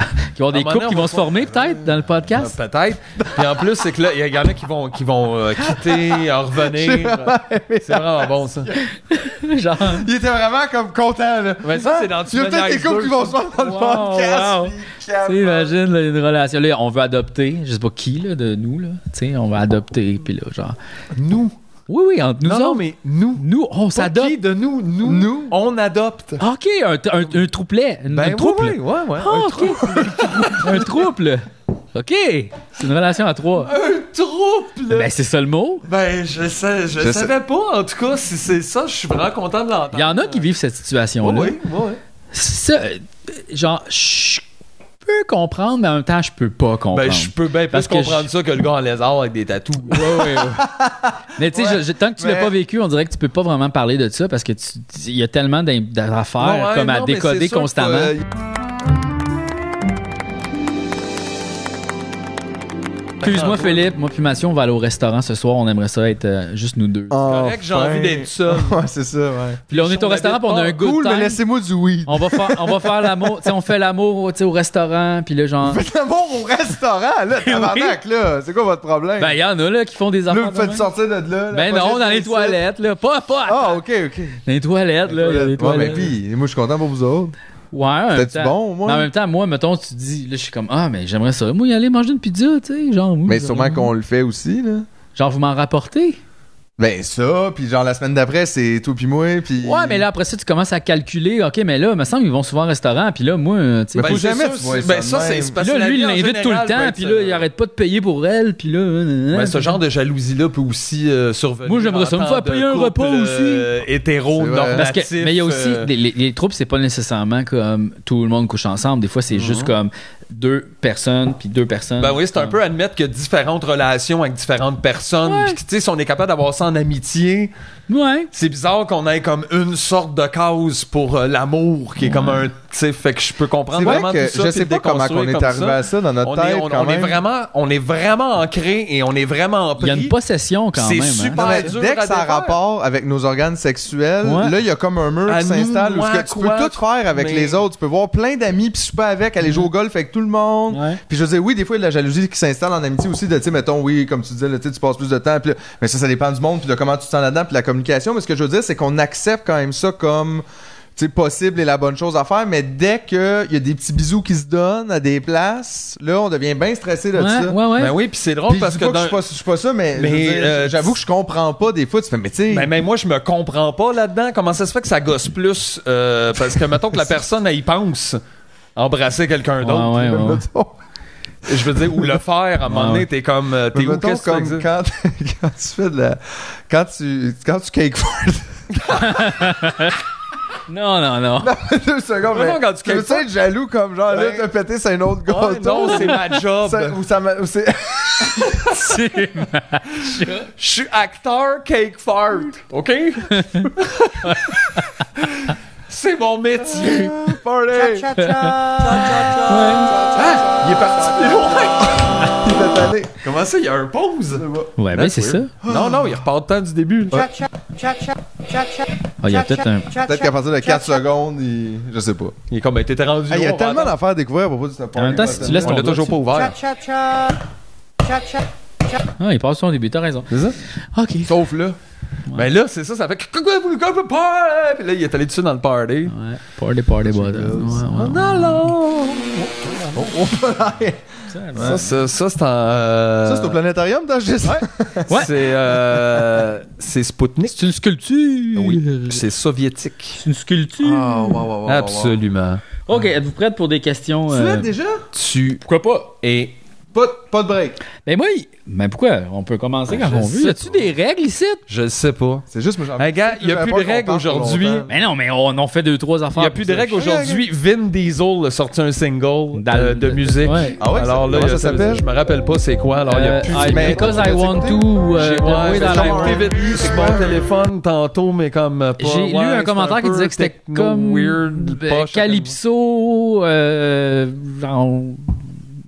Speaker 2: Il va y avoir
Speaker 4: À un
Speaker 2: des
Speaker 4: moment
Speaker 2: couples
Speaker 4: donné,
Speaker 2: qui
Speaker 4: on va
Speaker 2: vont se former, peut-être, dans le
Speaker 4: euh,
Speaker 3: <laughs>
Speaker 2: podcast?
Speaker 4: Peut-être. Et en plus, c'est que là, il y a- il y en a qui vont, qui vont euh,
Speaker 3: <laughs>
Speaker 4: quitter, en revenir. C'est vraiment bon, ça.
Speaker 2: Genre.
Speaker 3: Il était vraiment comme content, là.
Speaker 4: Mais ça, c'est dans
Speaker 3: Il y a peut-être des couples qui vont se faire dans le
Speaker 2: Wow,
Speaker 3: podcast.
Speaker 2: wow.
Speaker 3: puis ils
Speaker 2: Tu
Speaker 3: capotent.
Speaker 2: sais, imagine, là, une relation. Là, on veut adopter, je sais pas qui, là, de nous, là. Tu sais, on va adopter, puis là, genre.
Speaker 4: Nous.
Speaker 2: Oui, oui, entre nous
Speaker 4: non,
Speaker 2: autres.
Speaker 4: non, mais nous.
Speaker 2: Nous, on
Speaker 4: Pas qui
Speaker 2: s'adopte.
Speaker 4: de nous, nous,
Speaker 3: Nous.
Speaker 4: on adopte.
Speaker 2: OK, un, un, un trouplet. Une,
Speaker 4: Ben,
Speaker 2: un
Speaker 4: oui,
Speaker 2: trouple.
Speaker 4: oui, ouais, ouais.
Speaker 2: Ah, OK. <laughs> un trouple. OK. C'est une relation à trois.
Speaker 4: Un trouble.
Speaker 2: Ben, c'est ça le mot.
Speaker 4: Ben, je, sais, Eh je,
Speaker 3: Je sais-
Speaker 4: savais pas, en tout cas, si c'est ça, je suis vraiment content de l'entendre.
Speaker 2: Il y en a qui vivent cette situation-là.
Speaker 4: Oui, oui, oui.
Speaker 2: Ça, euh, genre, je peux comprendre, mais en même temps, je peux pas comprendre.
Speaker 4: Ben, je peux bien plus
Speaker 2: Parce que
Speaker 4: comprendre
Speaker 2: je-
Speaker 4: ça que le gars en lézard avec des tatous.
Speaker 2: Mais tu sais, je- je- tant que tu
Speaker 3: mais-
Speaker 2: l'as pas vécu, on dirait que tu peux pas vraiment parler de ça parce que tu- tu- il y a tellement d'im- d'affaires
Speaker 4: Ouais, ouais,
Speaker 2: comme à
Speaker 4: non, mais c'est
Speaker 2: décoder
Speaker 4: sûr que,
Speaker 2: constamment.
Speaker 3: Euh,
Speaker 2: Excuse-moi, Philippe, moi puis Mathieu, on va aller au restaurant ce soir. On aimerait ça être euh, juste nous deux.
Speaker 4: <laughs> correct, j'ai
Speaker 3: enfin.
Speaker 4: envie d'être seul.
Speaker 3: <laughs> Ouais, c'est ça, ouais.
Speaker 2: puis là, on est
Speaker 4: on
Speaker 2: au restaurant,
Speaker 4: habite
Speaker 2: puis on a
Speaker 4: pas.
Speaker 2: un good
Speaker 3: Ah, cool, mais
Speaker 2: time.
Speaker 3: laissez-moi du oui.
Speaker 2: On va faire, on va faire l'amour, tu sais, on fait l'amour, tu sais, au restaurant, puis là,
Speaker 3: <laughs>
Speaker 2: genre.
Speaker 3: <laughs> Faites l'amour au restaurant,
Speaker 2: <laughs>
Speaker 3: là, tabarnak, là. C'est quoi votre problème?
Speaker 2: Ben, il y en a là qui font des
Speaker 3: là,
Speaker 2: affaires.
Speaker 3: vous me faites
Speaker 2: de
Speaker 3: sortir de là. la
Speaker 2: même. Ben non,
Speaker 3: police
Speaker 2: dans
Speaker 3: est
Speaker 2: les
Speaker 3: ici.
Speaker 2: toilettes, là. Pas, pas.
Speaker 3: Ah, ok, ok.
Speaker 2: Dans les toilettes, là. il y a des
Speaker 3: Ouais, mais
Speaker 2: toilettes.
Speaker 3: puis, moi, je suis content pour vous autres.
Speaker 2: Ouais, en même
Speaker 3: C'était-tu
Speaker 2: temps-
Speaker 3: bon, au moins?
Speaker 2: Mais en même temps, moi, mettons, tu dis, là, je suis comme, ah, mais j'aimerais ça. Moi, y aller manger une pizza, tu sais, genre. oui,
Speaker 3: Mais
Speaker 2: ça-
Speaker 3: sûrement qu'on le fait aussi, là.
Speaker 2: Genre, vous m'en rapportez.
Speaker 3: Ben ça, puis genre la semaine d'après, c'est tout pis moi, puis...
Speaker 2: Ouais, mais là, après ça, tu commences à calculer, ok, mais là, me semble, ils vont souvent au restaurant, puis là, moi, euh, tu sais.
Speaker 3: Ben, faut
Speaker 4: c'est
Speaker 3: jamais
Speaker 4: sûr,
Speaker 3: tu vois
Speaker 4: c'est-
Speaker 3: ça
Speaker 4: ben, ça,
Speaker 3: de
Speaker 4: c'est
Speaker 3: même.
Speaker 4: c'est
Speaker 2: Puis
Speaker 4: parce que
Speaker 2: là,
Speaker 4: la
Speaker 2: lui,
Speaker 4: vie
Speaker 2: il
Speaker 4: en
Speaker 2: l'invite tout
Speaker 4: général
Speaker 2: le
Speaker 4: peut
Speaker 2: temps,
Speaker 4: être euh,
Speaker 2: puis
Speaker 4: ça.
Speaker 2: là, il arrête pas de payer pour elle, puis là. euh,
Speaker 4: Mais
Speaker 2: euh,
Speaker 4: ce genre de jalousie-là peut aussi euh, survenir.
Speaker 2: Moi, j'aimerais
Speaker 4: en
Speaker 2: ça me
Speaker 4: temps
Speaker 2: faire
Speaker 4: de
Speaker 2: payer un
Speaker 4: couple,
Speaker 2: repas
Speaker 4: euh, hétéro,
Speaker 3: C'est vrai.
Speaker 4: normatif.
Speaker 2: Parce que, mais il y a aussi
Speaker 4: euh,
Speaker 2: les, les- les troupes, c'est pas nécessairement comme tout le monde couche ensemble. Des fois,
Speaker 4: Mhm.
Speaker 2: c'est juste comme deux personnes puis deux personnes.
Speaker 3: Ah.
Speaker 4: Ben oui, c'est un peu admettre qu'il y a différentes relations avec différentes personnes.
Speaker 2: Ouais.
Speaker 4: Puis, tu sais, si on est capable d'avoir en amitié.
Speaker 2: Ouais.
Speaker 4: C'est bizarre qu'on ait comme une sorte de cause pour euh, l'amour qui est comme un. Tu sais, fait que je peux comprendre
Speaker 3: C'est vrai
Speaker 4: vraiment
Speaker 3: que
Speaker 4: tout ça.
Speaker 3: je
Speaker 4: puis
Speaker 3: sais
Speaker 4: le
Speaker 3: pas comment on
Speaker 4: déconstruire
Speaker 3: est
Speaker 4: comme
Speaker 3: arrivé
Speaker 4: ça.
Speaker 3: à ça dans notre
Speaker 4: On est,
Speaker 3: tête
Speaker 4: on,
Speaker 3: quand
Speaker 4: on est
Speaker 3: même.
Speaker 4: vraiment, on est vraiment ancré et on est vraiment
Speaker 2: Il
Speaker 4: pris.
Speaker 2: y a une possession quand
Speaker 4: C'est
Speaker 2: même. hein.
Speaker 4: super.
Speaker 3: Non, mais
Speaker 4: dur
Speaker 3: dès
Speaker 4: à
Speaker 3: que ça a
Speaker 4: défaire.
Speaker 3: rapport avec nos organes sexuels,
Speaker 2: Ouais.
Speaker 3: là, il y a comme un mur
Speaker 4: À
Speaker 3: qui
Speaker 4: nous,
Speaker 3: s'installe où
Speaker 4: moi,
Speaker 3: ce que tu
Speaker 4: quoi,
Speaker 3: peux tout faire avec
Speaker 4: mais-
Speaker 3: les autres. Tu peux voir plein d'amis, puis souper avec, aller jouer au golf avec tout le monde.
Speaker 2: Ouais.
Speaker 3: Puis je veux dire, oui, des fois, il y a de la jalousie qui s'installe en amitié aussi, de, tu sais, mettons, oui, comme tu disais, là, tu sais, tu passes plus de temps, puis là, mais ça, ça dépend du monde, puis de comment tu te sens là-dedans, puis la communication. Mais ce que je veux dire, c'est qu'on accepte quand même ça comme tu sais, possible et la bonne chose à faire, mais dès qu'il y a des petits bisous qui se donnent à des places, là, on devient bien stressé de
Speaker 2: Ouais,
Speaker 3: ça.
Speaker 2: ouais, ouais.
Speaker 4: Ben oui, puis c'est drôle
Speaker 3: Puis
Speaker 4: parce
Speaker 3: je
Speaker 4: que
Speaker 3: dis pas
Speaker 4: dans-
Speaker 3: je suis pas, je suis pas ça, mais,
Speaker 4: Mais,
Speaker 3: je veux dire,
Speaker 4: euh,
Speaker 3: j'avoue que je comprends pas des fois. Tu fais, mais tu sais,
Speaker 4: Ben, mais moi, je me comprends pas là-dedans. Comment ça se fait que ça gosse plus? euh, parce que, mettons que
Speaker 3: <laughs>
Speaker 4: la personne, elle y pense, embrasser quelqu'un
Speaker 3: Ah
Speaker 2: Ouais,
Speaker 4: d'autre.
Speaker 2: ouais, ouais, ouais.
Speaker 3: <laughs> mettons,
Speaker 4: Je veux dire, ou le faire, à un moment
Speaker 2: Ouais,
Speaker 4: donné,
Speaker 2: ouais.
Speaker 4: t'es comme. euh, T'es où?
Speaker 3: Ah mettons
Speaker 4: Qu'est-ce que
Speaker 3: comme
Speaker 4: tu
Speaker 3: quand, <laughs> quand tu fais de la. Quand tu, quand tu cakeboard.
Speaker 2: Non, non,
Speaker 4: <laughs>
Speaker 2: non.
Speaker 3: <laughs> Deux secondes,
Speaker 4: Mettons
Speaker 3: mais
Speaker 4: quand tu
Speaker 3: tu veux
Speaker 4: cakeboard.
Speaker 3: être jaloux comme genre, là,
Speaker 4: Ben,
Speaker 3: t'as pété, c'est un autre gars.
Speaker 4: Ah Ouais, non, c'est ma job.
Speaker 3: <laughs> Ça- ou ça m'a- ou c'est- <laughs>
Speaker 2: C'est-
Speaker 4: Je suis acteur cake fart,
Speaker 3: <laughs>
Speaker 4: OK? c'est mon métier.
Speaker 3: Party!
Speaker 4: Ah, il est parti plus <laughs> loin.
Speaker 3: Il est allé.
Speaker 4: Comment ça, il y a un pause?
Speaker 3: Ah,
Speaker 2: Ouais, ben
Speaker 4: That's
Speaker 2: c'est ça.
Speaker 4: weird. Non, non, il repart tant du début. là.
Speaker 2: Ah, Il y a peut-être un.
Speaker 3: Peut-être qu'à partir de 4 secondes, il... je sais pas.
Speaker 4: Il est comme, ben, t'étais rendu.
Speaker 3: Hey, Ah, il y
Speaker 4: où,
Speaker 3: a
Speaker 4: on va
Speaker 3: tellement
Speaker 4: attendre.
Speaker 3: d'affaires à découvrir à propos de ce party.
Speaker 2: même temps, si tu laisses
Speaker 4: On
Speaker 2: ton
Speaker 4: l'a toujours pas ouvert.
Speaker 2: Ah, il passe son début, t'as raison.
Speaker 4: C'est ça?
Speaker 2: Ok.
Speaker 4: Sauf là. Mais là, c'est ça, ça fait que. Puis là, il est allé dessus dans le party.
Speaker 2: Ouais. Party, party, bottom. Ouais, ouais, ouais.
Speaker 4: Ça, ça, ça, c'est en. euh,
Speaker 3: <laughs> Ça, c'est au planétarium, t'as juste.
Speaker 2: Ouais.
Speaker 4: C'est. euh, c'est Spoutnik.
Speaker 2: C'est une sculpture.
Speaker 4: Oui. Ah, C'est soviétique.
Speaker 2: C'est une sculpture.
Speaker 4: Absolument.
Speaker 2: Ok, êtes-vous prête pour des questions?
Speaker 3: Tu
Speaker 2: euh,
Speaker 3: l'as déjà?
Speaker 4: Tu
Speaker 2: Pourquoi pas?
Speaker 4: es.
Speaker 3: Pas, de- pas de break.
Speaker 2: Ben oui. Ben pourquoi? On peut commencer
Speaker 4: Ah,
Speaker 3: Ben,
Speaker 2: quand on
Speaker 3: je
Speaker 2: veut.
Speaker 3: sais
Speaker 2: Y a-tu des règles ici?
Speaker 4: Je le sais pas.
Speaker 3: C'est juste, moi, j'en
Speaker 4: Hey, gars, il y a
Speaker 3: J'avais
Speaker 4: plus
Speaker 3: peur
Speaker 4: de
Speaker 3: qu'on
Speaker 4: règles
Speaker 3: parle
Speaker 4: aujourd'hui.
Speaker 3: longtemps.
Speaker 2: Ben non, mais on en fait deux, trois affaires.
Speaker 4: Il n'y a plus de règles
Speaker 2: pour ça.
Speaker 4: aujourd'hui. Vin Diesel a sorti un single
Speaker 2: Dans-
Speaker 4: euh, de musique.
Speaker 2: Ouais.
Speaker 3: Ah ouais,
Speaker 4: Alors
Speaker 3: ça-
Speaker 4: là,
Speaker 3: comment
Speaker 4: il y a-
Speaker 3: ça s'appelle?
Speaker 4: Je me rappelle pas c'est quoi. Alors il y a
Speaker 2: Euh,
Speaker 4: plus.
Speaker 2: I-
Speaker 3: mais-
Speaker 2: because I
Speaker 3: T'as-tu
Speaker 2: want
Speaker 3: écouté?
Speaker 2: to.
Speaker 4: ah, ben, J'ai
Speaker 2: euh,
Speaker 4: ouais,
Speaker 2: the way
Speaker 4: j'ai
Speaker 2: that
Speaker 4: comme
Speaker 2: I
Speaker 3: un
Speaker 2: want.
Speaker 4: pivot
Speaker 3: Ouais.
Speaker 4: sur mon téléphone tantôt, mais comme euh, pas-
Speaker 2: J'ai lu
Speaker 4: ouais,
Speaker 2: un
Speaker 4: c'est
Speaker 2: commentaire qui
Speaker 4: peu
Speaker 2: disait que c'était
Speaker 4: techno
Speaker 2: comme
Speaker 4: weird,
Speaker 2: euh,
Speaker 4: poche,
Speaker 2: calypso, euh, en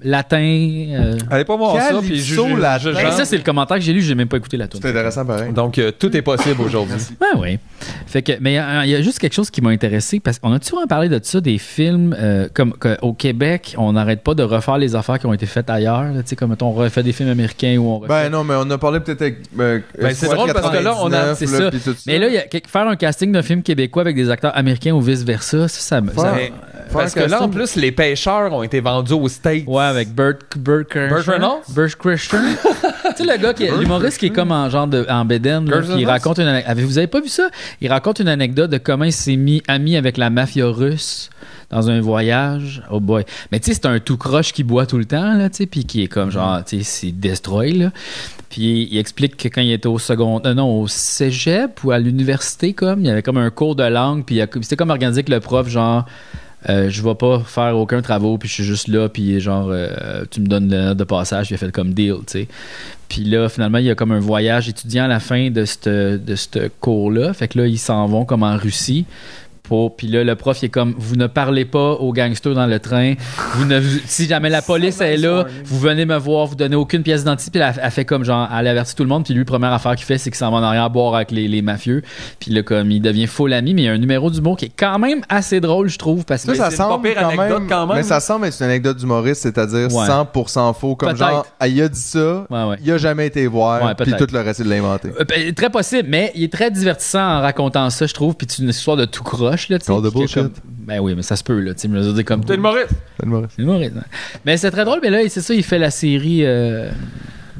Speaker 2: latin. euh.
Speaker 4: Allez pas voir ça, puis
Speaker 3: Calypso
Speaker 4: juge-
Speaker 3: latin.
Speaker 4: juge-
Speaker 2: Ben, ça c'est le commentaire que j'ai lu, j'ai même pas écouté la tune.
Speaker 3: C'est intéressant, pareil.
Speaker 4: Donc euh, tout est possible aujourd'hui.
Speaker 2: Ouais, ouais. Fait que, mais euh, il y a juste quelque chose qui m'a intéressé parce qu'on a toujours parlé de ça des films euh, comme que, au Québec, on n'arrête pas de refaire les affaires qui ont été faites ailleurs. là, Tu sais, comme mettons, on refait des films américains ou on refait.
Speaker 3: Ben non, mais on a parlé peut-être avec. euh,
Speaker 4: Ben, c'est
Speaker 3: Squad
Speaker 4: drôle parce que là, on a-
Speaker 3: 99,
Speaker 2: c'est ça.
Speaker 3: puis tout
Speaker 2: mais là, il y a quelque- faire un casting d'un film québécois avec des acteurs américains ou vice versa, ça, ça me. ça-
Speaker 3: Faire-
Speaker 4: Mais- Parce que là, en plus, les pêcheurs ont été vendus aux States.
Speaker 2: Ouais, avec Bert, Bert Kreischer.
Speaker 4: Burt Reynolds?
Speaker 2: Bert Kreischer. tu sais, le gars, qui est- l'humoriste qui est comme en genre de, en bédaine, là,
Speaker 4: Burt
Speaker 2: puis il
Speaker 4: Reynolds?
Speaker 2: raconte une anecdote. Vous avez pas vu ça? Il raconte une anecdote de comment il s'est mis ami avec la mafia russe dans un voyage. Oh boy. Mais tu sais, c'est un tout croche qui boit tout le temps, là, tu sais, puis qui est comme genre, tu sais, c'est destroy, là. Puis il explique que quand il était au second, euh, non, au cégep ou à l'université, comme, il y avait comme un cours de langue, puis il a- c'était comme organisé que le prof, genre, euh, je vais pas faire aucun travaux, puis je suis juste là, puis genre, euh, tu me donnes le note de passage, puis il a fait comme deal, tu sais. Puis là, finalement, il y a comme un voyage étudiant à la fin de ce de c'te cours-là. Fait que là, ils s'en vont comme en Russie. Pour, puis là, le prof, il est comme, vous ne parlez pas aux gangsters dans le train. Vous ne, si jamais la police est là, vous venez me voir, vous donnez aucune pièce d'identité. Puis elle, elle fait comme, genre, elle avertit tout le monde. Puis lui, première affaire qu'il fait, c'est qu'il s'en va en arrière boire avec les, les mafieux. Puis là, comme, il devient faux l'ami. Mais il y a un numéro d'humour qui est quand même assez drôle, je trouve, parce que
Speaker 3: Ça, ça
Speaker 4: c'est une
Speaker 3: semble
Speaker 4: pas pire
Speaker 3: quand
Speaker 4: anecdote
Speaker 3: même,
Speaker 4: quand même.
Speaker 3: Mais ça semble être une anecdote d'humoriste, c'est-à-dire
Speaker 2: Ouais.
Speaker 3: 100% faux. Comme
Speaker 2: Peut-être.
Speaker 3: genre, ah, il a dit ça,
Speaker 2: Ouais, ouais.
Speaker 3: il a jamais été voir,
Speaker 2: Ouais,
Speaker 3: puis
Speaker 2: peut-être.
Speaker 3: tout le reste, il l'a inventé.
Speaker 2: Euh, ben, très possible, mais il est très divertissant en racontant ça, je trouve. Puis c'est une histoire de tout croche, là, tu sais,
Speaker 3: Call de
Speaker 2: puis que
Speaker 3: bullshit.
Speaker 2: comme- Ben oui, mais ça se peut, là, tu sais, mais je veux dire, comme.
Speaker 4: T'es le Maurice.
Speaker 3: C'est l'humoriste.
Speaker 2: C'est humoriste, hein. Mais c'est très drôle, mais là, c'est ça, il fait la série euh,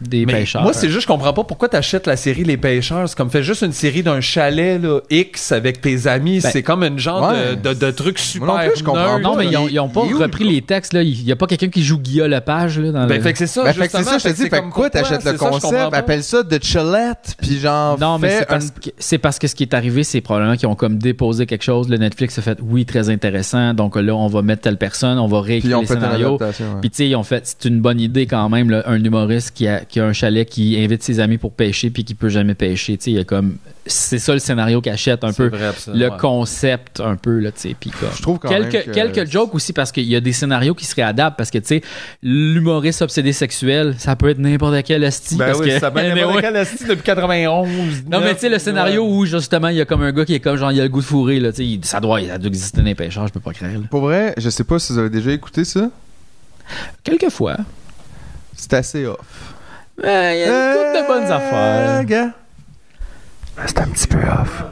Speaker 2: des
Speaker 4: Mais
Speaker 2: pêcheurs.
Speaker 4: moi, c'est juste, je comprends pas pourquoi t'achètes la série Les Pêcheurs. C'est comme, fais juste une série d'un chalet, là, X, avec tes amis.
Speaker 2: Ben,
Speaker 4: c'est comme une genre
Speaker 3: ouais.
Speaker 4: de, de, de truc super.
Speaker 3: Moi non plus, je comprends
Speaker 4: nerd.
Speaker 3: pas.
Speaker 2: Non, mais ils ont, ils ont pas
Speaker 3: Il est où,
Speaker 2: repris les textes, là. Il y a pas quelqu'un qui joue Guilla Lepage, là, dans
Speaker 4: Ben,
Speaker 2: le-
Speaker 4: fait que c'est ça.
Speaker 3: Ben, fait que c'est
Speaker 4: justement,
Speaker 3: ça,
Speaker 4: fait
Speaker 3: je te
Speaker 4: que
Speaker 3: dis,
Speaker 4: c'est
Speaker 3: fait que
Speaker 4: comme pourquoi,
Speaker 3: quoi, t'achètes le
Speaker 4: c'est ça, je comprends
Speaker 3: concept,
Speaker 4: pas.
Speaker 3: appelle ça de chillette, puis genre,
Speaker 2: Non, mais
Speaker 3: fais
Speaker 2: c'est parce,
Speaker 3: un-
Speaker 2: que, c'est parce que ce qui est arrivé, c'est probablement qu'ils ont comme déposé quelque chose. Le Netflix a fait oui, très intéressant. Donc là, on va mettre telle personne, on va
Speaker 3: Puis
Speaker 2: réécrire
Speaker 3: on
Speaker 2: les
Speaker 3: fait une
Speaker 2: scénarios.
Speaker 3: adaptation. ouais.
Speaker 2: Puis tu sais, ils ont fait, c'est une bonne idée quand même, là, un humoriste qui, a- qui a un chalet qui invite ses amis pour pêcher puis qui peut jamais pêcher. Tu sais, il y a comme c'est ça le scénario qu'achète un peu le concept un peu là, tu sais, puis comme
Speaker 3: Je trouve quand même
Speaker 2: quelques
Speaker 3: que-
Speaker 2: quelques jokes aussi parce qu'il y a des scénarios qui se réadaptent parce que tu sais l'humoriste obsédé sexuel ça peut être n'importe quel asti
Speaker 3: Ben
Speaker 2: parce
Speaker 3: oui,
Speaker 2: que
Speaker 3: ça peut <laughs> être
Speaker 2: Mais
Speaker 4: Mais
Speaker 2: ouais.
Speaker 4: ouais, depuis 91.
Speaker 2: Non, mais tu sais, le scénario où justement il y a comme un gars qui est comme genre il a le goût de fourrer, là, tu sais, il- ça doit, ça doit exister dans les pêcheurs, je peux pas créer. Là.
Speaker 3: Pour vrai, je sais pas si vous avez déjà écouté ça.
Speaker 2: Quelquefois,
Speaker 3: C'est assez off.
Speaker 2: il y a
Speaker 3: Euh,
Speaker 2: toutes de bonnes affaires.
Speaker 3: C'est un petit peu off.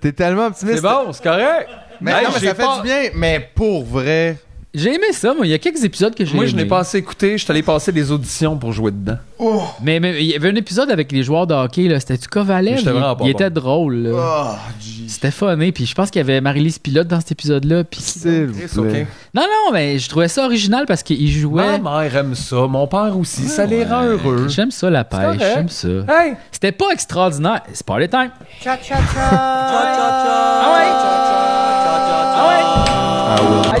Speaker 3: T'es tellement optimiste.
Speaker 4: C'est bon, c'est correct.
Speaker 3: Mais
Speaker 4: Hey,
Speaker 3: non, mais
Speaker 4: j'ai
Speaker 3: ça fait
Speaker 4: pas-
Speaker 3: du bien. Mais pour vrai.
Speaker 2: J'ai aimé ça, moi, il y a quelques épisodes que j'ai
Speaker 4: Moi, je
Speaker 2: aimé.
Speaker 4: n'ai pas assez écouté. Je suis allé passer des auditions pour jouer dedans.
Speaker 3: Oh,
Speaker 2: Mais mais il y avait un épisode avec les joueurs de hockey, là, c'était-tu Kovalev?
Speaker 4: Mais
Speaker 2: Il,
Speaker 4: j'étais vraiment pas
Speaker 2: il
Speaker 4: bon.
Speaker 2: était drôle,
Speaker 4: Ah.
Speaker 2: là.
Speaker 3: oh, jeez.
Speaker 2: C'était funné, puis je pense qu'il y avait Marie-Lise Pilote dans cet épisode-là. Puis...
Speaker 3: S'il vous
Speaker 4: Chris,
Speaker 3: plaît.
Speaker 4: ok.
Speaker 2: Non, non, mais je trouvais ça original parce qu'il jouait.
Speaker 4: Ma mère aime ça. Mon père aussi. ça les rend
Speaker 2: Ouais.
Speaker 4: heureux.
Speaker 2: J'aime ça, la pêche,
Speaker 4: correct.
Speaker 2: j'aime ça.
Speaker 4: Hey!
Speaker 2: C'était pas extraordinaire. C'est pas le time. Ah
Speaker 3: I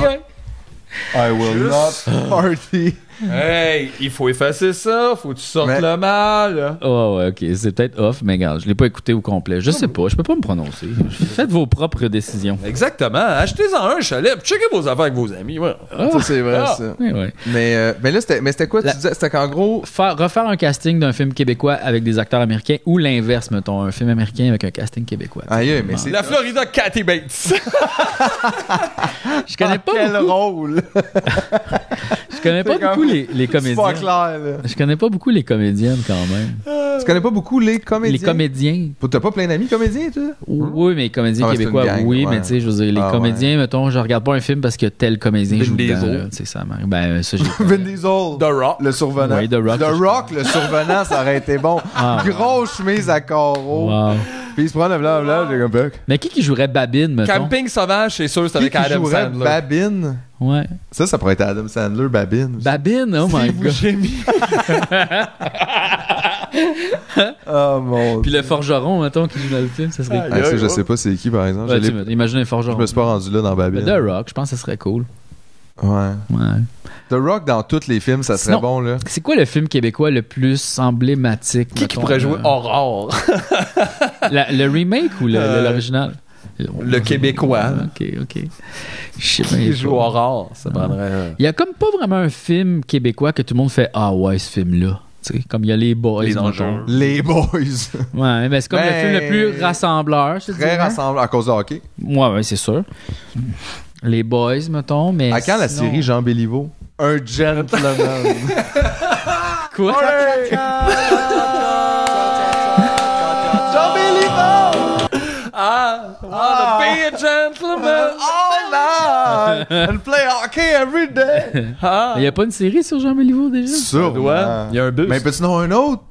Speaker 2: Aïe, aïe.
Speaker 3: will, I will not party.
Speaker 2: Ah
Speaker 4: Hey! Il faut effacer ça. Faut que tu sortes
Speaker 3: Mais-
Speaker 4: le mal.
Speaker 2: Oh ouais, ok, c'est peut-être off, mais regarde, je l'ai pas écouté au complet. Je sais pas, je peux pas me prononcer. Faites vos propres décisions.
Speaker 4: Exactement. Achetez-en un chalet. puis Checkez vos affaires avec vos amis. ouais.
Speaker 3: Ça, c'est vrai,
Speaker 4: Ah.
Speaker 3: ça.
Speaker 2: Ouais, ouais.
Speaker 3: Mais, euh, mais là, c'était mais c'était quoi?
Speaker 2: La-
Speaker 3: Tu disais, c'était qu'en gros,
Speaker 2: Faire- refaire un casting d'un film québécois avec des acteurs américains ou l'inverse, mettons, un film américain avec un casting québécois.
Speaker 3: Aïe, mais c'est.
Speaker 4: La Florida Cathy Bates. <laughs>
Speaker 2: Je connais pas,
Speaker 3: Ah, Quel
Speaker 2: beaucoup,
Speaker 3: <laughs> rôle!
Speaker 2: je connais pas
Speaker 3: C'est comme-
Speaker 2: beaucoup les,
Speaker 3: <laughs>
Speaker 2: les
Speaker 3: C'est pas
Speaker 2: comédiens.
Speaker 3: clair, là.
Speaker 2: Je connais pas beaucoup les comédiennes quand même.
Speaker 3: Tu connais pas beaucoup les comédiens?
Speaker 2: Les comédiens,
Speaker 3: Pour- T'as pas plein d'amis comédiens, toi?
Speaker 2: oui, mais les comédiens
Speaker 3: Ah ouais, c'est une
Speaker 2: québécois,
Speaker 3: gang,
Speaker 2: oui,
Speaker 3: ouais.
Speaker 2: mais tu sais, je veux dire, les
Speaker 3: Ah ouais.
Speaker 2: comédiens, mettons, je regarde pas un film parce que tel comédien
Speaker 4: Vin
Speaker 2: joue dedans,
Speaker 4: Diesel.
Speaker 2: là, tu sais, ça m'arrive. Ben,
Speaker 3: <laughs>
Speaker 2: ça, j'ai.
Speaker 3: Vin Diesel.
Speaker 4: The Rock.
Speaker 3: Le survenant.
Speaker 2: Oui, The Rock.
Speaker 3: le survenant, ça aurait été bon.
Speaker 2: Ah,
Speaker 3: Grosse chemise à carreaux.
Speaker 2: wow.
Speaker 3: Puis il se prend le blabla, j'ai comme fuck.
Speaker 2: Mais qui qui jouerait Babine, mettons?
Speaker 4: Camping sauvage, c'est sûr, c'est
Speaker 3: Qui
Speaker 4: avec
Speaker 3: qui
Speaker 4: Adam
Speaker 3: jouerait
Speaker 4: Sandler.
Speaker 3: Babine.
Speaker 2: Ouais.
Speaker 3: Ça, ça pourrait être Adam Sandler, Babine. aussi.
Speaker 2: Babine, oh my god.
Speaker 3: oh mon
Speaker 2: Puis
Speaker 3: dieu.
Speaker 2: le forgeron, mettons, qui joue dans le film, ça serait.
Speaker 3: Ah, ça, je sais pas c'est qui, par exemple.
Speaker 2: Ouais,
Speaker 3: Je l'ai-
Speaker 2: Ben, tu me- imagine un
Speaker 3: je
Speaker 2: forgeron.
Speaker 3: me suis pas rendu là dans
Speaker 2: Mais
Speaker 3: Babine.
Speaker 2: The Rock, je pense que ça serait cool.
Speaker 3: Ouais.
Speaker 2: Ouais.
Speaker 3: The Rock dans tous les films, ça serait
Speaker 2: Sinon-
Speaker 3: bon, là.
Speaker 2: C'est quoi le film québécois le plus emblématique
Speaker 4: Qui qui
Speaker 2: mettons,
Speaker 4: pourrait jouer
Speaker 2: euh,
Speaker 4: Aurore? <laughs>
Speaker 2: la- Le remake ou le-
Speaker 4: Euh,
Speaker 2: le- l'original Ah,
Speaker 4: le Québécois.
Speaker 2: Ok, ok. Je sais
Speaker 4: Qui
Speaker 2: bien
Speaker 4: joue
Speaker 2: pas.
Speaker 4: Aurore? Ça prendrait.
Speaker 2: Il y a comme pas vraiment un film québécois que tout le monde fait Ah ouais, ce film-là. Tu sais, Comme il y a les boys.
Speaker 4: Les
Speaker 2: mettons.
Speaker 4: enjeux.
Speaker 3: Les
Speaker 2: <laughs>
Speaker 3: Boys.
Speaker 2: Ouais, mais c'est comme
Speaker 3: Ben,
Speaker 2: le film le plus rassembleur. je te
Speaker 3: Très
Speaker 2: dirais.
Speaker 3: rassemblés à cause de hockey.
Speaker 2: Ouais, ouais, c'est sûr. Les boys, mettons, mais.
Speaker 3: À quand la
Speaker 2: sinon-
Speaker 3: série Jean Béliveau? Un <laughs> gentleman.
Speaker 2: Quoi?
Speaker 4: Oh
Speaker 3: Jean Béliveau!
Speaker 4: Ah! ah, be a gentleman!
Speaker 3: All night! And play hockey every day!
Speaker 4: Ah!
Speaker 2: Il n'y a pas une série sur Jean Béliveau déjà?
Speaker 3: Sûr,
Speaker 4: doigt, il y a un buste.
Speaker 3: Mais peux-tu non un <laughs> autre?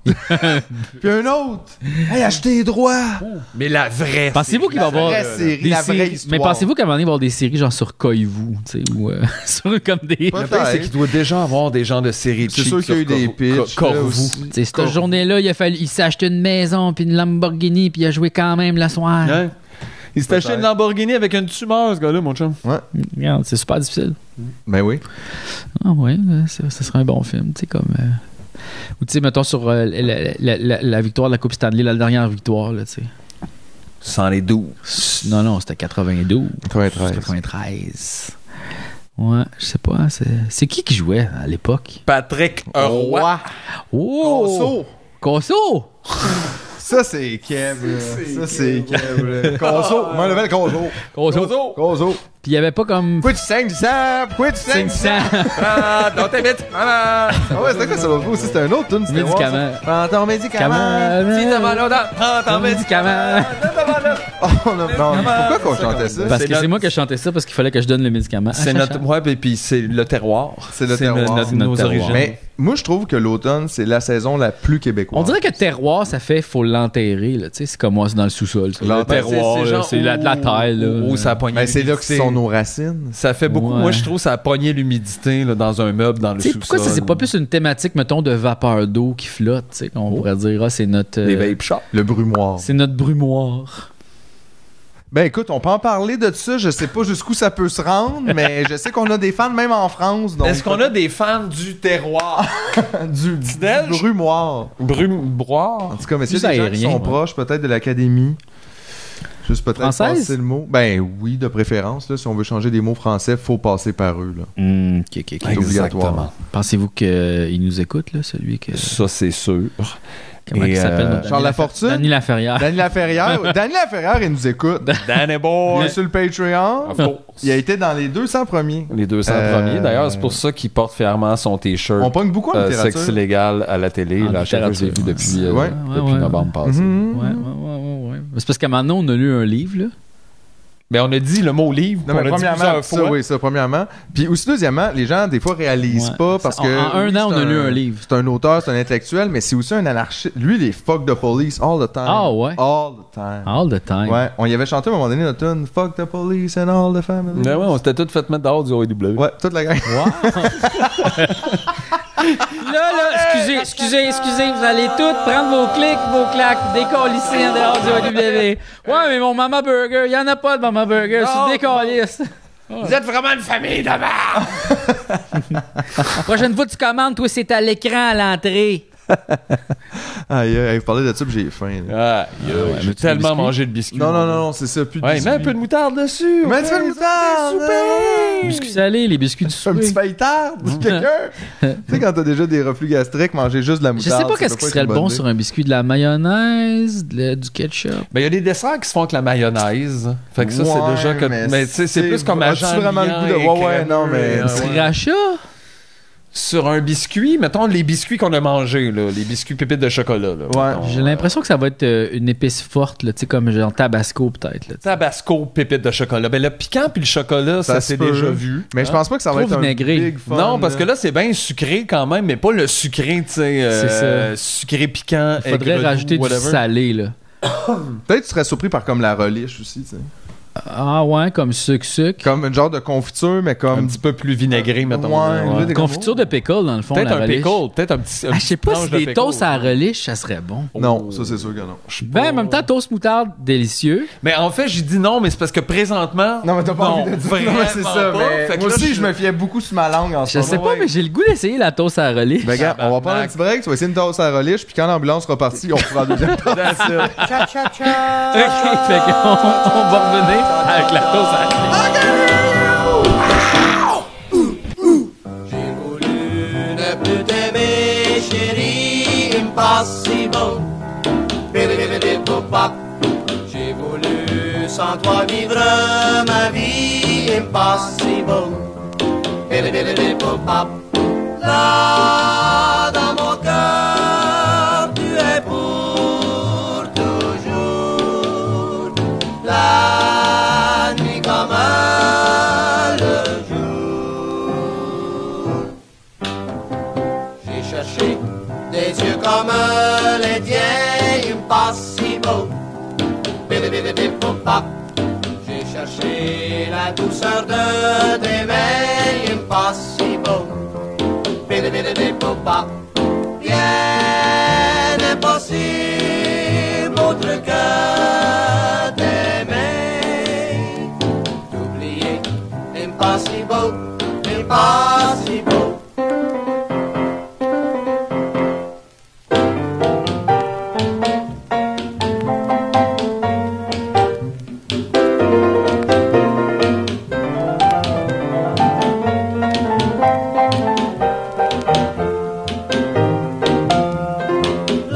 Speaker 3: Puis un autre! Hey, achetez les droits!
Speaker 4: Mais la vraie.
Speaker 2: Pensez-vous qu'il va y avoir.
Speaker 3: vraie
Speaker 2: euh,
Speaker 3: série,
Speaker 2: des
Speaker 3: la vraie
Speaker 2: séries-
Speaker 3: histoire.
Speaker 2: Mais pensez-vous qu'à un moment donné, il va y avoir des séries genre sur Coyez-vous, tu sais, ou euh, <laughs> sur comme des.
Speaker 3: Pas-
Speaker 4: Le pire, c'est qu'il doit déjà avoir des gens de série
Speaker 3: C'est sûr qu'il y a eu des pitchs. là,
Speaker 4: Corvou.
Speaker 3: aussi.
Speaker 2: Tu sais, cette journée-là, il a fallu. Il s'est acheté une maison puis une Lamborghini puis il a joué quand même la soirée.
Speaker 4: Hein? Il s'est acheté une Lamborghini avec une tumeur, ce gars-là, mon chum.
Speaker 2: Regarde, c'est super difficile.
Speaker 3: Ben oui.
Speaker 2: Ah ouais, ben, ça, ça serait un bon film, tu sais, comme. euh, Ou tu sais, mettons sur euh, la, la- la- la victoire de la Coupe Stanley, la dernière victoire, là, tu
Speaker 4: Sans les doux.
Speaker 2: sais. Non, non, c'était 92.
Speaker 3: 93.
Speaker 2: 93. Ouais, je sais pas. C'est, c'est qui qui jouait à l'époque?
Speaker 4: Patrick Roy.
Speaker 2: Oh! Conso!
Speaker 3: Ça, c'est Kev. là. Ça, c'est Kev. Ah. Conso. Main levée, le Conso.
Speaker 2: Conso!
Speaker 3: Conso.
Speaker 2: Puis il y avait pas comme.
Speaker 3: Pourquoi tu saignes du sang? Pourquoi tu saignes du sang?
Speaker 2: 500! <laughs>
Speaker 4: Ah, dans tes bêtes. Ah,
Speaker 3: Ah ouais, c'était quoi ça l'autre fois aussi? C'était un autre tune. c'était
Speaker 2: Médicament.
Speaker 3: moi, ça. Prends ton médicament.
Speaker 4: si t'as mal Ah,
Speaker 2: Médicament!
Speaker 4: longtemps, prends ton
Speaker 2: Médicament.
Speaker 4: médicament.
Speaker 3: Oh, on a- non, pourquoi qu'on chantait ça?
Speaker 2: Parce
Speaker 4: C'est
Speaker 2: que c'est
Speaker 4: notre-
Speaker 2: moi qui chantais ça parce qu'il fallait que je donne le médicament.
Speaker 4: C'est
Speaker 2: Ah,
Speaker 4: notre.
Speaker 2: chacha.
Speaker 4: Ouais, puis- puis c'est le terroir.
Speaker 3: C'est le
Speaker 4: no-
Speaker 3: terroir.
Speaker 4: notre-
Speaker 2: C'est notre
Speaker 4: nos
Speaker 2: terroir.
Speaker 4: origines.
Speaker 3: Mais moi, je trouve que l'automne, c'est la saison la plus québécoise.
Speaker 2: On dirait que terroir, ça fait faut l'enterrer, là. Tu sais, c'est comme moi, c'est dans le sous-sol. ça.
Speaker 4: Ah, ben,
Speaker 2: Le
Speaker 3: L'enterrer,
Speaker 2: terroir, là, c'est la, de la terre, là.
Speaker 4: Oh, ça a pogné.
Speaker 3: Mais c'est là que
Speaker 4: l'humidité.
Speaker 3: sont nos racines.
Speaker 4: Ça fait beaucoup.
Speaker 2: Ouais.
Speaker 4: Moi, je trouve que ça a pogné l'humidité là, dans un meuble, dans le
Speaker 2: Tu sais,
Speaker 4: sous-sol.
Speaker 2: pourquoi ça, c'est pas plus une thématique, mettons, de vapeur d'eau qui flotte, tu sais, qu'on pourrait dire, ah, c'est notre. euh,
Speaker 4: Les vape shops.
Speaker 3: Le brumoir.
Speaker 2: c'est notre brumoir.
Speaker 3: Ben écoute, on peut en parler de ça. Je sais pas jusqu'où ça peut se rendre, mais
Speaker 2: <laughs>
Speaker 3: je sais qu'on a des fans même en France. Donc,
Speaker 4: Est-ce qu'on a des fans du terroir?
Speaker 3: <laughs> du, du
Speaker 4: Del-
Speaker 3: brumoir?
Speaker 4: Brume, broire?
Speaker 3: En tout cas, mais c'est
Speaker 2: Plus
Speaker 3: des gens qui
Speaker 2: aérien,
Speaker 3: sont
Speaker 2: ouais.
Speaker 3: proches peut-être de l'académie. Juste peut-être
Speaker 2: Française?
Speaker 3: passer le mot. Ben oui, de préférence. là, si on veut changer des mots français, faut passer par eux. Là.
Speaker 2: Hmm, ok, ok, ok.
Speaker 3: C'est obligatoire.
Speaker 2: Pensez-vous qu'il nous écoute, là, celui que.
Speaker 4: Ça, c'est sûr.
Speaker 2: Comment
Speaker 4: Et,
Speaker 2: il s'appelle
Speaker 4: euh,
Speaker 2: notre Daniel
Speaker 3: Charles
Speaker 2: Lafer-
Speaker 3: Lafortune?
Speaker 2: Daniel Laferrière. <laughs>
Speaker 3: Daniel Laferrière, Daniel Laferrière, il nous écoute.
Speaker 4: Danny
Speaker 3: Il est
Speaker 4: Boy!
Speaker 3: sur le Patreon.
Speaker 4: Of course.
Speaker 3: Il a été dans les 200 premiers.
Speaker 4: Les 200
Speaker 3: Euh,
Speaker 4: premiers. D'ailleurs, c'est pour ça qu'il porte fièrement son T-shirt.
Speaker 3: On pogne beaucoup en
Speaker 4: euh,
Speaker 3: littérature.
Speaker 4: sexe illégal à la télé.
Speaker 2: En
Speaker 4: là, à chaque fois que j'ai vu
Speaker 2: littérature,
Speaker 4: depuis,
Speaker 2: ouais.
Speaker 4: euh,
Speaker 3: Ouais,
Speaker 2: ouais,
Speaker 4: depuis
Speaker 2: ouais.
Speaker 4: novembre passé.
Speaker 3: Mhm.
Speaker 2: Ouais, ouais, ouais, ouais, ouais. C'est parce qu'à un moment donné, on a lu un livre, là.
Speaker 4: Mais on a dit le mot livre.
Speaker 3: Non,
Speaker 4: qu'on
Speaker 3: mais
Speaker 4: a dit
Speaker 3: premièrement,
Speaker 4: plusieurs
Speaker 3: ça,
Speaker 4: fois.
Speaker 3: oui, ça, premièrement. Puis aussi, deuxièmement, les gens, des fois, réalisent
Speaker 2: Ouais.
Speaker 3: pas parce
Speaker 2: En-
Speaker 3: que.
Speaker 2: en un
Speaker 3: oui,
Speaker 2: an, on
Speaker 3: c'est
Speaker 2: a lu un livre.
Speaker 3: C'est un auteur, c'est un intellectuel, mais c'est aussi un anarchiste. Lui, il est fuck the police all the time.
Speaker 2: Ah ouais? Ah,
Speaker 3: All the time.
Speaker 2: All the time.
Speaker 3: Ouais, on y avait chanté à un moment donné notre tune Fuck the police and all the family.
Speaker 4: Ouais, ouais, on s'était tous fait mettre dehors du OEW.
Speaker 3: Ouais, toute la gang.
Speaker 2: Wow. là, là, excusez, excusez, excusez, vous allez toutes prendre vos clics, vos claques, décollisser en dehors du OW. Ouais, mais mon Mama Burger, il n'y en a pas de Mama Burger,
Speaker 4: Non.
Speaker 2: c'est décalisse.
Speaker 4: Vous êtes vraiment une famille de merde!
Speaker 2: <laughs> Prochaine fois, tu commandes, toi, c'est à l'écran à l'entrée.
Speaker 3: <laughs> Aïe, aïe, vous parlez de ça, puis j'ai faim.
Speaker 4: Ah,
Speaker 3: là.
Speaker 2: ouais, mais
Speaker 4: j'ai
Speaker 2: tu veux
Speaker 4: tellement
Speaker 2: des
Speaker 4: mangé de biscuits.
Speaker 3: Non, non, non, non, c'est ça, plus de
Speaker 4: Ouais,
Speaker 3: biscuits.
Speaker 4: mets un peu de moutarde dessus.
Speaker 3: Mets un peu de moutarde,
Speaker 4: souper.
Speaker 2: Biscuits salés, les biscuits du
Speaker 3: <laughs> Un
Speaker 2: souper.
Speaker 3: petit pailletard de quelqu'un. tu sais, quand t'as déjà des reflux gastriques, manger juste de la
Speaker 2: Je
Speaker 3: moutarde.
Speaker 2: sais
Speaker 3: ça
Speaker 2: pas
Speaker 3: peut
Speaker 2: qu'est-ce qui
Speaker 3: être
Speaker 2: serait
Speaker 3: une
Speaker 2: le
Speaker 3: bonne
Speaker 2: bon
Speaker 3: idée.
Speaker 2: sur un biscuit, de la mayonnaise, de la- du ketchup.
Speaker 4: Ben, il y a des desserts qui se font avec la mayonnaise. Fait que ça, c'est
Speaker 3: Ouais,
Speaker 4: déjà comme.
Speaker 3: mais
Speaker 4: Mais tu sais, c'est
Speaker 3: c'est-
Speaker 4: plus comme agent.
Speaker 3: as-tu vraiment le goût de- ouais, ouais, non, mais-
Speaker 2: Du sriracha?
Speaker 4: euh, Sur un biscuit, mettons les biscuits qu'on a mangés, là, les biscuits pépites de chocolat. Là,
Speaker 3: Ouais.
Speaker 4: mettons,
Speaker 2: J'ai l'impression que ça va être euh, une épice forte, là, tu sais, comme genre tabasco, peut-être. là, tu sais.
Speaker 4: Tabasco, pépites de chocolat. Ben, le piquant puis le chocolat, ça,
Speaker 3: Ça se
Speaker 4: s'est
Speaker 3: peut.
Speaker 4: déjà vu.
Speaker 3: Mais je pense pas que ça va
Speaker 2: Trop
Speaker 3: être un
Speaker 2: vinaigré.
Speaker 3: big fun. hein.
Speaker 4: non, parce que là, c'est bien sucré quand même, mais pas le sucré, tu sais, euh, sucré piquant.
Speaker 2: Il faudrait
Speaker 4: aigre
Speaker 2: rajouter
Speaker 4: doux,
Speaker 2: du
Speaker 4: whatever.
Speaker 2: salé, là.
Speaker 3: Peut-être que tu serais surpris par comme la relish aussi, tu sais.
Speaker 2: Ah ouais, comme sucre-sucre.
Speaker 3: Comme une genre de confiture, mais
Speaker 4: Un
Speaker 3: comme.
Speaker 4: petit peu plus vinaigré, mettons.
Speaker 3: Ouais,
Speaker 4: là, Euh, ouais.
Speaker 3: des-
Speaker 2: Confiture de pickle, dans le fond.
Speaker 4: Peut-être
Speaker 2: la
Speaker 4: un
Speaker 2: relish.
Speaker 4: pickle, peut-être un petit. un
Speaker 2: Ah, je sais
Speaker 4: petit
Speaker 2: pas
Speaker 4: tranche
Speaker 2: si
Speaker 4: de
Speaker 2: des
Speaker 4: pickle.
Speaker 2: toasts à la relish, ça serait bon.
Speaker 3: Non, ça, c'est sûr que non.
Speaker 2: Ben, en même
Speaker 4: Oh.
Speaker 2: temps, toast moutarde, délicieux.
Speaker 4: Mais en fait, j'ai dit non, mais c'est parce que présentement.
Speaker 3: <laughs> Non, mais t'as pas envie de dire.
Speaker 4: vraiment
Speaker 3: <laughs> Non, mais c'est ça.
Speaker 4: pas.
Speaker 3: mais
Speaker 4: Fait que
Speaker 3: moi
Speaker 4: là,
Speaker 3: aussi, je me fiais beaucoup sur ma langue en ce
Speaker 2: Je sais
Speaker 3: moment.
Speaker 2: pas, mais j'ai le goût d'essayer la toast à la relish.
Speaker 3: Ben, gars, on va prendre un petit break, tu vas essayer une tasse à la relish, puis quand l'ambulance sera partie, on fera un deuxième tasse.
Speaker 2: Ok, <laughs> fait qu'on- on va revenir avec la toast à la relish.
Speaker 5: Ne peut aimer, chérie, impossible. Bidibidibidibopop. J'ai voulu sans toi vivre ma vie impossible. Bidibidibidibopop. Là, dans mon cœur, tu es pour toujours. La nuit comme le jour. J'ai cherché des yeux comme les tiens, impossible. Bidibidibidibopop. J'ai cherché la douceur de tes mains, impossible. Bidibidibidibopop. Rien n'est possible autre que t'aimer. T'oublier, impossible, impossible.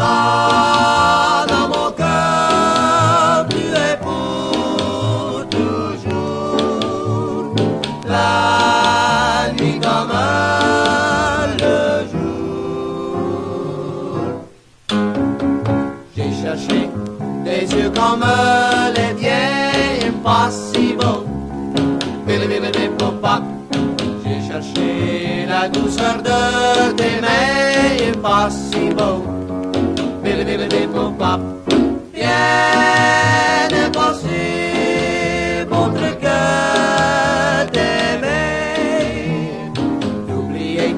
Speaker 5: Là, dans mon cœur, tu es pour toujours. La nuit comme le jour. J'ai cherché des yeux comme les tiens, impossible. Bilibili-bop-bop. J'ai cherché la douceur de tes mains, impossible. Billy, Billy, Billy, Boop, Bop. Rien n'est possible autre que d'aimer. D'oublier,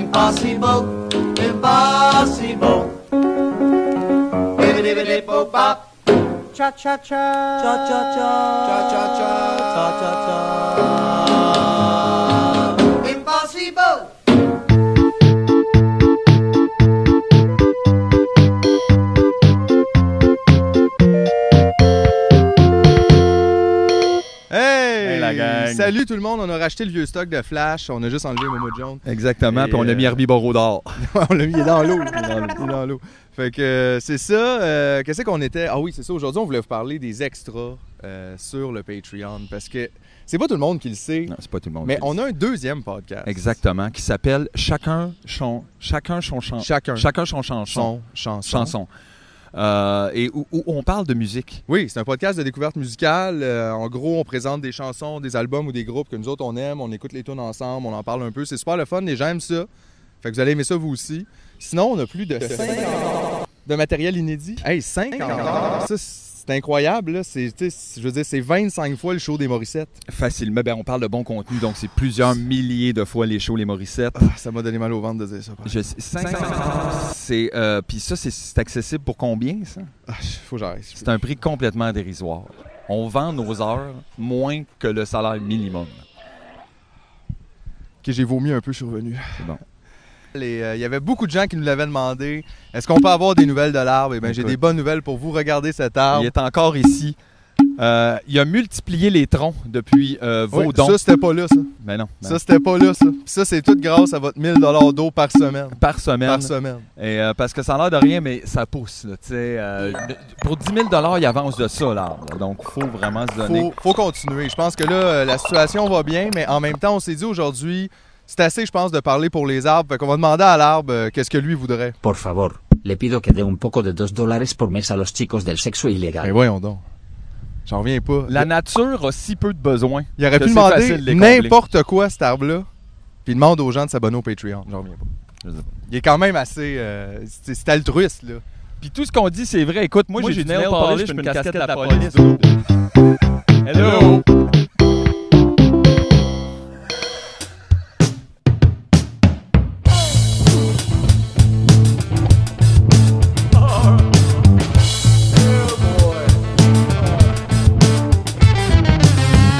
Speaker 5: impossible, impossible. Billy, Billy, Billy, Boop, Bop. Cha cha cha. Cha cha cha. Cha cha cha. Impossible.
Speaker 3: Hey!
Speaker 6: Hey, la gang.
Speaker 3: Salut tout le monde, on a racheté le vieux stock de Flash, on a juste enlevé Momo Jones.
Speaker 4: Exactement,
Speaker 3: Et,
Speaker 4: puis on a mis
Speaker 3: euh,
Speaker 4: Herbie Borodor.
Speaker 3: <laughs> on l'a mis, il est dans l'eau. Il est dans l'eau. Il est dans l'eau. Fait que euh, c'est ça. euh, Qu'est-ce qu'on était. Ah oui, c'est ça. Aujourd'hui, on voulait vous parler des extras euh, sur le Patreon parce que c'est pas tout le monde qui le sait,
Speaker 4: Non, c'est pas tout le monde.
Speaker 3: mais
Speaker 4: qui le
Speaker 3: on
Speaker 4: sait.
Speaker 3: a un deuxième podcast.
Speaker 4: Exactement, qui s'appelle Chacun son chacun son chan-
Speaker 3: Chacun.
Speaker 4: chacun son chanson
Speaker 3: Son, chanson.
Speaker 4: chanson. Euh, et où, où on parle de musique.
Speaker 3: Oui, c'est un podcast de découverte musicale. Euh, en gros, on présente des chansons, des albums ou des groupes que nous autres on aime. On écoute les tunes ensemble, on en parle un peu. C'est super le fun. Les gens aiment ça. Fait que vous allez aimer ça vous aussi. Sinon, on a plus de 50 de matériel inédit. Hey, 50 Ça, c'est incroyable. là. C'est, tu sais, je veux dire, c'est 25 fois le show des Morissettes.
Speaker 4: Facilement, ben, on parle de bon contenu, donc c'est plusieurs milliers de fois les shows, les Morissettes.
Speaker 3: Ah, ça m'a donné mal au ventre de dire ça. par exemple.
Speaker 4: Je sais- 500. C'est euh, puis ça c'est- c'est accessible pour combien ça
Speaker 3: Ah, faut que j'arrête.
Speaker 4: C'est un prix complètement dérisoire. On vend nos heures moins que le salaire minimum.
Speaker 3: que j'ai vomi un peu survenu.
Speaker 4: C'est bon.
Speaker 3: Les, euh, Il y avait beaucoup de gens qui nous l'avaient demandé. Est-ce qu'on peut avoir des nouvelles de l'arbre? Eh bien, j'ai
Speaker 4: Écoute.
Speaker 3: des bonnes nouvelles pour vous. Regardez cet arbre.
Speaker 4: Il est encore ici. Euh, il a multiplié les troncs depuis euh, vos
Speaker 3: Oui,
Speaker 4: dons.
Speaker 3: Ça, c'était pas là, ça.
Speaker 4: Mais non, ben
Speaker 3: Ça, c'était pas là, ça. Puis ça, c'est tout grâce à votre 1000 d'eau par semaine.
Speaker 4: non. par semaine.
Speaker 3: Par semaine.
Speaker 4: Et, euh, parce que ça a l'air de rien, mais ça pousse. Là, tu sais, euh, pour 10 000 il avance de ça, l'arbre. Donc, il faut vraiment se donner.
Speaker 3: Faut, faut continuer. Je pense que là, euh, la situation va bien, mais en même temps, on s'est dit aujourd'hui, c'est assez, je pense, de parler pour les arbres. Fait qu'on va demander à l'arbre euh, qu'est-ce que lui voudrait.
Speaker 7: Por favor, le pido que dé un poco de 2 dólares por mes a los chicos del sexo
Speaker 3: Ben
Speaker 7: ilegal.
Speaker 3: voyons donc. J'en reviens pas.
Speaker 4: La nature a si peu de besoins.
Speaker 3: Il aurait
Speaker 4: que
Speaker 3: pu
Speaker 4: c'est
Speaker 3: demander
Speaker 4: facile de les combler.
Speaker 3: n'importe quoi, cet arbre-là, puis il demande aux gens de s'abonner au Patreon. J'en reviens pas.
Speaker 4: Je sais pas.
Speaker 3: Il est quand même assez. euh, c'est c'est altruiste, là.
Speaker 4: Puis tout ce qu'on dit, c'est vrai. Écoute, moi,
Speaker 8: Moi,
Speaker 4: j'ai
Speaker 8: j'ai
Speaker 4: du
Speaker 8: du nail
Speaker 4: nail
Speaker 8: polish,
Speaker 4: polish,
Speaker 8: puis
Speaker 4: puis
Speaker 8: une
Speaker 4: une casquette de
Speaker 8: casquette
Speaker 4: la
Speaker 8: de la
Speaker 4: police.
Speaker 8: Hello!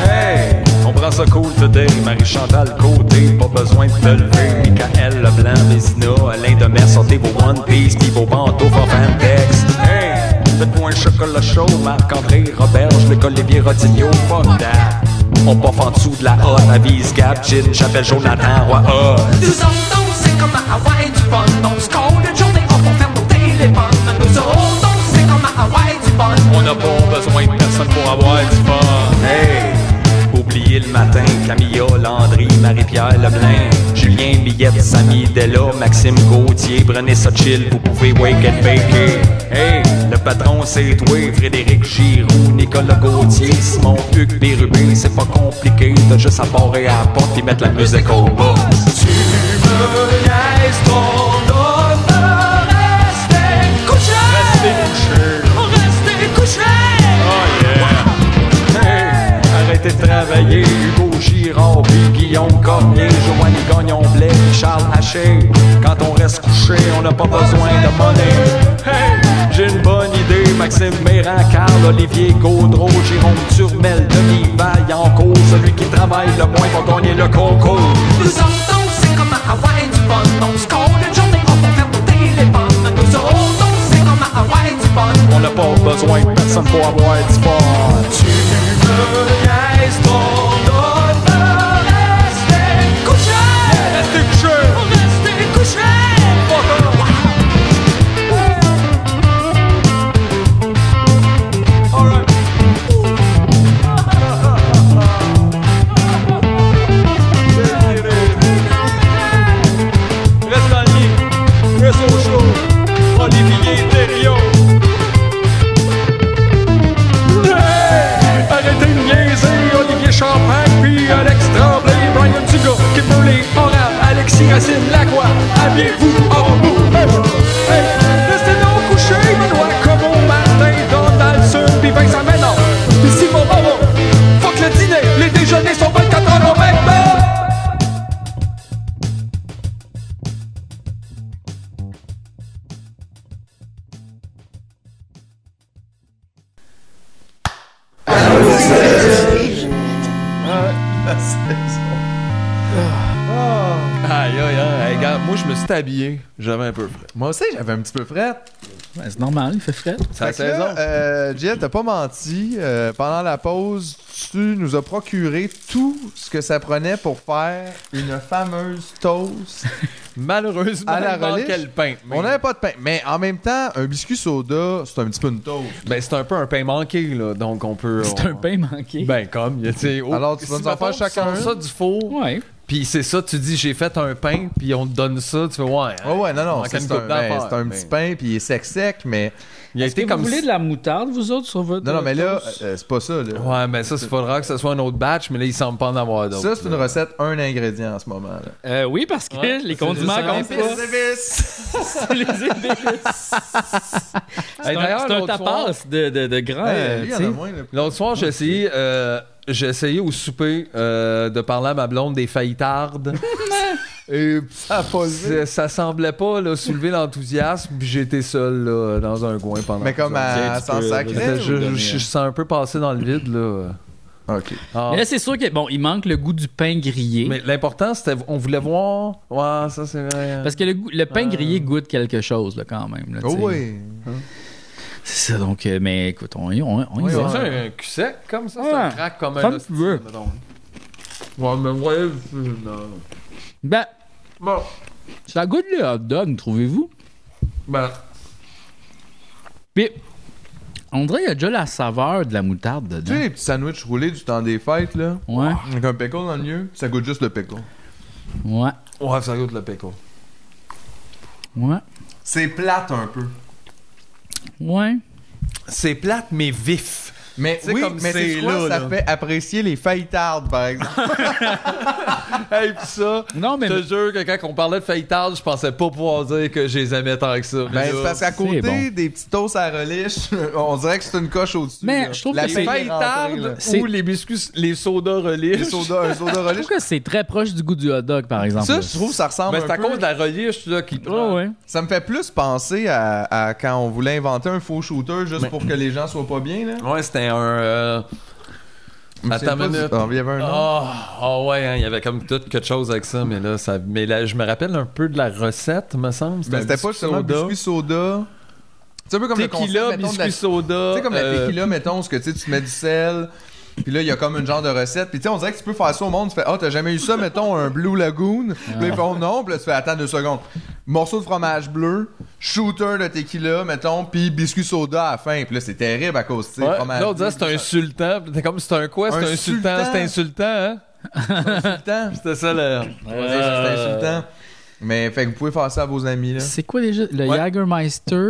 Speaker 8: Hey! On prend ça cool today. Marie-Chantal Côté, pas besoin de te lever. Michael Leblanc, Vézina, Alain Demers, sortez vos One Piece, pis vos bandeaux for Fantex. Hey! Faites-moi un chocolat chaud, Marc-André, Roberge, le Olivier Rotignot, fuck that. On poffe en dessous de la hotte, avise Gab, Gin, j'appelle Jonathan, Roy Hot.
Speaker 9: Nous autres, on c'est comme à Hawaï du bon. On se colle une journée, on va faire nos téléphones. Nous autres, on c'est comme à Hawaï du bon.
Speaker 8: On n'a pas besoin de personne pour avoir du fun. Hey! Oubliez le matin, Camilla, Landry, Marie-Pierre Leblanc, Julien Millette, Samy Della, Maxime Gauthier, prenez ça chill, vous pouvez wake and bake. Hey! Le patron c'est toi, Frédéric Giroux, Nicolas Gauthier, Simon Hugues Bérubé, c'est pas compliqué, t'as juste à barrer à la porte et mettre la musique au bas. Tu me laisses ton honneur,
Speaker 9: Restez
Speaker 8: restez
Speaker 9: couchés,
Speaker 8: Oh, couché.
Speaker 9: restez couchés.
Speaker 8: Hey, Arrêtez de travailler, Hugo Girard, puis Guillaume Cormier, Joanny Gagnon Blais, puis Charles Haché. Quand on reste couché, on n'a pas besoin de monnaie. Hey, j'ai une bonne idée, Maxime Méran, Carl, Olivier Gaudreau, Jérôme Turmel, Denis Vaillancourt, celui qui travaille le moins va gagner le concours.
Speaker 9: Nous autres, on c'est comme à Hawaï du bon. On se colle une journée, on va faire nos téléphones. Nous autres, on c'est comme à Hawaï du bon.
Speaker 8: On n'a pas besoin de personne pour avoir du fun. Tu me laisses ton honneur,
Speaker 9: Restez couchés,
Speaker 8: restez couché.
Speaker 9: restez couchés.
Speaker 8: Reste dans le
Speaker 4: moi, je me suis habillé. J'avais un peu frais.
Speaker 3: Moi aussi, j'avais un petit peu fret.
Speaker 2: Ben, c'est normal, il fait frais.
Speaker 4: C'est la
Speaker 3: Fait que là,
Speaker 4: saison.
Speaker 3: euh, Jill, t'as pas menti. Euh, pendant la pause, tu nous as procuré tout ce que ça prenait pour faire une fameuse
Speaker 4: <laughs>
Speaker 3: toast.
Speaker 4: Malheureusement,
Speaker 3: à la
Speaker 4: il manquait
Speaker 3: relish,
Speaker 4: le pain. Mais-
Speaker 3: On n'avait pas de pain. Mais en même temps, un biscuit soda, c'est un petit peu une toast.
Speaker 4: Ben, c'est un peu un pain manqué, là. Donc, on peut.
Speaker 2: C'est
Speaker 4: on-
Speaker 2: un pain manqué.
Speaker 4: Ben, comme. il y a, tu sais, oh,
Speaker 3: Alors, tu vas
Speaker 4: si,
Speaker 3: nous en faire
Speaker 4: mettons, tu
Speaker 3: chacun
Speaker 4: sors ça
Speaker 3: un.
Speaker 4: du four.
Speaker 2: ouais.
Speaker 4: Puis c'est ça, tu dis, j'ai fait un pain, puis on te donne ça. Tu fais, ouais. hein.
Speaker 3: Ouais, ouais, non, non,
Speaker 4: manquait
Speaker 3: c'est
Speaker 4: Ah, une
Speaker 3: c'est
Speaker 4: coupe
Speaker 3: un, ben,
Speaker 4: d'affaires,
Speaker 3: c'est un
Speaker 4: mais-
Speaker 3: petit pain, puis il est sec-sec, mais...
Speaker 4: Il a
Speaker 2: Est-ce que
Speaker 4: été
Speaker 2: vous
Speaker 4: comme
Speaker 2: voulez de la moutarde, vous autres, sur votre.
Speaker 3: Non, non, mais là,
Speaker 2: toast?
Speaker 3: euh, c'est pas ça, là.
Speaker 4: Ouais, mais ça, il faudra que ce soit un autre batch, mais là, il semble pas en avoir d'autres.
Speaker 3: Ça, c'est une
Speaker 4: là.
Speaker 3: recette, un ingrédient en ce moment, là.
Speaker 2: Euh, oui, parce que
Speaker 4: Ouais,
Speaker 2: les
Speaker 4: c'est juste
Speaker 2: condiments
Speaker 4: un
Speaker 2: comptent
Speaker 4: épice.
Speaker 2: pas. <laughs> les épices. C'est
Speaker 4: Hey,
Speaker 2: un,
Speaker 4: d'ailleurs,
Speaker 2: c'est un
Speaker 4: l'autre
Speaker 2: tapas
Speaker 4: soir-
Speaker 2: de, de, de grand.
Speaker 3: Hey,
Speaker 2: euh,
Speaker 3: lui, il y en
Speaker 2: tu
Speaker 3: a
Speaker 2: sais.
Speaker 3: moins, là.
Speaker 4: L'autre soir, j'ai essayé, euh, j'ai essayé au souper euh, de parler à ma blonde des
Speaker 3: <laughs>
Speaker 4: faillitardes. Et
Speaker 3: Ah, pas le-
Speaker 4: c'est- ça semblait pas là, soulever l'enthousiasme, puis j'étais seul là, dans un coin pendant.
Speaker 3: Mais comme à
Speaker 2: Tiens, tu
Speaker 3: sans
Speaker 2: peux-
Speaker 3: sacré.
Speaker 4: J'étais-
Speaker 2: ou
Speaker 4: je,
Speaker 2: donner,
Speaker 4: je, je sens un peu passer dans le vide là.
Speaker 3: Ok.
Speaker 4: Ah,
Speaker 2: Mais là, c'est sûr que bon, il manque le goût du pain grillé.
Speaker 4: mais l'important c'était on voulait voir. Ouais, ça c'est vrai.
Speaker 2: Parce que le, goût- le pain
Speaker 4: Euh.
Speaker 2: grillé goûte quelque chose, là, quand même. là, tu
Speaker 3: Oh
Speaker 2: sais.
Speaker 3: oui.
Speaker 2: C'est ça, donc, euh, mais écoute, on, y- on, on y
Speaker 4: c'est
Speaker 2: va.
Speaker 4: ça, un cul sec comme ça,
Speaker 2: Ouais.
Speaker 4: ça craque comme un
Speaker 2: Comme
Speaker 4: hostie,
Speaker 2: tu veux.
Speaker 4: mettons. Ouais, mais ouais, je- non.
Speaker 2: Ben,
Speaker 4: Bon,
Speaker 2: ça goûte le hot dog, trouvez-vous?
Speaker 4: ben,
Speaker 2: Puis, on dirait qu'il y a déjà la saveur de la moutarde
Speaker 3: Tu
Speaker 2: dedans.
Speaker 3: sais, les petits sandwichs roulés du temps des fêtes, là,
Speaker 2: Ouais,
Speaker 3: avec un pickle dans le milieu, ça goûte juste le pickle.
Speaker 2: ouais,
Speaker 4: ouais, ça goûte le péco.
Speaker 2: ouais,
Speaker 3: C'est plate un peu.
Speaker 2: ouais.
Speaker 4: C'est plate, mais vif.
Speaker 3: Mais
Speaker 4: C'est
Speaker 3: oui,
Speaker 4: comme
Speaker 3: mais
Speaker 4: c'est
Speaker 3: c'est quoi,
Speaker 4: là,
Speaker 3: ça
Speaker 4: là.
Speaker 3: fait apprécier les faillitardes, par exemple.
Speaker 4: Hey, pis ça,
Speaker 2: Non, mais.
Speaker 4: je te jure que quand on parlait de faillitard, je pensais pas pouvoir dire que je les aimais tant que ça.
Speaker 3: ben, c'est parce qu'à
Speaker 2: c'est
Speaker 3: côté
Speaker 2: bon.
Speaker 3: des petits toasts à relish, <laughs> on dirait que c'est une coche au-dessus.
Speaker 2: Mais
Speaker 3: là.
Speaker 2: je trouve
Speaker 3: La
Speaker 2: que c'est-
Speaker 3: fille est rentrée, là.
Speaker 4: faillitardes
Speaker 2: C'est-
Speaker 4: ou les biscuits, les sodas relish.
Speaker 2: <laughs>
Speaker 3: Les sodas, un soda
Speaker 2: Je
Speaker 3: relish.
Speaker 2: trouve que c'est très proche du goût du hot dog, par exemple.
Speaker 3: Ça,
Speaker 2: là.
Speaker 3: je trouve, ça ressemble
Speaker 4: Ben,
Speaker 3: un
Speaker 4: c'est à
Speaker 3: peu-
Speaker 4: cause de la relish, là, qui
Speaker 2: Ouais, ouais.
Speaker 3: Ça me fait plus penser à, à quand on voulait inventer un faux shooter juste pour que les gens soient pas bien, là.
Speaker 4: Ouais, c'était un. euh,
Speaker 3: Mais
Speaker 4: Attends
Speaker 3: c'est pas
Speaker 4: une
Speaker 3: du-
Speaker 4: minute.
Speaker 3: Ah, il y avait un nom.
Speaker 4: Ah ah ouais, hein, il y avait comme tout quelque chose avec ça, mais là, ça, mais là, je me rappelle un peu de la recette, me semble.
Speaker 3: Mais Ben, c'était pas
Speaker 4: seulement
Speaker 3: justement biscuit soda. C'est un peu comme le concept,
Speaker 4: Tequila,
Speaker 3: mettons, de la-
Speaker 4: biscuit soda.
Speaker 3: Tu sais, comme la
Speaker 4: euh,
Speaker 3: tequila, mettons, ce que tu sais, tu mets du sel. Puis là, il y a comme une genre de recette. Puis tu sais, on dirait que tu peux faire ça au monde. Tu fais, ah, t'as jamais eu ça, mettons, un Blue Lagoon. Puis là, ils font non. Puis là, tu fais, attends deux secondes. Morceau de fromage bleu, shooter de tequila, mettons, puis biscuit soda à la fin. Puis là, c'est terrible à cause, tu sais,
Speaker 4: Ouais,
Speaker 3: fromage
Speaker 4: là, on disait
Speaker 3: bleu,
Speaker 4: c'est un sultan. Puis t'es comme c'est un quoi?
Speaker 3: Un
Speaker 4: C'est un sultan.
Speaker 3: sultan.
Speaker 4: C'est insultant, hein?
Speaker 3: insultant.
Speaker 4: <laughs> C'était ça le. euh,
Speaker 3: On va dire que C'est insultant. Mais fait que vous pouvez faire ça à vos amis, là.
Speaker 2: C'est quoi déjà? Le
Speaker 4: Ouais.
Speaker 2: Jagermeister.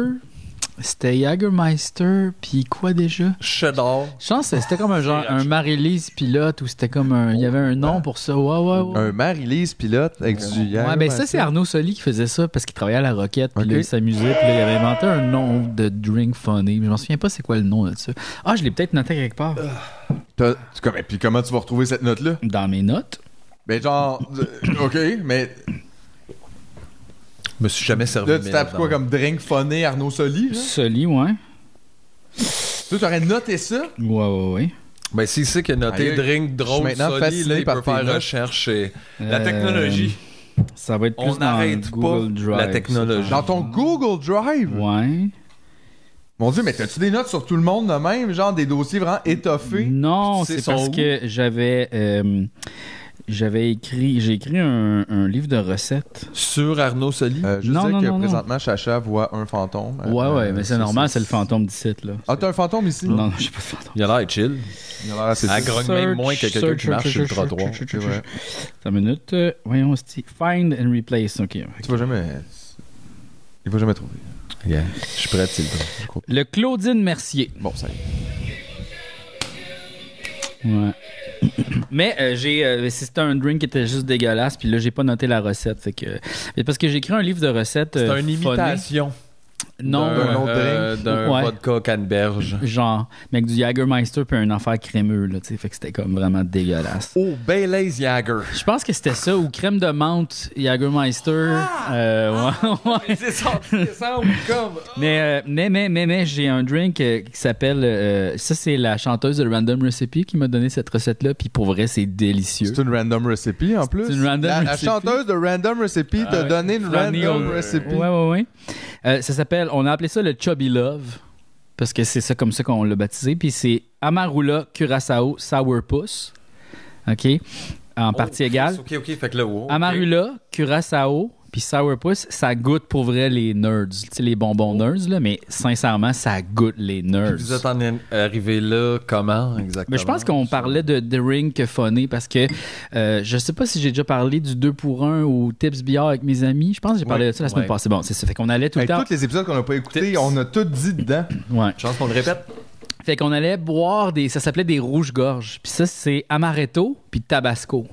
Speaker 2: C'était Jagermeister, puis quoi déjà?
Speaker 4: Cheddar.
Speaker 2: Je pense que c'était comme un genre un Marie-Lise pilote ou c'était comme un. Il y avait un nom pour ça. Ouais, ouais, ouais.
Speaker 3: Un Marie-Lise pilote avec du
Speaker 2: Ouais, ben ça, c'est Arnaud Soli qui faisait ça parce qu'il travaillait à la Roquette. Puis là, il s'amusait. Puis là, il avait inventé un nom de drink funny. Mais je m'en souviens pas c'est quoi le nom là-dessus. Ah, je l'ai peut-être noté quelque part.
Speaker 3: T'as- tu- comme- Puis comment tu vas retrouver cette note-là?
Speaker 2: Dans mes notes.
Speaker 3: Ben genre, euh, <coughs> ok, mais
Speaker 4: Je me suis jamais servi.
Speaker 3: là, tu tapes quoi comme drink funny Arnaud Soli? là?
Speaker 2: Soli, ouais.
Speaker 3: Tu aurais noté ça?
Speaker 2: Ouais, ouais, ouais.
Speaker 4: Ben, si c'est qu'il a noté
Speaker 3: Aïe,
Speaker 4: drink
Speaker 3: je suis
Speaker 4: drôle,
Speaker 3: maintenant
Speaker 4: solide,
Speaker 3: fasciné
Speaker 4: là, il
Speaker 3: par
Speaker 4: peut
Speaker 3: tes
Speaker 4: faire
Speaker 3: notes.
Speaker 4: recherche. et- La
Speaker 2: Euh,
Speaker 4: technologie.
Speaker 2: Ça va être plus
Speaker 4: On
Speaker 2: dans
Speaker 4: n'arrête pas
Speaker 2: Google Drive,
Speaker 4: la technologie.
Speaker 3: Dans ton Google
Speaker 2: ça.
Speaker 3: Drive?
Speaker 2: Ouais.
Speaker 3: Mon dieu, mais t'as-tu des notes sur tout le monde de même? Genre des dossiers vraiment étoffés?
Speaker 2: Non,
Speaker 4: Tu sais
Speaker 2: c'est
Speaker 4: son
Speaker 2: parce
Speaker 4: où?
Speaker 2: que j'avais. euh, j'avais écrit, j'ai écrit un, un livre de recettes.
Speaker 4: Sur Arnaud Soli.
Speaker 3: Euh, je
Speaker 2: Non,
Speaker 3: sais
Speaker 2: non,
Speaker 3: que
Speaker 2: non, non.
Speaker 3: présentement, Chacha voit un fantôme. Euh,
Speaker 2: ouais, ouais, mais c'est
Speaker 3: ça,
Speaker 2: normal,
Speaker 3: ça.
Speaker 2: c'est le fantôme 17, là.
Speaker 3: Ah, t'as un fantôme ici?
Speaker 2: Non, non, j'ai pas de fantôme.
Speaker 4: Il a l'air chill.
Speaker 3: Il a l'air assez
Speaker 4: Ah,
Speaker 3: triste.
Speaker 4: grogne même moins que quelqu'un qui marche sur le trottoir.
Speaker 3: C'est vrai.
Speaker 2: Attends une minute. euh, Voyons, c'est- Find and replace. OK.
Speaker 3: Tu vas jamais... Il va jamais trouver.
Speaker 4: Je suis prêt, Tilda.
Speaker 2: Le Claudine Mercier.
Speaker 3: Bon, ça y est.
Speaker 2: Ouais. <coughs> Mais euh, j'ai euh, c'était un drink qui était juste dégueulasse puis là j'ai pas noté la recette fait que mais parce que j'ai écrit un livre de recettes
Speaker 4: C'est
Speaker 2: euh,
Speaker 4: une
Speaker 2: funny.
Speaker 4: imitation.
Speaker 2: Non,
Speaker 4: d'un,
Speaker 3: D'un autre
Speaker 4: euh, d'un
Speaker 2: Ouais.
Speaker 4: vodka canneberge.
Speaker 2: genre, mais avec du Jagermeister puis un affaire crémeux, là, tu sais. Fait que c'était comme vraiment dégueulasse.
Speaker 4: Oh, Bailey's Jagger.
Speaker 2: Je pense que c'était ça, ou crème de menthe, Jagermeister. euh, ouais, <laughs> ouais.
Speaker 4: <laughs> C'est ça, ça comme.
Speaker 2: Mais, euh, mais, mais, mais, mais, j'ai un drink euh, qui s'appelle. euh, ça, c'est la chanteuse de Random Recipe qui m'a donné cette recette-là. Puis pour vrai, c'est délicieux.
Speaker 3: C'est une random recipe en plus.
Speaker 2: C'est une random
Speaker 3: la, la
Speaker 2: recipe. Ah,
Speaker 3: chanteuse de random recipe t'a
Speaker 2: ouais.
Speaker 3: donné une
Speaker 2: Ronnie
Speaker 3: random
Speaker 2: Old-
Speaker 3: recipe.
Speaker 2: Ouais, ouais, ouais. Euh, ça s'appelle. On a appelé ça le Chubby Love. Parce que c'est ça comme ça qu'on l'a baptisé. Puis c'est Amarula Curaçao Sourpuss. OK? En partie égale.
Speaker 4: Oh, Ok, ok, fait que là, wow, ok.
Speaker 2: Amarula, Curaçao, puis Sourpuss, ça goûte pour vrai les nerds. Tu sais, les bonbons nerds, là, mais sincèrement, ça goûte les
Speaker 4: Oh. Puis
Speaker 2: nerds.
Speaker 4: Vous êtes en arrivé là, comment exactement?
Speaker 2: Mais je pense qu'on parlait de The Ring phoné parce que euh, je sais pas si j'ai déjà parlé du 2 pour 1 ou Tips Billard avec mes amis. Je pense que j'ai parlé
Speaker 4: Ouais,
Speaker 2: de ça la semaine
Speaker 4: ouais. Ben,
Speaker 2: passée. Bon, c'est ça. Fait qu'on allait tout
Speaker 3: Hey,
Speaker 2: le temps.
Speaker 3: tous les épisodes qu'on n'a pas écoutés,
Speaker 4: Tips.
Speaker 3: on a tout dit dedans.
Speaker 2: Ouais.
Speaker 4: Je pense qu'on le répète.
Speaker 2: Fait qu'on allait boire des. Ça s'appelait des rouges-gorges. Puis ça, c'est amaretto puis tabasco.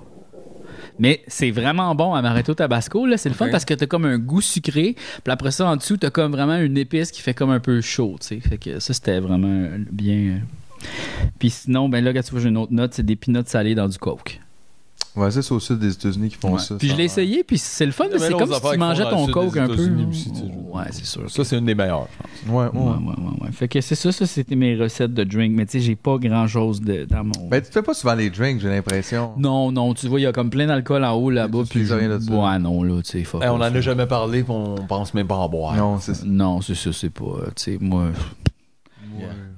Speaker 2: Mais c'est vraiment bon, amaretto tabasco. là C'est le fun
Speaker 4: Ok.
Speaker 2: parce que t'as comme un goût sucré. Puis après ça, en dessous, t'as comme vraiment une épice qui fait comme un peu chaud. tu sais. Fait que ça, c'était vraiment euh, bien. euh. Puis sinon, ben là, quand tu vois, j'ai une autre note c'est des peanuts salées dans du coke.
Speaker 3: Ouais, ça, c'est au sud des États-Unis qui font
Speaker 2: Ouais.
Speaker 3: ça.
Speaker 2: Puis je l'ai essayé, puis c'est le fun,
Speaker 4: Il y
Speaker 2: mais
Speaker 4: avait
Speaker 2: c'est
Speaker 4: d'autres
Speaker 2: comme si
Speaker 4: affaires
Speaker 2: tu
Speaker 4: qui
Speaker 2: mangeais
Speaker 4: font
Speaker 2: ton
Speaker 4: dans le sud
Speaker 2: coke
Speaker 4: des
Speaker 2: un peu.
Speaker 4: États-Unis aussi, tu sais, je veux dire.
Speaker 2: Ouais, c'est sûr.
Speaker 4: Ça, c'est une des meilleures, je pense.
Speaker 3: Ouais, ouais.
Speaker 2: Ouais, ouais, ouais, ouais. Fait que c'est ça, ça c'était mes recettes de drink, mais tu sais, j'ai pas grand chose de, dans mon.
Speaker 3: Ben, tu fais pas souvent les drinks, j'ai l'impression.
Speaker 2: Non, non, tu vois, il y a comme plein d'alcool en haut là-bas.
Speaker 3: Mais tu
Speaker 2: Puis
Speaker 3: fais rien de ça.
Speaker 2: Ouais, non, là, tu sais, fuck
Speaker 4: Eh, on en
Speaker 2: off.
Speaker 4: a jamais parlé, puis on pense même pas en boire.
Speaker 3: Non, c'est ça.
Speaker 2: Non, c'est ça, c'est pas. euh, Tu sais, moi.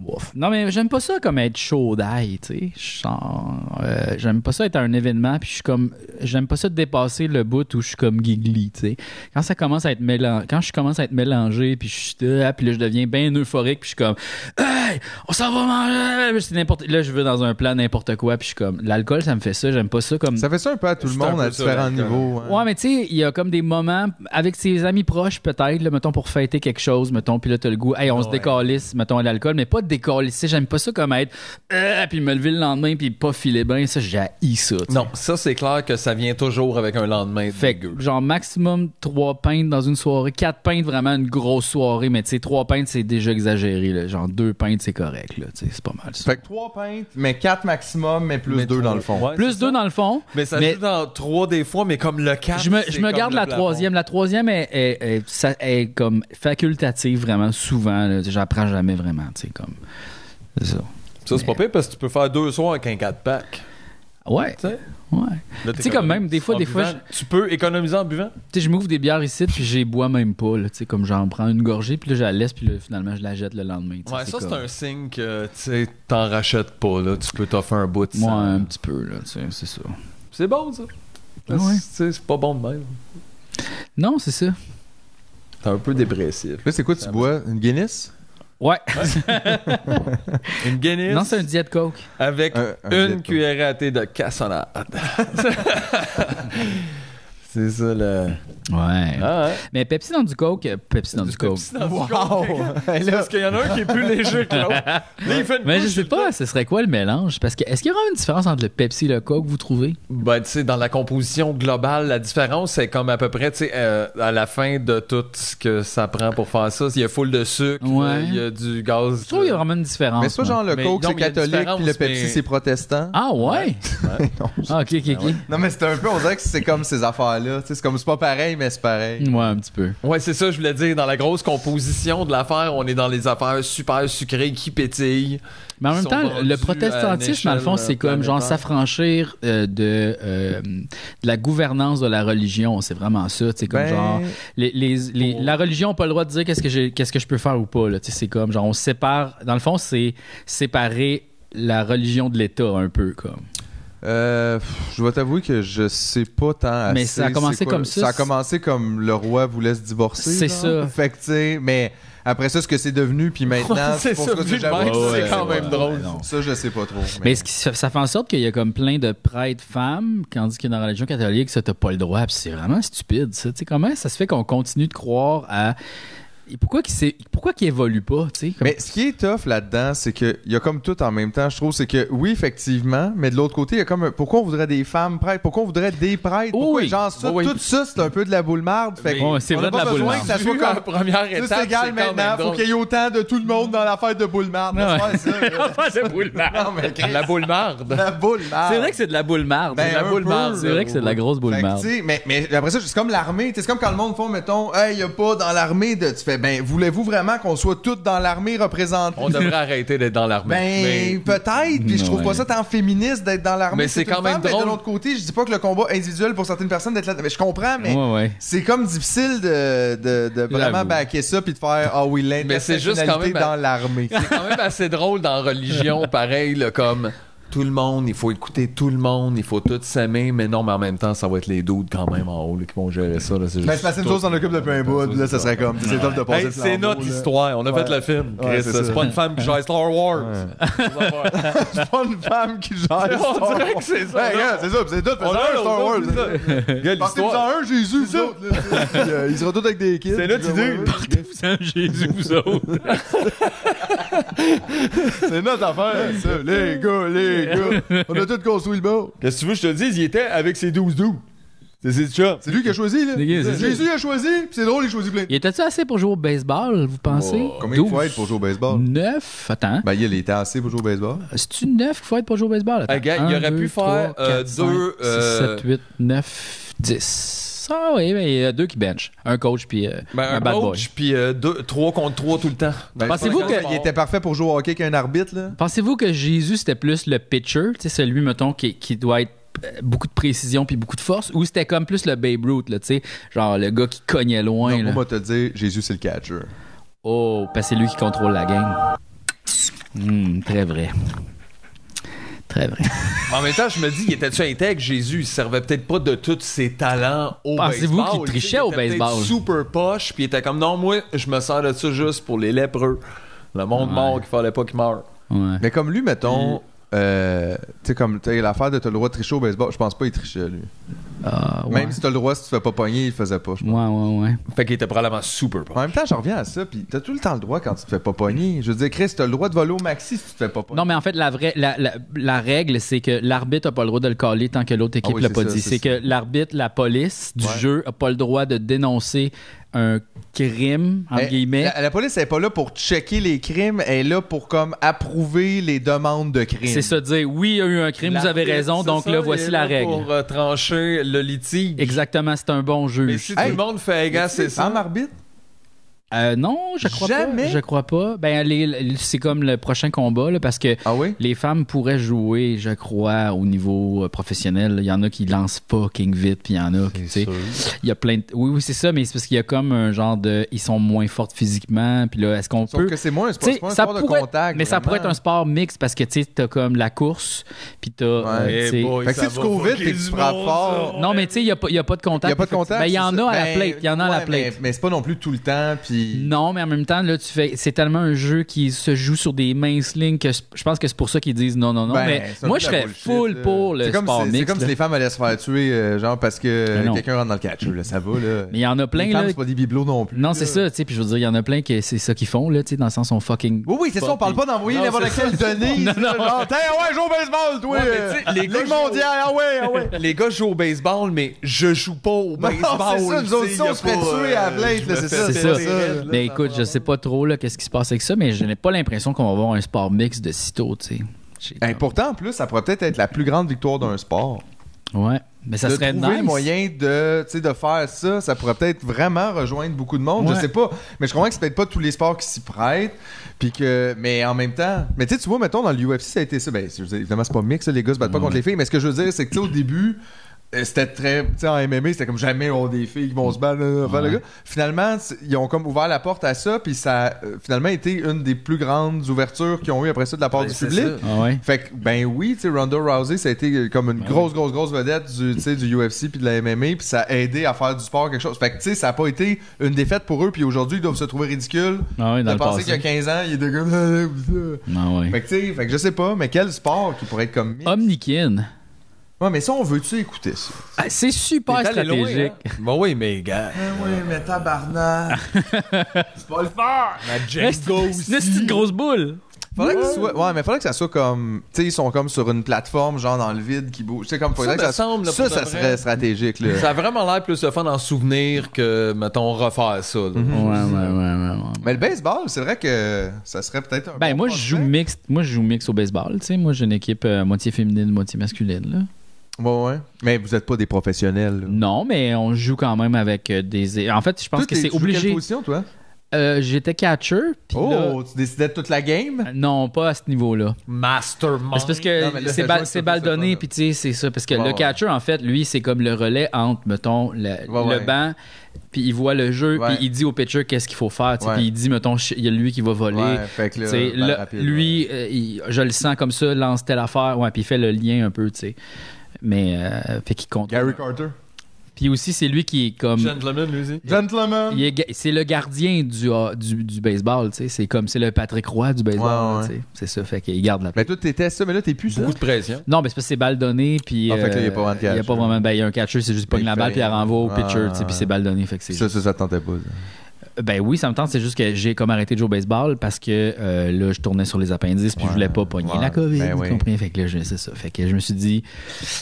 Speaker 2: Ouf. Non, mais j'aime pas ça comme être chaud d'ail, tu sais. Je sens, euh, j'aime pas ça être à un événement, puis je suis comme. J'aime pas ça dépasser le bout où je suis comme giggly, tu sais. Quand ça commence à être mélangé. Quand je commence à être mélangé, puis je suis là, puis là, je deviens bien euphorique, puis je suis comme. Hey, on s'en va manger! C'est n'importe. Là, je veux dans un plan n'importe quoi, puis je suis comme. L'alcool, ça me fait ça, j'aime pas ça comme.
Speaker 3: Ça fait ça un peu à tout le
Speaker 4: C'est un
Speaker 3: monde
Speaker 4: peu
Speaker 3: à
Speaker 4: ça,
Speaker 3: différents
Speaker 4: l'alcool.
Speaker 3: niveaux. hein.
Speaker 2: Ouais, mais tu sais, il y a comme des moments avec ses amis proches, peut-être, là, mettons, pour fêter quelque chose, mettons, puis là, t'as le goût, hey, on se
Speaker 4: Ouais.
Speaker 2: décalisse, mettons, à l'alcool, mais pas de décalisser, j'aime pas ça comme être, euh, puis me lever le lendemain, puis pas filer bien, ça, j'ai ça. tu sais.
Speaker 4: Non, ça, c'est clair que ça vient toujours avec un lendemain
Speaker 2: Fait
Speaker 4: dégueu.
Speaker 2: que, genre, maximum trois pintes dans une soirée, quatre pintes, vraiment une grosse soirée, mais tu sais, trois pintes, c'est déjà exagéré, là. Genre, deux pintes, c'est correct, là, tu sais, c'est pas mal. ça.
Speaker 3: Fait que trois pintes, mais quatre maximum, mais plus
Speaker 4: Mais
Speaker 3: deux
Speaker 4: trois-
Speaker 3: dans le fond.
Speaker 4: Ouais,
Speaker 2: Plus
Speaker 4: c'est
Speaker 2: deux
Speaker 4: ça.
Speaker 2: dans le fond.
Speaker 4: Mais ça
Speaker 2: mais-
Speaker 4: joue dans trois des fois, mais comme le quatre.
Speaker 2: Je me,
Speaker 4: c'est
Speaker 2: je me
Speaker 4: comme
Speaker 2: garde
Speaker 4: le
Speaker 2: la
Speaker 4: plafond.
Speaker 2: troisième. La troisième est, est- est- ça- est comme facultative vraiment souvent. là. J'apprends jamais vraiment. tu sais, Comme... C'est ça.
Speaker 4: Ça, c'est pas pire parce que tu peux faire deux soirs avec un 4 pack.
Speaker 2: Ouais.
Speaker 4: Tu sais?
Speaker 2: ouais.
Speaker 4: Là, t'es
Speaker 2: Tu sais, comme même, des fois-
Speaker 4: en
Speaker 2: des fois,
Speaker 4: buvant, Tu peux économiser en buvant?
Speaker 2: Tu sais, je m'ouvre des bières ici, puis j'y bois même pas. Là, tu sais, comme j'en prends une gorgée, puis là, je la laisse, puis là, finalement, je la jette le lendemain. tu sais,
Speaker 4: Ouais, ça, c'est
Speaker 2: comme-
Speaker 4: un signe que, tu sais, t'en rachètes pas, là. Tu peux t'offrir un bout de
Speaker 2: Ouais,
Speaker 4: sang.
Speaker 2: un petit peu, là, tu sais, c'est ça.
Speaker 4: C'est bon, ça.
Speaker 2: Ah ouais.
Speaker 4: Tu sais, c'est pas bon de même.
Speaker 2: Non, c'est ça.
Speaker 4: T'es un peu dépressif.
Speaker 3: Là, c'est quoi tu bois? Une Guinness?
Speaker 2: Ouais.
Speaker 4: Une Guinness
Speaker 2: Non, c'est un diet coke.
Speaker 4: avec
Speaker 3: Un- un
Speaker 4: une
Speaker 3: diète,
Speaker 4: cuillerée à thé de cassonade. <laughs> c'est ça, le...
Speaker 2: Ouais.
Speaker 4: Ah, ouais.
Speaker 2: Mais Pepsi dans du coke, euh, Pepsi dans du, coke.
Speaker 4: Wow! <laughs> C'est parce qu'il y en a un qui est plus léger que <laughs> l'autre. Là, il fait une
Speaker 2: Mais je
Speaker 4: couche
Speaker 2: sais
Speaker 4: sur
Speaker 2: pas, ce serait quoi le mélange? Parce que, est-ce qu'il y a vraiment une différence entre le Pepsi et le coke, vous trouvez?
Speaker 4: Ben, tu sais, dans la composition globale, la différence, c'est comme à peu près, tu sais, euh, à la fin de tout ce que ça prend pour faire ça, il y a full de sucre,
Speaker 2: Ouais.
Speaker 4: euh, il y a du gaz.
Speaker 2: Je trouve qu'il y a
Speaker 4: euh,
Speaker 2: vraiment une différence.
Speaker 3: mais c'est pas
Speaker 2: ouais.
Speaker 3: genre le
Speaker 4: Mais
Speaker 3: Coke,
Speaker 4: non,
Speaker 3: c'est
Speaker 4: mais il y a une
Speaker 3: catholique, puis le
Speaker 4: différence,
Speaker 3: Pepsi,
Speaker 4: mais-
Speaker 3: c'est protestant.
Speaker 2: Ah ouais?
Speaker 3: Non,
Speaker 2: <laughs> Ah, ok,
Speaker 4: Ben
Speaker 2: ok, ok.
Speaker 3: Non, mais c'est un peu, on dirait que c'est comme ces affaires-là. Tu sais, C'est comme, c'est pas pareil, mais c'est pareil.
Speaker 2: Ouais, un petit peu.
Speaker 4: Ouais, c'est ça, je voulais dire. Dans la grosse composition de l'affaire, on est dans les affaires super sucrées qui <laughs> pétillent.
Speaker 2: Mais en
Speaker 4: Ils
Speaker 2: même
Speaker 4: sont
Speaker 2: temps,
Speaker 4: vendus
Speaker 2: le
Speaker 4: à une
Speaker 2: protestantisme,
Speaker 4: échelle,
Speaker 2: dans le fond,
Speaker 4: euh,
Speaker 2: c'est comme genre
Speaker 4: planétaire.
Speaker 2: s'affranchir euh, de, euh, de la gouvernance de la religion. C'est vraiment ça. C'est comme
Speaker 3: Ben,
Speaker 2: genre. les- les- les- La religion n'a pas le droit de dire qu'est-ce que, j'ai- qu'est-ce que je peux faire ou pas. là. Tu sais, C'est comme genre on sépare. Dans le fond, c'est séparer la religion de l'État un peu. comme.
Speaker 3: euh, pff, je vais t'avouer que je sais pas tant
Speaker 2: Mais
Speaker 3: assez
Speaker 2: ça a commencé
Speaker 3: c'est quoi-
Speaker 2: comme ça,
Speaker 3: Ça a
Speaker 2: c'est-
Speaker 3: commencé comme le roi voulait se divorcer.
Speaker 2: C'est
Speaker 3: genre.
Speaker 2: ça.
Speaker 3: Fait que, tu sais, mais après ça, ce que c'est
Speaker 4: <laughs>
Speaker 3: devenu, puis maintenant,
Speaker 4: Ouais, c'est
Speaker 3: pour
Speaker 4: ça,
Speaker 3: que
Speaker 4: vu de
Speaker 3: j'avoue
Speaker 4: même,
Speaker 3: que
Speaker 4: c'est
Speaker 3: euh,
Speaker 4: quand même drôle.
Speaker 2: non.
Speaker 3: Ça, je sais pas trop.
Speaker 2: Mais ce qui- ça, ça fait en sorte qu'il y a comme plein de prêtres femmes, quand on dit que dans la religion catholique, ça, t'as pas le droit. Puis c'est vraiment stupide, ça. Tu sais, comment ça se fait qu'on continue de croire à Et pourquoi qu'il s'est- pourquoi qu'il évolue pas, tu sais? comme-
Speaker 3: Mais ce qui est tough là-dedans, c'est que il y a comme tout en même temps, je trouve, c'est que oui, effectivement, mais de l'autre côté, il y a comme un- pourquoi on voudrait des femmes prêtres, pourquoi on voudrait des prêtres, pourquoi
Speaker 2: Oui.
Speaker 3: genre ça,
Speaker 4: Oui.
Speaker 3: tout ça, c'est un peu de la boule marde. Fait
Speaker 2: Ouais, c'est
Speaker 3: on
Speaker 2: vrai
Speaker 3: a
Speaker 2: de
Speaker 3: pas
Speaker 2: la
Speaker 3: besoin
Speaker 2: boule
Speaker 3: que ça soit
Speaker 4: la
Speaker 3: comme
Speaker 4: première
Speaker 3: tout
Speaker 4: étape.
Speaker 3: c'est
Speaker 4: quand
Speaker 3: égal
Speaker 4: même
Speaker 3: maintenant, faut
Speaker 4: drôle.
Speaker 3: qu'il y ait autant de tout le monde dans l'affaire de boule marde.
Speaker 2: Ouais.
Speaker 3: C'est ça,
Speaker 4: Ah,
Speaker 2: <laughs>
Speaker 3: euh, non, mais
Speaker 4: La boule marde.
Speaker 3: la boule marde.
Speaker 2: C'est vrai que c'est de la boule marde.
Speaker 3: Ben,
Speaker 2: c'est de la
Speaker 3: un
Speaker 2: boule
Speaker 3: peu,
Speaker 2: marde. C'est vrai
Speaker 3: là,
Speaker 2: que c'est de la grosse boule
Speaker 3: Fait que,
Speaker 2: marde.
Speaker 3: tu sais, mais, mais après ça, c'est comme l'armée. tu sais, C'est comme quand le monde font, mettons, hey, y a pas dans l'armée de. Tu fais, ben, voulez-vous vraiment qu'on soit tous dans l'armée représentés?
Speaker 4: On devrait arrêter d'être dans l'armée.
Speaker 3: Ben,
Speaker 4: Mais-
Speaker 3: peut-être, puis je trouve
Speaker 2: Ouais.
Speaker 3: pas ça tant féministe d'être dans l'armée.
Speaker 4: Mais c'est
Speaker 3: une
Speaker 4: quand même
Speaker 3: femme, mais
Speaker 4: drôle.
Speaker 3: de l'autre côté, je dis pas que le combat individuel pour certaines personnes d'être là. Mais je comprends, mais
Speaker 2: Ouais, ouais.
Speaker 3: c'est comme difficile de, de, de vraiment
Speaker 2: J'avoue.
Speaker 3: backer ça puis de faire ah oui
Speaker 4: Mais c'est juste quand
Speaker 3: l'intersectionnalité
Speaker 4: même- <laughs>
Speaker 3: dans l'armée.
Speaker 4: C'est quand même assez drôle dans
Speaker 3: <laughs>
Speaker 4: religion, pareil, là, comme tout le monde, il faut écouter tout le monde, il faut tout s'aimer, mais non, mais en même temps, ça va être les doutes quand même en haut là, qui vont gérer ça. Là, c'est
Speaker 3: Mais
Speaker 4: juste
Speaker 3: Ben, c'est parce que nous autres, on occupe depuis un bout, là, ça serait comme, c'est top de passer
Speaker 4: Hey,
Speaker 3: le
Speaker 4: c'est
Speaker 3: flambeau,
Speaker 4: notre
Speaker 3: là.
Speaker 4: histoire, on a
Speaker 3: Ouais.
Speaker 4: fait le film.
Speaker 3: Ouais,
Speaker 4: Chris,
Speaker 3: c'est
Speaker 4: c'est
Speaker 3: ça.
Speaker 4: pas une femme qui joue à Star Wars.
Speaker 3: C'est pas <laughs> une femme qui gère.
Speaker 4: On
Speaker 3: Ah, Star
Speaker 4: dirait
Speaker 3: Wars.
Speaker 4: que c'est ça.
Speaker 3: Ouais,
Speaker 4: là.
Speaker 3: regarde, c'est ça, c'est tout,
Speaker 4: On
Speaker 3: faites-en
Speaker 4: a
Speaker 3: un Star Wars. là.
Speaker 4: Regarde
Speaker 3: Partez-vous
Speaker 4: l'histoire.
Speaker 3: en un Jésus, vous autres. là. Puis, euh, Ils seront tous avec des kids.
Speaker 4: C'est notre
Speaker 3: Puis,
Speaker 4: idée.
Speaker 3: ouais,
Speaker 2: Jésus, vous autres.
Speaker 3: C'est notre affaire,
Speaker 2: <laughs>
Speaker 3: ça. Les gars, les gars. On a tout construit le bord.
Speaker 4: Qu'est-ce que tu veux que je te dise? Il était avec ses 12 doux. C'est ses chums.
Speaker 3: C'est lui qui a choisi, là.
Speaker 2: C'est qui, c'est
Speaker 3: Jésus a choisi, pis c'est drôle, il choisit plein.
Speaker 2: Il était-tu assez pour jouer au baseball, vous pensez?
Speaker 3: Oh, Combien il faut être pour jouer au baseball?
Speaker 2: 9, attends.
Speaker 3: Ben, il était assez pour jouer au baseball.
Speaker 2: C'est-tu 9 qu'il faut être pour jouer au baseball? Attends.
Speaker 4: Hey, gars, il
Speaker 2: Un,
Speaker 4: aurait
Speaker 2: deux,
Speaker 4: pu
Speaker 2: trois,
Speaker 4: faire, euh,
Speaker 2: quatre,
Speaker 4: deux,
Speaker 2: cinq,
Speaker 4: euh,
Speaker 2: six, 7, 8, 9, 10. Ah oui, mais il y a deux qui bench. Un coach puis euh,
Speaker 4: Ben,
Speaker 2: un,
Speaker 4: un,
Speaker 2: bad boy.
Speaker 4: coach, puis euh, deux, trois contre trois tout le temps.
Speaker 2: Pensez-vous que-
Speaker 3: Ben, Il était parfait pour jouer au hockey qu'un arbitre, là.
Speaker 2: Pensez-vous que Jésus, c'était plus le pitcher, tu sais, celui, mettons, qui, qui doit être euh, beaucoup de précision puis beaucoup de force, ou c'était comme plus le Babe Ruth, là, tu sais, genre le gars qui cognait loin,
Speaker 3: Non,
Speaker 2: là.
Speaker 3: moi, te le dire, Jésus, c'est le catcher.
Speaker 2: Oh, parce que c'est lui qui contrôle la game. Hmm, très vrai. Très vrai.
Speaker 4: En même temps, je me dis, il était-tu intègre, Jésus? Il servait peut-être pas de tous ses talents au
Speaker 2: Pensez-vous
Speaker 4: baseball.
Speaker 2: qu'il trichait
Speaker 4: Il
Speaker 2: au
Speaker 4: était peut-être
Speaker 2: baseball?
Speaker 4: super poche, puis il était comme, non, moi, je me sers de ça juste pour les lépreux. Le monde mort qu'il fallait pas qu'il meure.
Speaker 2: Ouais.
Speaker 3: Mais comme lui,
Speaker 2: Mm.
Speaker 3: mettons. Euh, tu sais, comme t'as l'affaire de t'as le droit de tricher au baseball, je pense pas qu'il trichait, lui.
Speaker 2: Ah, ouais.
Speaker 3: Même si t'as le droit, si tu fais pas pogner, il faisait pas. je pense.
Speaker 2: Ouais, ouais, ouais.
Speaker 4: Fait qu'il était probablement super poche.
Speaker 3: En même temps, je reviens à ça, pis t'as tout le temps le droit quand tu te fais pas pogner. Je veux dire, Chris, t'as le droit de voler au maxi si tu te fais pas pogner.
Speaker 2: Non, mais en fait, la, vraie, la, la- la règle, c'est que l'arbitre n'a pas le droit de le caller tant que l'autre équipe
Speaker 3: Ah oui,
Speaker 2: l'a
Speaker 3: c'est
Speaker 2: pas
Speaker 3: ça,
Speaker 2: dit.
Speaker 3: c'est
Speaker 2: C'est
Speaker 3: ça.
Speaker 2: que l'arbitre, la police du
Speaker 3: Ouais.
Speaker 2: jeu, n'a pas le droit de dénoncer un crime, entre
Speaker 3: Mais
Speaker 2: guillemets.
Speaker 3: Eh, La, la police, elle est pas là pour checker les crimes, elle est là pour comme approuver les demandes de crimes.
Speaker 2: C'est ça, dire oui, il y a eu un crime, vous avez
Speaker 4: L'arbitre,
Speaker 2: raison,
Speaker 4: c'est
Speaker 2: donc
Speaker 4: ça,
Speaker 2: là,
Speaker 4: il est
Speaker 2: voici la règle.
Speaker 4: Pour euh, trancher le litige.
Speaker 2: Exactement, c'est un bon
Speaker 4: Mais
Speaker 2: juge.
Speaker 4: si
Speaker 3: Hey.
Speaker 4: tout le monde fait, hey, gars, c'est ça.
Speaker 3: En arbitre?
Speaker 2: Euh, non, je crois
Speaker 3: Jamais?
Speaker 2: pas. Je crois pas. Ben, les- les- c'est comme le prochain combat, là, parce que
Speaker 3: Ah oui?
Speaker 2: les femmes pourraient jouer, je crois, au niveau euh, professionnel. Il y en a qui lancent fucking vite, puis il y en a qui, tu sais, il y a plein de... Oui, oui, c'est ça, mais c'est parce qu'il y a comme un genre de... Ils sont moins fortes physiquement, puis là, est-ce qu'on
Speaker 3: Sauf
Speaker 2: peut...
Speaker 3: que c'est moins un sport,
Speaker 2: Tu sais,
Speaker 3: c'est pas un
Speaker 2: ça
Speaker 3: sport
Speaker 2: pourrait-
Speaker 3: de contact.
Speaker 2: mais ça
Speaker 3: vraiment.
Speaker 2: pourrait être un sport mixte parce que tu sais, t'as comme la course, puis t'as. euh,
Speaker 3: Ouais.
Speaker 4: Eh
Speaker 2: tu sais-
Speaker 4: boy,
Speaker 3: Fait que
Speaker 4: ça
Speaker 3: si tu
Speaker 4: va
Speaker 3: cours vite
Speaker 4: fucker
Speaker 3: et que
Speaker 4: du
Speaker 3: tu frappes
Speaker 4: monde,
Speaker 3: fort-
Speaker 4: ça.
Speaker 2: Non, mais tu sais, il n'y a, pas- il y a pas de
Speaker 3: Il
Speaker 2: contact.
Speaker 3: n'y a pas de contact.
Speaker 2: Ben, il y
Speaker 3: c'est
Speaker 2: en
Speaker 3: ça.
Speaker 2: a à la
Speaker 3: Ben,
Speaker 2: plate. Il y en a à la
Speaker 3: ouais,
Speaker 2: plate.
Speaker 3: Mais, mais c'est pas non plus tout le temps, puis.
Speaker 2: Non, mais en même temps, là, tu fais, c'est tellement un jeu qui se joue sur des minces lignes que je pense que c'est pour ça qu'ils disent non, non, non.
Speaker 3: Ben,
Speaker 2: mais
Speaker 3: c'est un
Speaker 2: moi,
Speaker 3: peu
Speaker 2: je
Speaker 3: de la
Speaker 2: serais
Speaker 3: bullshit,
Speaker 2: full
Speaker 3: là.
Speaker 2: pour le
Speaker 3: C'est comme,
Speaker 2: sport
Speaker 3: si- C'est
Speaker 2: mixte.
Speaker 3: comme si
Speaker 2: là.
Speaker 3: les femmes allaient se faire tuer, euh, genre parce que
Speaker 2: Mais non.
Speaker 3: euh, quelqu'un rentre dans le catch. là, Ça va, là.
Speaker 2: Mais il y en a plein,
Speaker 3: les
Speaker 2: là.
Speaker 3: femmes, c'est pas des bibelots non plus.
Speaker 2: Non,
Speaker 3: là.
Speaker 2: c'est ça, tu sais. Puis je veux dire, il y en a plein que c'est ça qu'ils font, là, tu sais, dans le sens, on fucking.
Speaker 3: Oui, oui, c'est ça, on parle pas d'envoyer
Speaker 4: Non,
Speaker 3: n'importe
Speaker 4: c'est <laughs>
Speaker 3: quelle donnée.
Speaker 2: Non,
Speaker 3: là,
Speaker 2: non.
Speaker 3: Genre, tiens, ouais, joue au baseball, toi.
Speaker 4: Ouais, mais
Speaker 3: euh,
Speaker 4: tu sais, les gars
Speaker 3: Ligue
Speaker 4: jouent au-
Speaker 3: mondiale, ah ouais, ah ouais.
Speaker 4: Les gars jouent au baseball, mais je joue pas au
Speaker 3: <laughs> Non,
Speaker 4: baseball.
Speaker 3: c'est ça, nous autres,
Speaker 4: tu sais,
Speaker 3: si on
Speaker 4: y a
Speaker 3: se fait
Speaker 4: pas,
Speaker 3: tuer à la
Speaker 4: euh,
Speaker 3: plate,
Speaker 4: je me
Speaker 3: là, c'est
Speaker 4: fais
Speaker 3: ça,
Speaker 2: c'est
Speaker 4: péter
Speaker 2: ça.
Speaker 4: raide, là.
Speaker 2: Mais Ben, écoute, je sais pas trop, là, qu'est-ce qui se passe avec ça, mais je n'ai pas l'impression qu'on va avoir un sport mixte de sitôt, tu sais. J'ai
Speaker 3: Hey,
Speaker 2: comme-
Speaker 3: pourtant, en plus, ça pourrait peut-être être la plus grande victoire d'un sport.
Speaker 2: Ouais. Mais ça
Speaker 3: de
Speaker 2: serait
Speaker 3: trouver
Speaker 2: nice.
Speaker 3: le moyen de, tu sais, de faire ça, ça pourrait peut-être vraiment rejoindre beaucoup de monde.
Speaker 2: Ouais.
Speaker 3: Je sais pas, mais je comprends que c'est peut-être pas tous les sports qui s'y prêtent. Puis que, mais en même temps, mais tu sais, tu vois, mettons dans l'UFC, ça a été ça. Ben, je veux dire, évidemment, c'est pas mix, les gars se battent pas contre les filles. Mais ce que je veux dire, c'est que tu sais, au début. euh, C'était très. Tu sais, en MMA, c'était comme jamais on a des filles qui vont se battre. là, enfin, le gars. Finalement, c'est- ils ont comme ouvert la porte à ça, puis ça a euh, finalement été une des plus grandes ouvertures qu'ils ont eu après ça de la part
Speaker 4: Ouais,
Speaker 3: du
Speaker 4: c'est
Speaker 3: public.
Speaker 4: ça.
Speaker 2: Ah ouais.
Speaker 3: Fait que, ben oui, tu sais, Ronda Rousey, ça a été euh, comme une
Speaker 4: Ben
Speaker 3: grosse, grosse, grosse vedette du, tu sais, du UFC puis de la MMA, puis ça a aidé à faire du sport quelque chose. Fait que, tu sais, ça a pas été une défaite pour eux, puis aujourd'hui, ils doivent se trouver ridicules
Speaker 2: Ah ouais, dans
Speaker 3: de
Speaker 2: le
Speaker 3: penser qu'il y a
Speaker 2: passé.
Speaker 3: 15 ans, il est de gars.
Speaker 2: Ah ouais.
Speaker 4: Ah.
Speaker 3: Fait que, tu sais, fait que je sais pas, mais quel sport qui pourrait être comme.
Speaker 2: Omnikin.
Speaker 3: Ouais, mais ça, on veut-tu écouter ça?
Speaker 2: Ah, c'est super
Speaker 4: T'es allé loin,
Speaker 2: stratégique.
Speaker 4: hein? Bon, oui, mais gars.
Speaker 3: Eh oui, mais tabarnak! c'est pas le faire!
Speaker 4: Ma
Speaker 2: Ouais,
Speaker 4: Jenga
Speaker 2: C'est
Speaker 4: <laughs>
Speaker 2: une petite grosse boule.
Speaker 3: Faudrait que ce soit... Ouais, mais faudrait que ça soit comme... Tu sais, ils sont comme sur une plateforme, genre dans le vide, qui bouge. Tu sais, comme...
Speaker 4: Ça
Speaker 3: Faudrait que ça...
Speaker 4: me semble, là,
Speaker 3: ça,
Speaker 4: pour
Speaker 3: ça
Speaker 4: de vrai.
Speaker 3: serait stratégique, là.
Speaker 4: Ça a vraiment l'air plus le fun en souvenir que, mettons, refaire ça. là.
Speaker 2: Ouais, ouais, ouais, ouais, ouais.
Speaker 3: Mais le baseball, c'est vrai que ça serait peut-être un...
Speaker 2: Ben
Speaker 3: bon
Speaker 2: moi je
Speaker 3: prospect.
Speaker 2: joue mixte, moi je joue mixte au baseball, tu sais, moi j'ai une équipe euh, moitié féminine, moitié masculine là.
Speaker 3: Ouais, ouais. Mais vous êtes pas des professionnels, là.
Speaker 2: Non, mais on joue quand même avec euh, des en fait, je pense
Speaker 3: Toi,
Speaker 2: que c'est
Speaker 3: t'es- tu joues Quelle
Speaker 2: obligé.
Speaker 3: position, toi?
Speaker 2: Euh, j'étais catcher puis là-
Speaker 3: Oh, tu décidais de toute la game?
Speaker 2: non, pas à ce niveau-là.
Speaker 4: Mastermind.
Speaker 2: C'est parce
Speaker 3: Ah. Non, mais
Speaker 2: que
Speaker 3: là,
Speaker 2: c'est
Speaker 3: ça
Speaker 2: balle
Speaker 3: joue,
Speaker 2: c'est
Speaker 3: ça,
Speaker 2: balle
Speaker 3: ça, ça,
Speaker 2: donnée,
Speaker 3: ça.
Speaker 2: puis tu sais, c'est ça. Parce que
Speaker 3: Ouais,
Speaker 2: le
Speaker 3: ouais.
Speaker 2: catcher, en fait, lui, c'est comme le relais entre, mettons, le, le
Speaker 3: ouais.
Speaker 2: banc, puis il voit le jeu,
Speaker 3: Ouais.
Speaker 2: puis il dit au pitcher qu'est-ce qu'il faut faire, tu sais,
Speaker 3: Ouais.
Speaker 2: puis il dit, mettons, ch- il y a lui qui va voler.
Speaker 3: Ouais, fait que
Speaker 2: Tu
Speaker 3: là,
Speaker 2: sais,
Speaker 3: balle
Speaker 2: le-
Speaker 3: euh, rapide, ouais.
Speaker 2: lui, euh, il- je le sens comme ça, lance telle affaire, ouais, puis il fait le lien un peu, tu sais. Mais, euh, fait qu'il compte.
Speaker 3: Gary Carter.
Speaker 2: Puis aussi, c'est lui qui est comme.
Speaker 4: Gentleman, lui aussi.
Speaker 3: Gentleman!
Speaker 2: il est ga- C'est le gardien du, ah, du, du baseball, tu sais. C'est comme, c'est le Patrick Roy du baseball,
Speaker 3: Ouais,
Speaker 2: là,
Speaker 3: ouais.
Speaker 2: tu sais. C'est ça, fait qu'il garde la
Speaker 3: Mais toi, t'étais ça, mais là, t'es plus ça.
Speaker 4: Beaucoup de pression.
Speaker 2: Non, mais c'est parce que c'est balle donnée, puis.
Speaker 3: Ah, fait que là,
Speaker 2: euh,
Speaker 3: il y a pas vraiment de
Speaker 2: il y a
Speaker 3: catch,
Speaker 2: pas
Speaker 3: là.
Speaker 2: vraiment- ben, il y a un catcher, c'est juste pas
Speaker 3: il
Speaker 2: la
Speaker 3: fait
Speaker 2: balle, puis elle
Speaker 3: rien.
Speaker 2: renvoie au pitcher,
Speaker 3: Ah,
Speaker 2: tu sais, puis
Speaker 3: ouais.
Speaker 2: c'est balle donnée. Fait que c'est.
Speaker 3: Ça, ça, ça te tentait pas. ça.
Speaker 2: Ben oui, ça me tente, c'est juste que j'ai comme arrêté de jouer au baseball parce que euh, là, je tournais sur les appendices, puis je voulais pas pogner
Speaker 3: ouais,
Speaker 2: la COVID,
Speaker 3: ben
Speaker 2: tu
Speaker 3: oui.
Speaker 2: comprends? Fait que là, je- c'est ça. Fait que je me suis dit,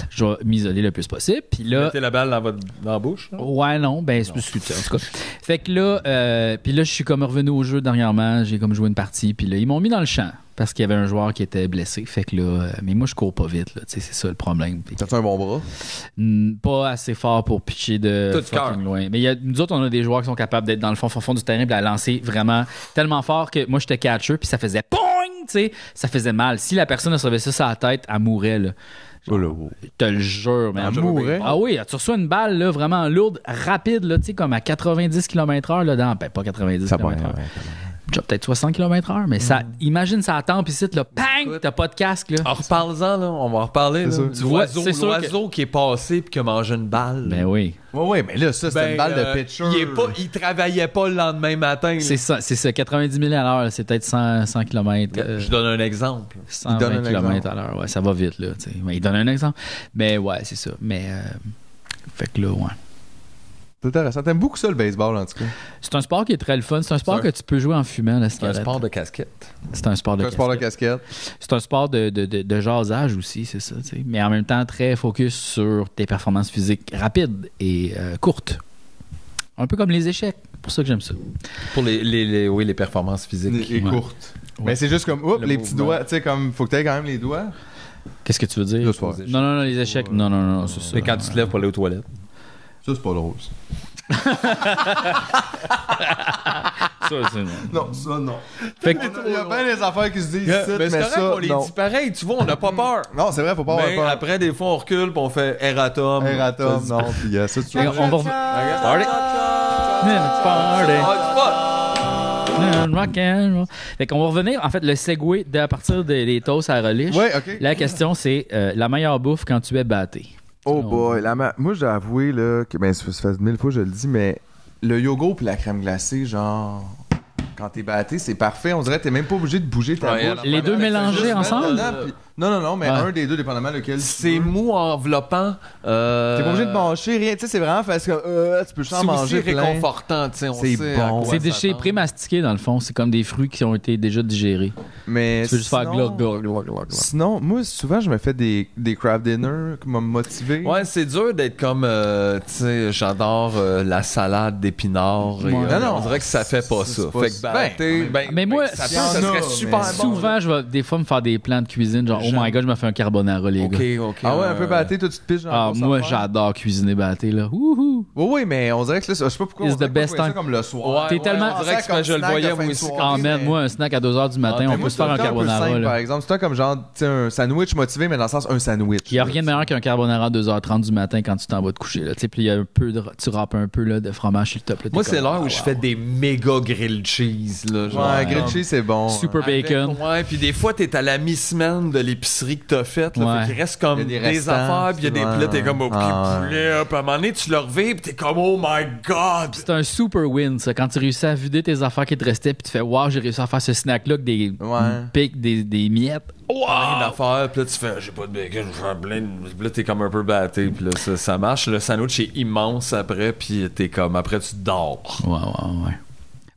Speaker 2: je vais m'isoler le plus possible, puis là.
Speaker 4: Mettez la balle dans, votre, dans la bouche. là.
Speaker 2: Ouais, non, ben c'est plus que ça, en tout cas. Fait que là, euh, puis là, je suis comme revenu au jeu dernièrement, j'ai comme joué une partie, puis là, ils m'ont mis dans le champ parce qu'il y avait un joueur qui était blessé. Fait que là, euh, mais moi, je cours pas vite, là, tu sais, c'est ça le problème. Puis-
Speaker 3: T'as-tu un bon bras?
Speaker 2: Mm, pas assez fort pour pitcher de
Speaker 4: Tout de
Speaker 2: fucking
Speaker 4: cœur.
Speaker 2: loin. Mais il y a, nous autres, on a des joueurs qui sont capables d'être dans le fond, fond, fond du terrain, puis de la lancer vraiment tellement fort que moi, j'étais catcher, puis ça faisait pong, tu sais, ça faisait mal. Si la personne recevait ça sur la tête, elle mourait, là.
Speaker 3: Oh là, oh.
Speaker 2: Je te le jure, mais
Speaker 3: Elle
Speaker 2: elle
Speaker 3: mourait?
Speaker 2: Ah oui, tu reçois une balle, là, vraiment lourde, rapide, là, tu sais, comme à 90 km/h, là, dans, ben, pas 90
Speaker 3: Ça Mm.
Speaker 2: km/h.
Speaker 3: pogne, ouais,
Speaker 2: Genre Peut-être 60 km/h, mais ça, imagine ça attend, puis c'est là, bang, t'as pas de casque,
Speaker 3: Ah.
Speaker 2: là.
Speaker 4: En reparlant, là, on va en reparler. Là,
Speaker 3: sûr.
Speaker 4: du
Speaker 2: Ouais,
Speaker 4: oiseau,
Speaker 2: c'est sûr
Speaker 4: l'oiseau qui est passé puis qui a mangé une balle.
Speaker 2: Ben oui.
Speaker 3: Ouais, ouais, mais là, ça, c'était
Speaker 4: Ben,
Speaker 3: une balle
Speaker 4: euh,
Speaker 3: de pitcher.
Speaker 4: Il, est pas, il travaillait pas le lendemain matin. là.
Speaker 2: C'est ça, c'est ça, 90 000 à l'heure, là, c'est peut-être 100, 100 km.
Speaker 4: Je donne un exemple.
Speaker 2: 120
Speaker 3: donne un
Speaker 2: km
Speaker 3: exemple.
Speaker 2: à l'heure. Ouais, ça va vite, là. tu sais. Mais il donne un exemple. Mais ouais, c'est ça. Mais. euh, fait que là, ouais.
Speaker 3: C'est intéressant. T'aimes beaucoup ça, le baseball, en tout cas.
Speaker 2: C'est un sport qui est très le fun. C'est un sport
Speaker 4: C'est un-
Speaker 2: que tu peux jouer en fumant, la
Speaker 4: C'est un
Speaker 2: cigarette.
Speaker 4: sport de casquette.
Speaker 2: C'est un sport de.
Speaker 3: C'est un sport de
Speaker 2: casquette.
Speaker 3: casquette.
Speaker 2: C'est un sport de, de, de, de jasage aussi, c'est ça. tu sais. Mais en même temps, très focus sur tes performances physiques rapides et euh, courtes. Un peu comme les échecs. C'est pour ça que j'aime ça.
Speaker 4: Pour les, les, les- oui, les performances physiques.
Speaker 3: Et
Speaker 2: Ouais.
Speaker 3: courte. Mais c'est juste comme, oups,
Speaker 4: Le
Speaker 3: les petits
Speaker 4: mouvement.
Speaker 3: doigts, tu sais, comme, faut que t'aies quand même les doigts.
Speaker 2: Qu'est-ce que tu veux dire?
Speaker 3: Le soir. Ça,
Speaker 2: Non, non, non, les échecs. Non, non, non, c'est ça.
Speaker 4: C'est
Speaker 2: <laughs>
Speaker 4: quand tu te lèves pour aller aux toilettes.
Speaker 3: c'est pas drôle. ça.
Speaker 2: Ça, c'est non.
Speaker 3: Non, ça, non.
Speaker 2: Fait que- ben,
Speaker 3: Il y a bien des affaires qui se disent, ici, mais,
Speaker 4: mais c'est correct
Speaker 3: ça,
Speaker 4: qu'on les
Speaker 3: non.
Speaker 4: dit pareil. Tu vois, on n'a pas peur.
Speaker 3: Non, c'est vrai, faut pas
Speaker 4: Mais
Speaker 3: avoir peur.
Speaker 4: après, des fois, on recule puis on fait erratum.
Speaker 3: Erratum, non, pis euh, ça, tu <laughs>
Speaker 2: Mais on va.
Speaker 4: Party.
Speaker 2: Party.
Speaker 4: Ah,
Speaker 2: And rock and roll. Fait qu'on va revenir, en fait, le segway de, à partir des, des toasts à relish.
Speaker 3: Ouais, ok.
Speaker 2: La question, c'est euh, la meilleure bouffe quand tu es batté.
Speaker 3: Oh
Speaker 2: Non.
Speaker 3: boy, la ma- moi j'ai avoué là que ben ça fait mille fois que je le dis, mais le yogourt puis la crème glacée, genre quand t'es batté, c'est parfait. On dirait que t'es même pas obligé de bouger ta
Speaker 4: Ouais,
Speaker 3: bouche.
Speaker 4: y en
Speaker 2: Les deux mélangés ensemble?
Speaker 3: Dedans, puis- Non, non, non, mais
Speaker 2: Ouais.
Speaker 3: un des deux, dépendamment lequel.
Speaker 4: tu
Speaker 3: tu
Speaker 4: vois. C'est
Speaker 3: veux.
Speaker 4: mou enveloppant. euh,
Speaker 3: T'es pas obligé de manger rien. Tu sais, c'est vraiment parce que euh, tu peux juste
Speaker 4: C'est
Speaker 3: en
Speaker 4: aussi
Speaker 3: manger plein.
Speaker 4: réconfortant, tu sais. on
Speaker 3: C'est
Speaker 4: sait
Speaker 3: bon.
Speaker 4: à quoi
Speaker 2: c'est déchiré
Speaker 4: s'attendre.
Speaker 2: pré-mastiqué, dans le fond. C'est comme des fruits qui ont été déjà digérés.
Speaker 3: Mais
Speaker 2: Tu peux juste faire
Speaker 3: sinon-
Speaker 2: glug, glug, glug, glug, glug.
Speaker 3: Sinon, moi souvent je me fais des des craft dinner qui m'ont motivé.
Speaker 4: Ouais, c'est dur d'être comme, euh, tu sais, j'adore euh, la salade d'épinards. et,
Speaker 2: Ouais.
Speaker 4: euh,
Speaker 3: Non, non,
Speaker 4: on dirait que ça fait pas
Speaker 3: c'est
Speaker 4: ça.
Speaker 3: pas
Speaker 4: fait
Speaker 3: ça.
Speaker 4: que batté, ben,
Speaker 2: Mais moi,
Speaker 4: ça,
Speaker 2: s'il y en
Speaker 4: ça
Speaker 3: a,
Speaker 4: serait
Speaker 3: mais-
Speaker 4: super bon.
Speaker 2: Souvent, je vais des fois me faire des plans de cuisine, genre, oh
Speaker 4: J'aime.
Speaker 2: my god, je me fais un carbonara, les
Speaker 4: Ok,
Speaker 2: gars.
Speaker 4: ok.
Speaker 3: Ah ouais, un peu
Speaker 4: euh,
Speaker 3: batté, toi tu te piges. dans la
Speaker 2: Ah,
Speaker 3: grosse
Speaker 2: moi,
Speaker 3: affaire.
Speaker 2: j'adore cuisiner batté, là. Wouhou!
Speaker 3: Oui, oui, mais on dirait que là, je sais pas pourquoi.
Speaker 2: It's
Speaker 3: on dirait
Speaker 2: the
Speaker 3: que moi,
Speaker 2: best
Speaker 3: je voyais ça
Speaker 2: time.
Speaker 3: comme le soir.
Speaker 4: Ouais,
Speaker 2: T'es
Speaker 4: ouais,
Speaker 2: tellement-
Speaker 4: on dirait que je le voyais, moi aussi.
Speaker 3: Ok,
Speaker 2: Ah,
Speaker 3: mais-
Speaker 2: man, moi, un snack à 2h du matin,
Speaker 4: Ah,
Speaker 2: on
Speaker 3: Mais
Speaker 2: peut se faire un
Speaker 3: c'est peu
Speaker 2: carbonara,
Speaker 3: simple, par
Speaker 2: là.
Speaker 3: exemple. C'est toi comme genre, tu sais, un sandwich motivé, mais dans le sens un sandwich.
Speaker 2: Il n'y a rien de meilleur qu'un carbonara à 2h30 du matin quand tu t'en vas te coucher. Là. Tu sais, Puis il y a un peu de, tu râpes un peu là, de fromage sur le top. là, t'es
Speaker 4: Moi, c'est
Speaker 2: comme,
Speaker 4: l'heure
Speaker 2: ah,
Speaker 4: où je fais des méga grilled cheese, là.
Speaker 3: Ouais,
Speaker 4: genre,
Speaker 3: grilled
Speaker 4: comme-
Speaker 3: cheese, c'est bon.
Speaker 2: Super
Speaker 4: Avec-
Speaker 2: bacon.
Speaker 4: Ouais, puis des fois, t'es à la mi-semaine de l'épicerie que t'as faite. là.
Speaker 2: Ouais.
Speaker 4: Fait qu'il reste comme
Speaker 3: Il y
Speaker 4: des,
Speaker 3: a des restants,
Speaker 4: affaires, puis il y a des
Speaker 3: ouais.
Speaker 4: plats, t'es comme au
Speaker 3: Ah, ouais.
Speaker 4: poulet. Puis à un moment donné, tu le revives, puis t'es comme oh my god!
Speaker 2: C'est un super win, ça. Quand tu réussis à vider tes affaires qui te restaient, puis tu fais, waouh, j'ai réussi à faire ce snack-là avec des
Speaker 3: Ouais.
Speaker 2: pics, des, des miettes.
Speaker 4: Plein d'affaires, puis là tu fais j'ai pas de bacon, je vais faire plein de. Puis là t'es comme un peu batté, puis là ça, ça marche. Le sandwich est immense après, puis t'es comme après tu dors.
Speaker 2: Ouais, ouais, ouais.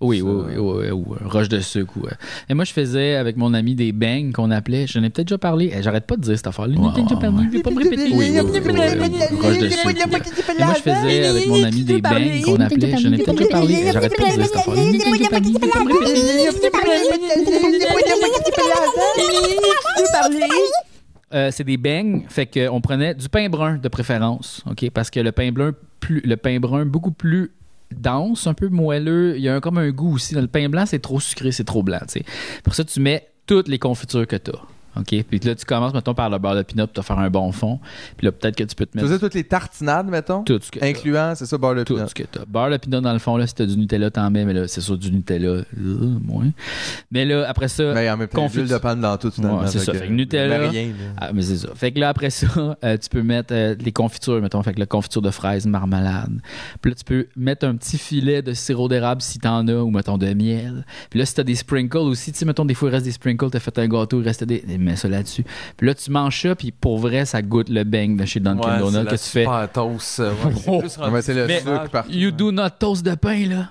Speaker 2: Oui, oui, oui, oui, oui, ou, euh, roche de sucre. ou, euh. Et moi, je faisais avec mon ami des bangs qu'on appelait. J'en ai peut-être déjà parlé. Eh, J'arrête pas de dire cette affaire-là. J'en ai peut-être déjà parlé. Je vais pas me répéter. Oui, oui, oui, oui, oui, roche de sucre. Et moi, je faisais avec mon ami des bangs qu'on appelait. J'en ai peut-être déjà parlé. Eh, J'arrête pas de dire cette affaire-là. J'en ai peut-être déjà parlé. Je vais pas me Euh, c'est des beignes, fait qu'on prenait du pain brun de préférence, ok, parce que le pain brun, plus, le pain brun beaucoup plus dense, un peu moelleux, il y a un- comme un goût aussi. Dans le pain blanc, c'est trop sucré, c'est trop blanc, tu sais. Pour ça, tu mets toutes les confitures que t'as, ok. Puis là, tu commences mettons par le beurre de pinot, pour te faire un bon fond. Puis là, peut-être que tu peux te
Speaker 3: Tu
Speaker 2: mettre
Speaker 3: faisais toutes les tartinades, mettons,
Speaker 2: tout ce que t'as.
Speaker 3: incluant, c'est ça, beurre de
Speaker 2: Tout
Speaker 3: pinot.
Speaker 2: ce que t'as. Beurre de pinot dans le fond, là, si t'as du Nutella, t'en mets, mais là, c'est sûr du Nutella, euh, moins. Mais là, après ça,
Speaker 3: Mais en même temps,
Speaker 2: Confit-
Speaker 3: l'huile de panne dans tout, finalement.
Speaker 2: Ouais, c'est ça.
Speaker 3: que-
Speaker 2: Fait que Nutella,
Speaker 3: Mais rien, là.
Speaker 2: Ah, mais c'est ça. Fait que là, après ça, <laughs> euh, tu peux mettre euh, les confitures, mettons. Fait que la confiture de fraises, marmalade. Puis là, tu peux mettre un petit filet de sirop d'érable si t'en as, ou mettons de miel. Puis là, si t'as des sprinkles aussi, tu sais, mettons, des fois, il reste des sprinkles, t'as fait un gâteau, il reste des. eh, Mets ça là-dessus. Puis là, tu manges ça, puis pour vrai, ça goûte le bang de chez Dunkin'
Speaker 4: Ouais, c'est la
Speaker 2: Donuts que tu fais. Oh.
Speaker 4: super toast, euh, ouais, c'est plus
Speaker 3: Ouais,
Speaker 4: rendu-
Speaker 3: mais c'est le
Speaker 2: Ah, Mais-
Speaker 3: sucre partout.
Speaker 2: You do not toast de pain, là.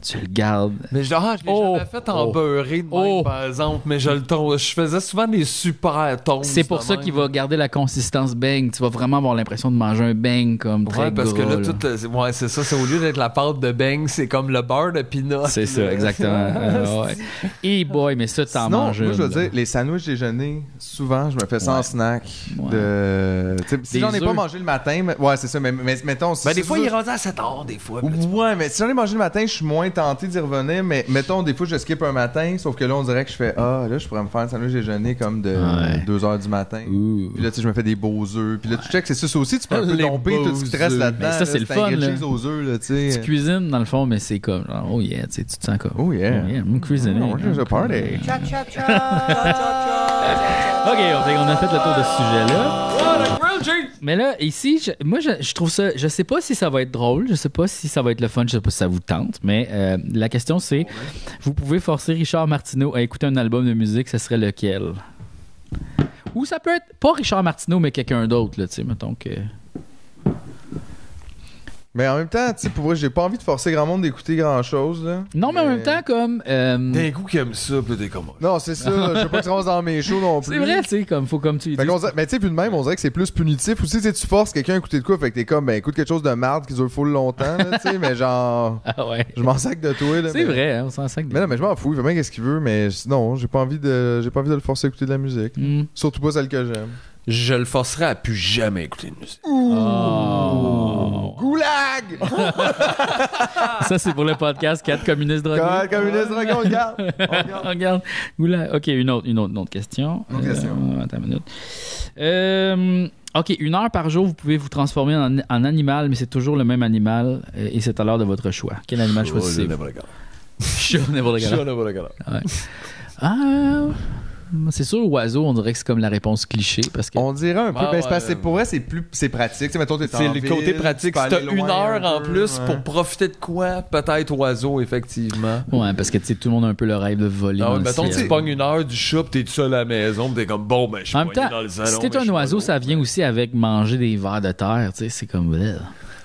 Speaker 2: Tu le gardes.
Speaker 4: Mais je, ah, je l'ai
Speaker 2: Oh!
Speaker 4: jamais fait en beurré de même,
Speaker 2: Oh!
Speaker 4: par exemple, mais je le toast. Je faisais souvent des super toasts.
Speaker 2: C'est pour
Speaker 4: de
Speaker 2: ça
Speaker 4: même.
Speaker 2: qu'il va garder la consistance bang. Tu vas vraiment avoir l'impression de manger un bang comme très
Speaker 4: Ouais, parce que là,
Speaker 2: gras,
Speaker 4: tout le- ouais, c'est ça, c'est au lieu d'être la pâte de beigne, c'est comme le beurre de pinot.
Speaker 2: <laughs> C'est ça,
Speaker 3: <laughs>
Speaker 2: exactement. Euh, ouais. Et boy, mais ça, t'en
Speaker 3: Ah, Sinon, moi,
Speaker 2: manges.
Speaker 3: je veux
Speaker 2: une, là.
Speaker 3: dire, les sandwichs déjeuner, souvent, je me fais sans
Speaker 2: Ouais.
Speaker 3: snack.
Speaker 2: Ouais.
Speaker 3: De... tu sais, Si
Speaker 2: Des
Speaker 3: j'en ai pas
Speaker 2: œufs.
Speaker 3: mangé le matin, mais- ouais, c'est ça, mais, mais mettons... si-
Speaker 4: Ben, des
Speaker 3: si-
Speaker 4: fois, il est rendu à 7 heures, des fois. puis là, tu-
Speaker 3: Ouais, mais si j'en ai mangé le matin, je suis moins tenté d'y revenir, mais mettons, des fois, je skip un matin, sauf que là, on dirait que je fais « Ah, là, je pourrais me faire un sandwich déjeuner comme de
Speaker 2: Ouais.
Speaker 3: 2h du matin. »
Speaker 2: Ouh.
Speaker 3: Puis là, tu sais, je me fais des beaux œufs. Puis là, tu check, c'est ça, ça aussi, tu peux un peu
Speaker 4: Les
Speaker 3: domper tout
Speaker 4: beaux
Speaker 3: ce qui te reste
Speaker 4: œufs.
Speaker 3: là-dedans.
Speaker 2: Mais Ben, ça,
Speaker 3: là,
Speaker 2: c'est le
Speaker 3: un
Speaker 2: fun,
Speaker 3: grilled
Speaker 2: là.
Speaker 3: cheese aux œufs, là, tu
Speaker 2: Tu
Speaker 3: sais.
Speaker 2: cuisines, dans le fond, mais c'est comme, genre, oh yeah, tu sais, tu te sens comme.
Speaker 3: Oh, yeah.
Speaker 2: mm, cuisiner.
Speaker 3: Oh, we're just a party.
Speaker 2: OK, on fait- on a fait le tour de ce sujet-là. Mais là, ici, je- moi, je, je trouve ça. Je sais pas si ça va être drôle, je sais pas si ça va être le fun, je sais pas si ça vous tente, mais euh, la question c'est vous pouvez forcer Richard Martineau à écouter un album de musique, ce serait lequel Ou ça peut être pas Richard Martineau, mais quelqu'un d'autre, là, tu sais, mettons que.
Speaker 3: Mais en même temps, tu sais, pour vrai, j'ai pas envie de forcer grand monde d'écouter grand-chose, là.
Speaker 2: Non, mais en même temps, comme. euh,
Speaker 4: D'un coup, qui aime ça, puis là, t'es comme.
Speaker 3: Non, c'est ça. <laughs> je veux pas que ça reste dans mes shows non plus.
Speaker 2: c'est vrai, tu sais, comme faut comme tu dis.
Speaker 3: Fait qu'on dirait- mais tu sais, plus de même, on dirait que c'est plus punitif. Aussi, tu sais, tu forces quelqu'un à écouter de quoi, fait que t'es comme, ben écoute quelque chose de marde qui dure full longtemps, là, tu sais, mais genre,
Speaker 2: Ah ouais.
Speaker 3: je m'en sac de toi, là.
Speaker 2: C'est
Speaker 3: mais- ben,
Speaker 2: vrai, hein, on s'en sac. des-
Speaker 3: Mais non, mais je m'en fous, il fait bien qu'est-ce qu'il veut, mais je- non, j'ai pas envie de, j'ai pas envie de le forcer à écouter de la musique.
Speaker 2: Hmm.
Speaker 3: Surtout pas celle que j'aime.
Speaker 4: Je le forcerai à plus jamais écouter de musique.
Speaker 2: Oh.
Speaker 3: Goulag!
Speaker 2: <laughs> Ça, c'est pour le podcast 4 communistes drogués. Oh,
Speaker 3: Quand communiste dragon, <laughs> regarde! On regarde.
Speaker 2: Regarde. Oula. OK, une autre, une autre, une autre question.
Speaker 3: Une autre question.
Speaker 2: Euh, attends une minute. Euh, OK, une heure par jour, vous pouvez vous transformer en, en animal, mais c'est toujours le même animal euh, et c'est à l'heure de votre choix. Quel animal <laughs> choisissez-vous? Chat, n'importe quel. Ah, euh, c'est sûr, oiseau, on dirait que c'est comme la réponse cliché parce que...
Speaker 3: On dirait un peu,
Speaker 2: Bah
Speaker 4: Ah,
Speaker 3: ben, c'est parce que
Speaker 4: ouais.
Speaker 3: c'est- pour vrai, c'est plus, c'est pratique. Tu sais, mettons, t'es
Speaker 4: C'est
Speaker 3: en
Speaker 4: le
Speaker 3: ville,
Speaker 4: côté
Speaker 3: tu
Speaker 4: pratique.
Speaker 3: peux
Speaker 4: Si t'as
Speaker 3: aller
Speaker 4: une
Speaker 3: loin un
Speaker 4: heure en
Speaker 3: peu, hein.
Speaker 4: plus
Speaker 3: ouais.
Speaker 4: pour profiter de quoi Peut-être oiseau, effectivement.
Speaker 2: Ouais, parce que tu sais, tout le monde a un peu le rêve de voler.
Speaker 4: Ah
Speaker 2: dans
Speaker 4: ouais,
Speaker 2: le
Speaker 4: mettons,
Speaker 2: ciel.
Speaker 4: tu pognes une heure du chat, pis t'es tout seul à la maison, pis t'es comme bon, ben, je suis
Speaker 2: En même
Speaker 4: poigné
Speaker 2: temps,
Speaker 4: dans le salon.
Speaker 2: si t'es
Speaker 4: ben, je
Speaker 2: un
Speaker 4: suis
Speaker 2: oiseau,
Speaker 4: pas
Speaker 2: ça
Speaker 4: là.
Speaker 2: vient aussi avec manger des vers de terre, tu sais, c'est comme... bleh.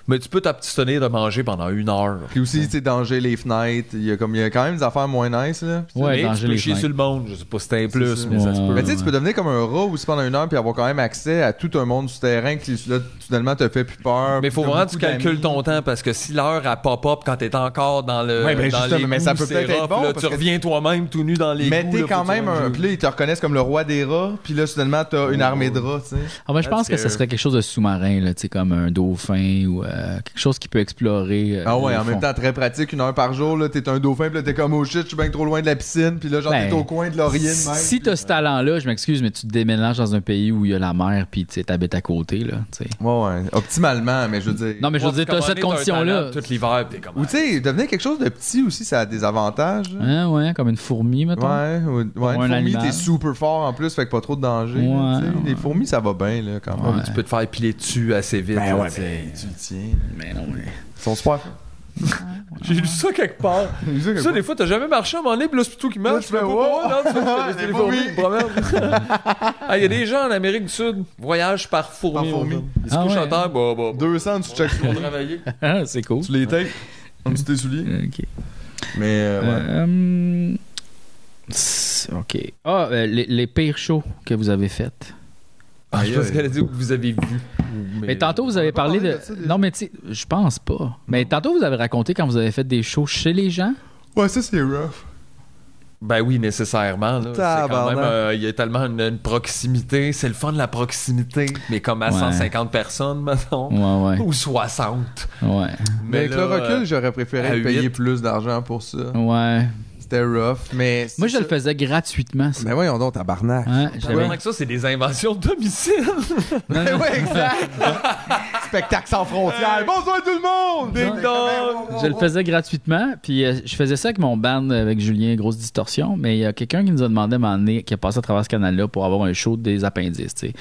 Speaker 4: Mais tu peux t'abstenir de manger pendant une heure.
Speaker 3: Puis aussi, tu sais, danger les fenêtres. Il y, a comme, il y a quand même des affaires moins nice, là.
Speaker 2: Ouais,
Speaker 4: mais
Speaker 2: danger
Speaker 4: tu peux
Speaker 2: les
Speaker 4: chier
Speaker 2: fenêtres.
Speaker 4: sur le monde. Je sais pas si c'est un plus,
Speaker 3: ça.
Speaker 4: mais ça se peut.
Speaker 3: Mais Ben, tu sais, tu peux devenir comme un rat aussi pendant une heure puis avoir quand même accès à tout un monde souterrain qui, là, finalement, te fait plus peur.
Speaker 4: Mais faut
Speaker 3: T'as
Speaker 4: vraiment que
Speaker 3: beaucoup
Speaker 4: tu calcules
Speaker 3: d'amis.
Speaker 4: ton temps parce que si l'heure elle pop-up quand t'es encore dans le.
Speaker 3: Ouais, ben,
Speaker 4: dans
Speaker 3: justement,
Speaker 4: les
Speaker 3: mais ça
Speaker 4: goûts,
Speaker 3: peut
Speaker 4: c'est
Speaker 3: peut-être être
Speaker 4: rough,
Speaker 3: bon,
Speaker 4: là,
Speaker 3: parce
Speaker 4: tu
Speaker 3: que-
Speaker 4: reviens toi-même tout nu dans les.
Speaker 3: Mais
Speaker 4: goûts,
Speaker 3: t'es
Speaker 4: là,
Speaker 3: quand
Speaker 4: faut que tu
Speaker 3: même un.
Speaker 4: manges. Oh,
Speaker 3: Puis là, ils te reconnaissent comme le roi des rats, puis là, soudainement, t'as une armée de rats, tu sais.
Speaker 2: Ah, moi, je
Speaker 4: That's
Speaker 2: pense que ce
Speaker 4: scary.
Speaker 2: serait quelque chose de sous-marin, là, tu sais, comme un dauphin ou. euh, euh, quelque chose qui peut explorer. euh,
Speaker 3: Ah ouais,
Speaker 2: le
Speaker 3: en même
Speaker 2: fond.
Speaker 3: temps, très pratique, une heure par jour, là, t'es un dauphin, puis là, t'es comme au shit, je suis bien que trop loin de la piscine, puis là, genre,
Speaker 2: Ben,
Speaker 3: t'es au coin de l'Orient, même.
Speaker 2: Si t'as ce talent-là, je m'excuse, mais tu te déménages dans un pays où il y a la mer, puis tu sais, t'habites à côté, là, tu sais.
Speaker 3: Ouais, ouais, optimalement, mais je veux dire.
Speaker 2: Non, mais je veux dire, t'as cette condition-là.
Speaker 4: Tout l'hiver, pis t'es comme.
Speaker 3: Ou tu sais, devenir quelque chose de petit aussi, ça a des avantages. là.
Speaker 2: Hein, ouais, comme une fourmi, mettons.
Speaker 3: Ouais, ou-
Speaker 2: un
Speaker 3: ouais, une fourmi,
Speaker 2: animal.
Speaker 3: t'es super fort en plus, fait que pas trop de danger. là,
Speaker 2: Ouais,
Speaker 3: tu sais. Les fourmis, ça va bien, là, quand même.
Speaker 2: Ouais.
Speaker 4: Ah, Tu peux te faire piler dessus assez vite. là, tu sais.
Speaker 3: Tu le tiens.
Speaker 2: Mais non, mais...
Speaker 3: Ils sont super. forts.
Speaker 4: J'ai lu ça quelque part. ça, des fois, t'as jamais marché à mon livre, là, c'est tout qui
Speaker 3: Là,
Speaker 4: marche.
Speaker 3: tu
Speaker 4: Tu fais
Speaker 3: fais,
Speaker 4: pas,
Speaker 3: wow.
Speaker 4: pas, non, tu fais- tu fais
Speaker 3: Les
Speaker 4: des
Speaker 3: fourmis.
Speaker 4: fourmis, ils se promènent. <laughs> Ah, il y a des gens en Amérique du Sud, voyagent par fourmi.
Speaker 3: Par fourmi.
Speaker 4: mon gars. Ils se
Speaker 2: Ah
Speaker 4: couchent
Speaker 2: ouais.
Speaker 4: en terre, bah, bah, bah.
Speaker 3: 200, tu checkes.
Speaker 4: Ils vont travailler.
Speaker 2: Ah, <laughs> c'est cool.
Speaker 3: tu les tapes, comme si t'es souliers.
Speaker 2: Ok.
Speaker 3: Mais, euh, ouais.
Speaker 2: Euh, hum, c'est- ok. Ah, euh, les, les pires shows que vous avez faites.
Speaker 4: Ah, je pense
Speaker 3: Aïe,
Speaker 4: qu'elle a dit que vous avez vu.
Speaker 2: Mais tantôt, vous avez
Speaker 3: pas
Speaker 2: parlé
Speaker 3: parlé
Speaker 2: de.
Speaker 3: de ça, déjà.
Speaker 2: non, mais tu sais, je pense pas. Mais tantôt, vous avez raconté quand vous avez fait des shows chez les gens.
Speaker 3: Ouais, ça, c'est rough.
Speaker 4: Ben oui, nécessairement. là. C'est quand
Speaker 3: Tabarnak.
Speaker 4: même, euh, il y a tellement une, une proximité. C'est le fun de la proximité. Mais comme à
Speaker 2: Ouais.
Speaker 4: 150 personnes, maintenant.
Speaker 2: Ouais, ouais.
Speaker 4: Ou 60.
Speaker 2: Ouais.
Speaker 3: Mais, avec
Speaker 4: là,
Speaker 3: le
Speaker 4: euh,
Speaker 3: recul, j'aurais préféré
Speaker 4: à
Speaker 3: te payer
Speaker 4: huit.
Speaker 3: plus d'argent pour ça.
Speaker 2: Ouais.
Speaker 3: C'était rough, mais.
Speaker 2: Moi, je
Speaker 3: c'est
Speaker 2: le faisais gratuitement, ça.
Speaker 3: Mais voyons donc, tabarnak.
Speaker 2: Ouais, j'avais-
Speaker 4: Tabarnak, ça, Ben, c'est des inventions de domicile.
Speaker 2: Non, non.
Speaker 3: ouais, exact. <laughs> Spectacle sans frontières. Bonsoir tout le monde.
Speaker 4: Ding dong.
Speaker 2: Je le faisais gratuitement, puis euh, je faisais ça avec mon band euh, avec Julien, grosse distorsion, mais il y a quelqu'un qui nous a demandé à un moment donné, qui a passé à travers ce canal-là pour avoir un show des appendices, tu sais.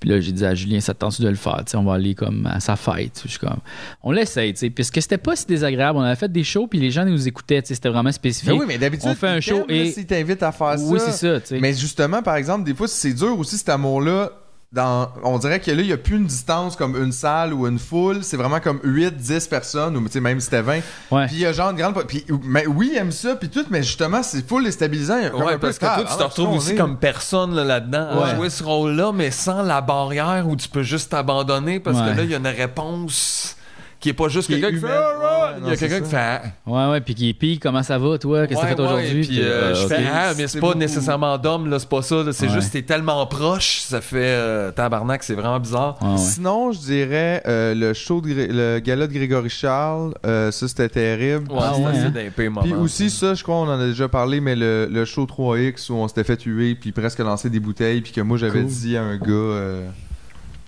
Speaker 2: Puis là, j'ai dit à Julien, ça te tente de le faire, tu sais, on va aller comme à sa fête. Je suis comme, on l'essaye, tu sais, puisque c'était pas si désagréable, on avait fait des shows, puis les gens nous écoutaient, tu sais, c'était vraiment spécifique.
Speaker 3: Mais Ben oui, mais d'habitude,
Speaker 2: On fait un
Speaker 3: ils
Speaker 2: show
Speaker 3: t'aiment, là,
Speaker 2: et-
Speaker 3: s'ils t'invitent à faire ça.
Speaker 2: Oui, c'est ça, tu sais.
Speaker 3: Mais justement, par exemple, des fois, c'est dur aussi cet amour-là. Dans, on dirait que là, il n'y a plus une distance comme une salle ou une foule. C'est vraiment comme 8, 10 personnes, ou tu sais, même si c'était 20.
Speaker 2: Ouais.
Speaker 3: Puis il y a genre une grande. Puis mais oui, ils aiment ça, puis tout, mais justement, c'est full déstabilisant. Il y a comme un
Speaker 4: Ouais,
Speaker 3: peu
Speaker 4: parce que
Speaker 3: de-
Speaker 4: toi,
Speaker 3: Ah,
Speaker 4: tu te
Speaker 3: ah,
Speaker 4: retrouves
Speaker 3: on
Speaker 4: aussi
Speaker 3: est-
Speaker 4: comme personne là, là-dedans à
Speaker 2: Ouais.
Speaker 4: jouer ce rôle-là, mais sans la barrière où tu peux juste t'abandonner parce
Speaker 2: Ouais.
Speaker 4: que là, il y a une réponse qui est pas juste
Speaker 3: Qui est
Speaker 4: quelqu'un qui fait
Speaker 3: humaine.
Speaker 4: Ah,
Speaker 3: Ouais,
Speaker 4: ah
Speaker 3: non,
Speaker 4: Il y a
Speaker 3: c'est
Speaker 4: quelqu'un qui
Speaker 3: ça.
Speaker 4: fait Ah.
Speaker 2: Ouais, ouais, puis qui puis comment ça va, toi, qu'est-ce que
Speaker 4: Ouais,
Speaker 2: t'as fait
Speaker 4: ouais,
Speaker 2: aujourd'hui?
Speaker 4: Puis euh,
Speaker 2: euh,
Speaker 4: je
Speaker 2: ok.
Speaker 4: fais Ah, mais c'est
Speaker 3: C'est
Speaker 4: pas
Speaker 3: beaucoup.
Speaker 4: nécessairement d'homme, là, c'est pas ça. là, C'est
Speaker 2: Ouais.
Speaker 4: juste, t'es tellement proche, ça fait euh, tabarnak, c'est vraiment bizarre.
Speaker 2: Ah, Ouais, ouais.
Speaker 3: Sinon, je dirais euh, le show de Gré- le gala de Grégory Charles, euh, ça c'était terrible.
Speaker 4: Ouais,
Speaker 2: Ah,
Speaker 4: ça,
Speaker 2: ouais,
Speaker 4: c'est
Speaker 2: hein.
Speaker 4: d'un pire moment.
Speaker 3: Puis aussi, ça, je crois, on en a déjà parlé, mais le, le show 3X où on s'était fait tuer, puis presque lancer des bouteilles, puis que moi j'avais
Speaker 2: Cool.
Speaker 3: dit à un gars, euh,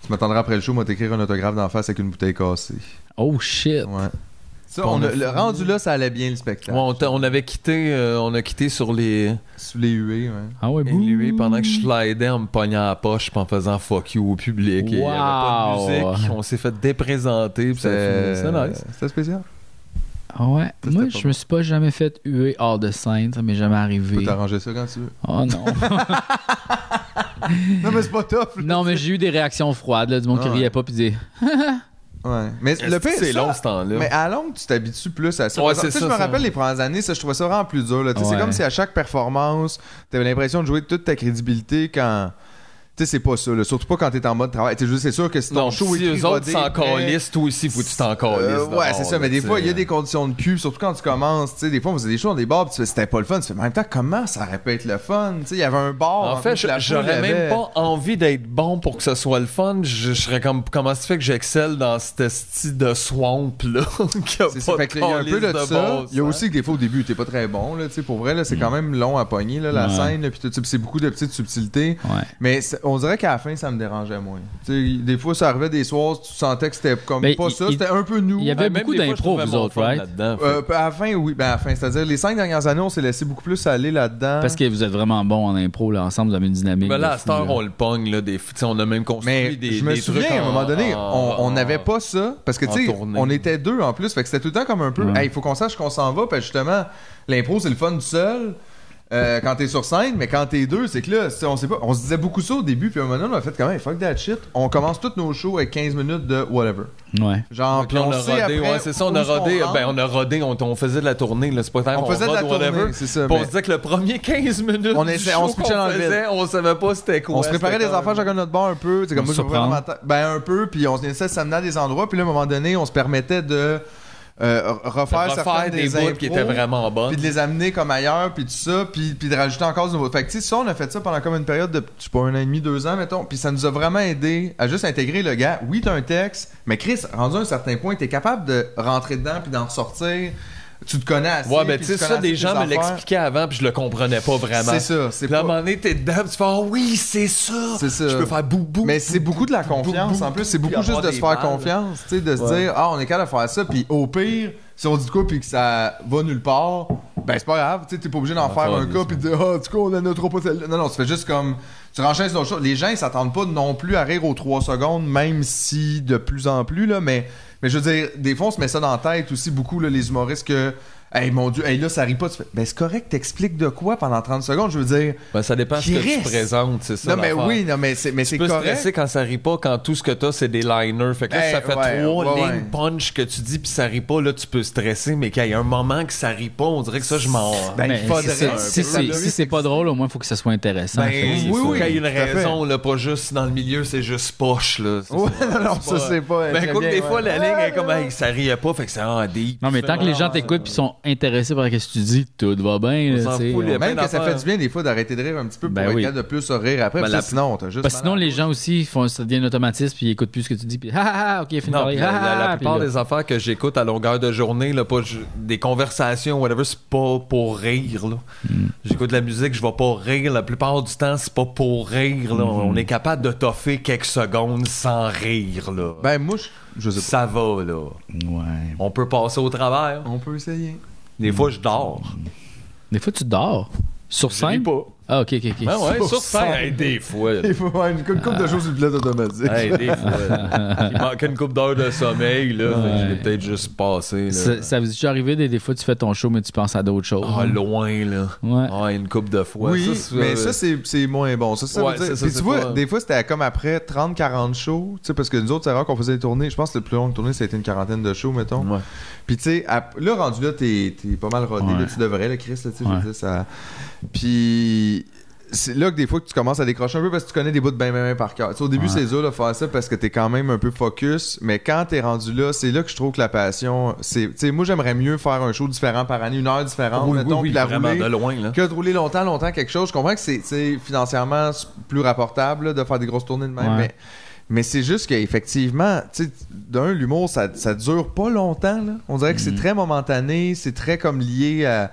Speaker 3: tu m'attendras après le show, moi t'écrire un autographe d'en face avec une bouteille cassée.
Speaker 2: Oh shit!
Speaker 3: Ouais.
Speaker 4: Puis
Speaker 3: Ça,
Speaker 4: on
Speaker 3: on a-
Speaker 4: a
Speaker 3: le
Speaker 4: fini.
Speaker 3: rendu là, ça allait bien le
Speaker 4: Ouais,
Speaker 3: spectacle.
Speaker 4: on, t'a- on avait quitté, euh, on a quitté sur les.
Speaker 3: Sous les huées, ouais.
Speaker 2: Ah ouais,
Speaker 4: Et
Speaker 2: bouh.
Speaker 4: lui, pendant que je slidais en me pognant à la poche pis en faisant fuck you au public, et il y avait pas de
Speaker 2: Wow.
Speaker 4: musique, on s'est fait déprésenter pis ça a fini. C'était nice.
Speaker 3: C'était spécial.
Speaker 2: Ah ouais,
Speaker 3: Ça,
Speaker 2: moi,
Speaker 3: c'était pas
Speaker 2: je
Speaker 3: bon.
Speaker 2: me suis pas jamais fait huer hors de scène, ça m'est jamais
Speaker 3: Tu peux
Speaker 2: arrivé.
Speaker 3: t'arranger ça quand tu veux.
Speaker 2: Oh non.
Speaker 4: <laughs>
Speaker 3: non, mais c'est pas top.
Speaker 2: non, mais j'ai eu des réactions froides, là, du monde qui
Speaker 3: Ah ouais.
Speaker 2: riait pas, puis des.
Speaker 3: Ouais. Mais le pire,
Speaker 4: c'est
Speaker 3: ça,
Speaker 4: long ce temps-là.
Speaker 3: Mais à longue, tu t'habitues plus à ça.
Speaker 4: Ouais,
Speaker 3: Par exemple,
Speaker 4: c'est
Speaker 3: tu sais,
Speaker 4: ça,
Speaker 3: je me
Speaker 4: ça.
Speaker 3: rappelle les premières années, ça, je trouvais ça vraiment plus dur. là. Tu sais,
Speaker 2: Ouais.
Speaker 3: C'est comme si à chaque performance, t'avais l'impression de jouer toute ta crédibilité quand. Tu sais, c'est pas ça. là. Surtout pas quand t'es en mode travail. Tu sais, je veux dire, c'est sûr que si ton
Speaker 4: Non,
Speaker 3: show
Speaker 4: si
Speaker 3: est
Speaker 4: eux autres
Speaker 3: rodé,
Speaker 4: s'en
Speaker 3: mais-
Speaker 4: calissent, toi aussi, faut que tu t'en calisses.
Speaker 3: Euh, ouais,
Speaker 4: d'abord,
Speaker 3: c'est ça,
Speaker 4: là, euh.
Speaker 3: mais des
Speaker 4: tu
Speaker 3: fois,
Speaker 4: sais.
Speaker 3: il y a des conditions de cul, surtout quand tu commences. Tu sais, des fois, on faisait des shows dans des bars, puis tu fais, c'était pas le fun. Tu fais, mais en même temps, comment ça aurait pu être le fun? Tu sais, il y avait un bar.
Speaker 4: En fait,
Speaker 3: je
Speaker 4: je- j'aurais même pas envie d'être bon pour que ce soit le fun. Je, je serais comme, comment ça fait que j'excelle dans cette style de swamp là <laughs> qui a
Speaker 3: C'est
Speaker 4: pas
Speaker 3: ça, fait que là, il y a un peu de, ça. il y a
Speaker 4: hein?
Speaker 2: hein.
Speaker 3: aussi que des fois au début, t'es pas très bon, là, tu sais, pour vrai, là, c'est quand même long à pogner, là, la
Speaker 2: Ouais.
Speaker 3: scène, là, puis tout ça, puis c'est beaucoup de petites subtilités.
Speaker 2: Ouais.
Speaker 4: Ah.
Speaker 3: Mais c'est- on dirait qu'à la fin, ça me dérangeait moins. Tu sais, des fois, ça arrivait des soirs, tu sentais que c'était comme
Speaker 2: Mais
Speaker 3: pas
Speaker 2: Ben, il-
Speaker 3: ça,
Speaker 2: il-
Speaker 3: c'était un peu nous.
Speaker 4: Ah,
Speaker 2: il y avait- beaucoup d'impro, vous autres, right?
Speaker 3: Euh, à la fin, oui, ben à la fin, c'est-à-dire les cinq dernières années, on s'est laissé beaucoup plus aller là-dedans.
Speaker 2: Parce que vous êtes vraiment bon en impro, là, ensemble, vous avez une dynamique.
Speaker 4: Mais Bah Ben là,
Speaker 2: de
Speaker 4: à
Speaker 2: fou,
Speaker 4: cette heure,
Speaker 2: là.
Speaker 4: on le pogne, là, des, tu sais, on a même construit
Speaker 3: Mais
Speaker 4: des,
Speaker 3: je me
Speaker 4: des
Speaker 3: souviens,
Speaker 4: trucs
Speaker 3: à un
Speaker 4: en-
Speaker 3: moment donné,
Speaker 4: en-
Speaker 3: on on
Speaker 4: en-
Speaker 3: n'avait pas ça. Parce que,
Speaker 4: en
Speaker 3: tu sais,
Speaker 4: tournée.
Speaker 3: on était deux en plus. Fait que c'était tout le temps comme un peu, il
Speaker 2: Ouais.
Speaker 3: faut qu'on sache qu'on s'en va. Puis justement, l'impro, c'est le fun du seul. euh, quand t'es sur scène, mais quand t'es deux, c'est que là, c'est- on sait pas. On se disait beaucoup ça au début, puis à un moment donné, on a fait quand même fuck that shit. On commence tous nos shows avec 15 minutes de whatever.
Speaker 2: Ouais.
Speaker 3: Genre,
Speaker 4: Fait que
Speaker 3: puis
Speaker 4: là,
Speaker 3: on,
Speaker 4: on a
Speaker 3: sait
Speaker 4: rodé,
Speaker 3: après
Speaker 4: ouais, c'est ça, on
Speaker 3: où
Speaker 4: a
Speaker 3: est-ce qu'on
Speaker 4: rodé,
Speaker 3: rentre.
Speaker 4: ben on a rodé, on, on faisait de la tournée, là, c'est pas tant
Speaker 3: on
Speaker 4: qu'on
Speaker 3: faisait de la
Speaker 4: rode, whatever.
Speaker 3: tournée, c'est ça.
Speaker 4: Puis on
Speaker 3: mais
Speaker 4: se disait que le premier 15 minutes,
Speaker 3: On
Speaker 4: du
Speaker 3: essaie-
Speaker 4: show
Speaker 3: on se pitchait
Speaker 4: qu'on
Speaker 3: dans le vide.
Speaker 4: faisait, on savait pas c'était quoi.
Speaker 3: On se préparait
Speaker 4: c'était
Speaker 3: des
Speaker 4: comme-
Speaker 3: affaires chacun de notre bord un peu. C'est comme
Speaker 2: On
Speaker 3: moi,
Speaker 2: se
Speaker 3: j'ouvrais
Speaker 2: surprend.
Speaker 3: ma ta- Ben, un peu, puis on essayait de s'amener à des endroits. Puis là, à un moment donné, on se permettait de euh, r- refaire, certaines
Speaker 4: refaire des bouts qui étaient
Speaker 3: impros,
Speaker 4: vraiment
Speaker 3: puis
Speaker 4: bonnes.
Speaker 3: de les amener comme ailleurs, puis tout ça, puis, puis de rajouter encore du nouveau. Fait que, tu sais, ça, on a fait ça pendant comme une période de, je sais pas, un an et demi, deux ans, mettons, puis ça nous a vraiment aidé à juste intégrer le gars. Oui, t'as un texte, mais Chris, rendu à un certain point, t'es capable de rentrer dedans puis d'en sortir. Tu te connais assez.
Speaker 4: Ouais, mais tu
Speaker 3: puis
Speaker 4: sais,
Speaker 3: connais
Speaker 4: ça,
Speaker 3: assez
Speaker 4: des
Speaker 3: tes
Speaker 4: gens me
Speaker 3: affaires.
Speaker 4: l'expliquaient avant, puis je le comprenais pas vraiment.
Speaker 3: C'est ça, c'est
Speaker 4: Puis là, à un
Speaker 3: pas-
Speaker 4: moment donné, t'es dedans, puis tu fais Ah oui, c'est ça!
Speaker 3: C'est ça.
Speaker 4: Je peux faire boubou.
Speaker 3: Mais c'est beaucoup de la confiance en plus, c'est beaucoup juste de se faire confiance, tu sais, de se dire ah on est capable de faire ça, puis au pire si on dit de quoi puis que ça va nulle part, ben c'est pas grave, tu sais, t'es pas obligé d'en faire un
Speaker 4: oui,
Speaker 3: cas puis de dire ah du coup on a notre pas celle-là. non non tu fais juste comme tu renchaînes sur d'autres choses. Les gens ils s'attendent pas non plus à rire aux trois secondes, même si de plus en plus là, mais mais je veux dire des fois on se met ça dans la tête aussi beaucoup là, les humoristes que Hey mon dieu, hey là ça rit pas, tu fais ben c'est correct, t'expliques de quoi pendant 30 secondes, je veux dire.
Speaker 4: Ben, ça dépend ce que tu
Speaker 3: Christ!
Speaker 4: présentes, c'est ça.
Speaker 3: Non mais
Speaker 4: l'affaire.
Speaker 3: oui, non mais c'est mais c'est
Speaker 4: Tu peux
Speaker 3: correct.
Speaker 4: stresser quand ça rit pas, quand tout ce que t'as, c'est des liners. Fait que là,
Speaker 3: Ben,
Speaker 4: ça fait
Speaker 3: ouais,
Speaker 4: trois
Speaker 3: ouais,
Speaker 4: lignes
Speaker 3: ouais.
Speaker 4: punch que tu dis, puis ça rit pas, là, tu peux stresser, mais qu'il y a un moment que ça rit pas, on dirait que ça, je m'en.
Speaker 3: Ben,
Speaker 2: Mais
Speaker 3: il faudrait
Speaker 2: si c'est-
Speaker 3: un
Speaker 2: si
Speaker 3: peu.
Speaker 2: c'est-
Speaker 3: Ça
Speaker 2: si c'est pas drôle, au moins, il faut que ça soit intéressant.
Speaker 4: Ben,
Speaker 2: Fait que c'est
Speaker 4: oui,
Speaker 2: ça.
Speaker 4: oui, Quand il y a une
Speaker 3: tout à fait.
Speaker 4: raison, là, pas juste dans le milieu, c'est juste poche, là. C'est
Speaker 3: Ouais,
Speaker 4: ça.
Speaker 3: <laughs> non, non, ça c'est pas.
Speaker 4: Ben
Speaker 3: très
Speaker 4: écoute,
Speaker 3: bien,
Speaker 4: des
Speaker 3: ouais.
Speaker 4: fois, la ligne est comme, hey, ça riait pas, fait que ah, ça en dit.
Speaker 2: Non, mais tant que les gens
Speaker 4: Ouais,
Speaker 2: t'écoutent puis sont intéressés par ce que tu dis, tout va bien.
Speaker 4: euh, On
Speaker 2: là,
Speaker 4: s'en
Speaker 2: tu sais.
Speaker 4: fout, les- plein
Speaker 3: Même que ça fait
Speaker 4: d'affaires.
Speaker 3: du bien des fois d'arrêter de rire un petit peu pour
Speaker 2: Ben
Speaker 3: être
Speaker 2: oui.
Speaker 3: capable de plus rire après.
Speaker 4: Ben,
Speaker 3: parce que
Speaker 4: la-
Speaker 3: Sinon, t'as juste.
Speaker 2: Parce que sinon, les gens aussi, font, ça devient un automatisme puis ils écoutent plus ce que tu dis puis ah ah, ah, ok, fini de
Speaker 4: Non,
Speaker 2: parler.
Speaker 4: puis la,
Speaker 2: ah,
Speaker 4: la- la
Speaker 2: ah,
Speaker 4: plupart
Speaker 2: puis là.
Speaker 4: des affaires que j'écoute à longueur de journée, là, pas ju- des conversations, whatever, c'est pas pour rire. là. J'écoute de la musique, je vais pas rire. La plupart du temps, c'est pas pour rire. là. On est capable de toffer quelques secondes sans rire. Là.
Speaker 3: Ben, moi, je- je sais
Speaker 4: ça va, là.
Speaker 2: Ouais.
Speaker 4: On peut passer au travers.
Speaker 3: pas. On peut essayer.
Speaker 4: Des fois, je dors.
Speaker 2: Des fois, tu dors. Sur
Speaker 4: Je lis
Speaker 2: scène?
Speaker 4: pas.
Speaker 2: Ah, ok, ok, ok.
Speaker 4: Ouais, ouais,
Speaker 3: Sur
Speaker 4: sur scène.
Speaker 3: scène.
Speaker 4: Hey, des fois. là.
Speaker 3: <laughs> Il faut avoir une, une couple de choses du pilote automatique.
Speaker 4: Hey, des fois. là. Il manque une coupe d'heure de sommeil, là. fait que je l'ai
Speaker 2: Ouais.
Speaker 4: peut-être juste passé, là.
Speaker 2: Ça, ça vous est déjà arrivé des, des fois, tu fais ton show, mais tu penses à d'autres choses?
Speaker 4: Ah, loin, là.
Speaker 2: Ouais.
Speaker 4: Ah, une coupe de fois.
Speaker 3: oui,
Speaker 4: Ça, c'est-
Speaker 3: mais ça, c'est c'est moins bon. Ça, ça
Speaker 4: Ouais,
Speaker 3: veut dire-
Speaker 4: c'est ça,
Speaker 3: Puis
Speaker 4: c'est
Speaker 3: tu vois,
Speaker 4: pas-
Speaker 3: des fois, c'était comme après 30-40 shows, tu sais, parce que nous autres, c'est rare qu'on faisait des tournées. Je pense que le plus long de tournée, ça a été une quarantaine de shows, mettons.
Speaker 4: Ouais.
Speaker 3: Puis tu sais, à- là, rendu là, t'es t'es pas mal rodé,
Speaker 2: Ouais.
Speaker 3: là, tu devrais, le Chris, là, tu sais, je
Speaker 2: Ouais.
Speaker 3: veux dire, ça... Puis... C'est là que des fois que tu commences à décrocher un peu parce que tu connais des bouts de ben ben ben par cœur. Tu sais, au début,
Speaker 2: Ouais.
Speaker 3: c'est dur de faire ça parce que t'es quand même un peu focus, mais quand t'es rendu là, c'est là que je trouve que la passion, c'est... Tu sais, moi, j'aimerais mieux faire un show différent par année, une heure différente,
Speaker 4: Oui, oui,
Speaker 3: Ah, mettons,
Speaker 4: oui,
Speaker 3: puis la
Speaker 4: vraiment
Speaker 3: rouler
Speaker 4: de loin, là.
Speaker 3: que de rouler longtemps, longtemps quelque chose. Je comprends que c'est tu sais, financièrement c'est plus rapportable là, de faire des grosses tournées de même,
Speaker 2: Ouais.
Speaker 3: mais, mais c'est juste qu'effectivement, tu sais, d'un, l'humour, ça, ça dure pas longtemps. là. On dirait que
Speaker 4: Mm-hmm.
Speaker 3: c'est très momentané, c'est très comme lié à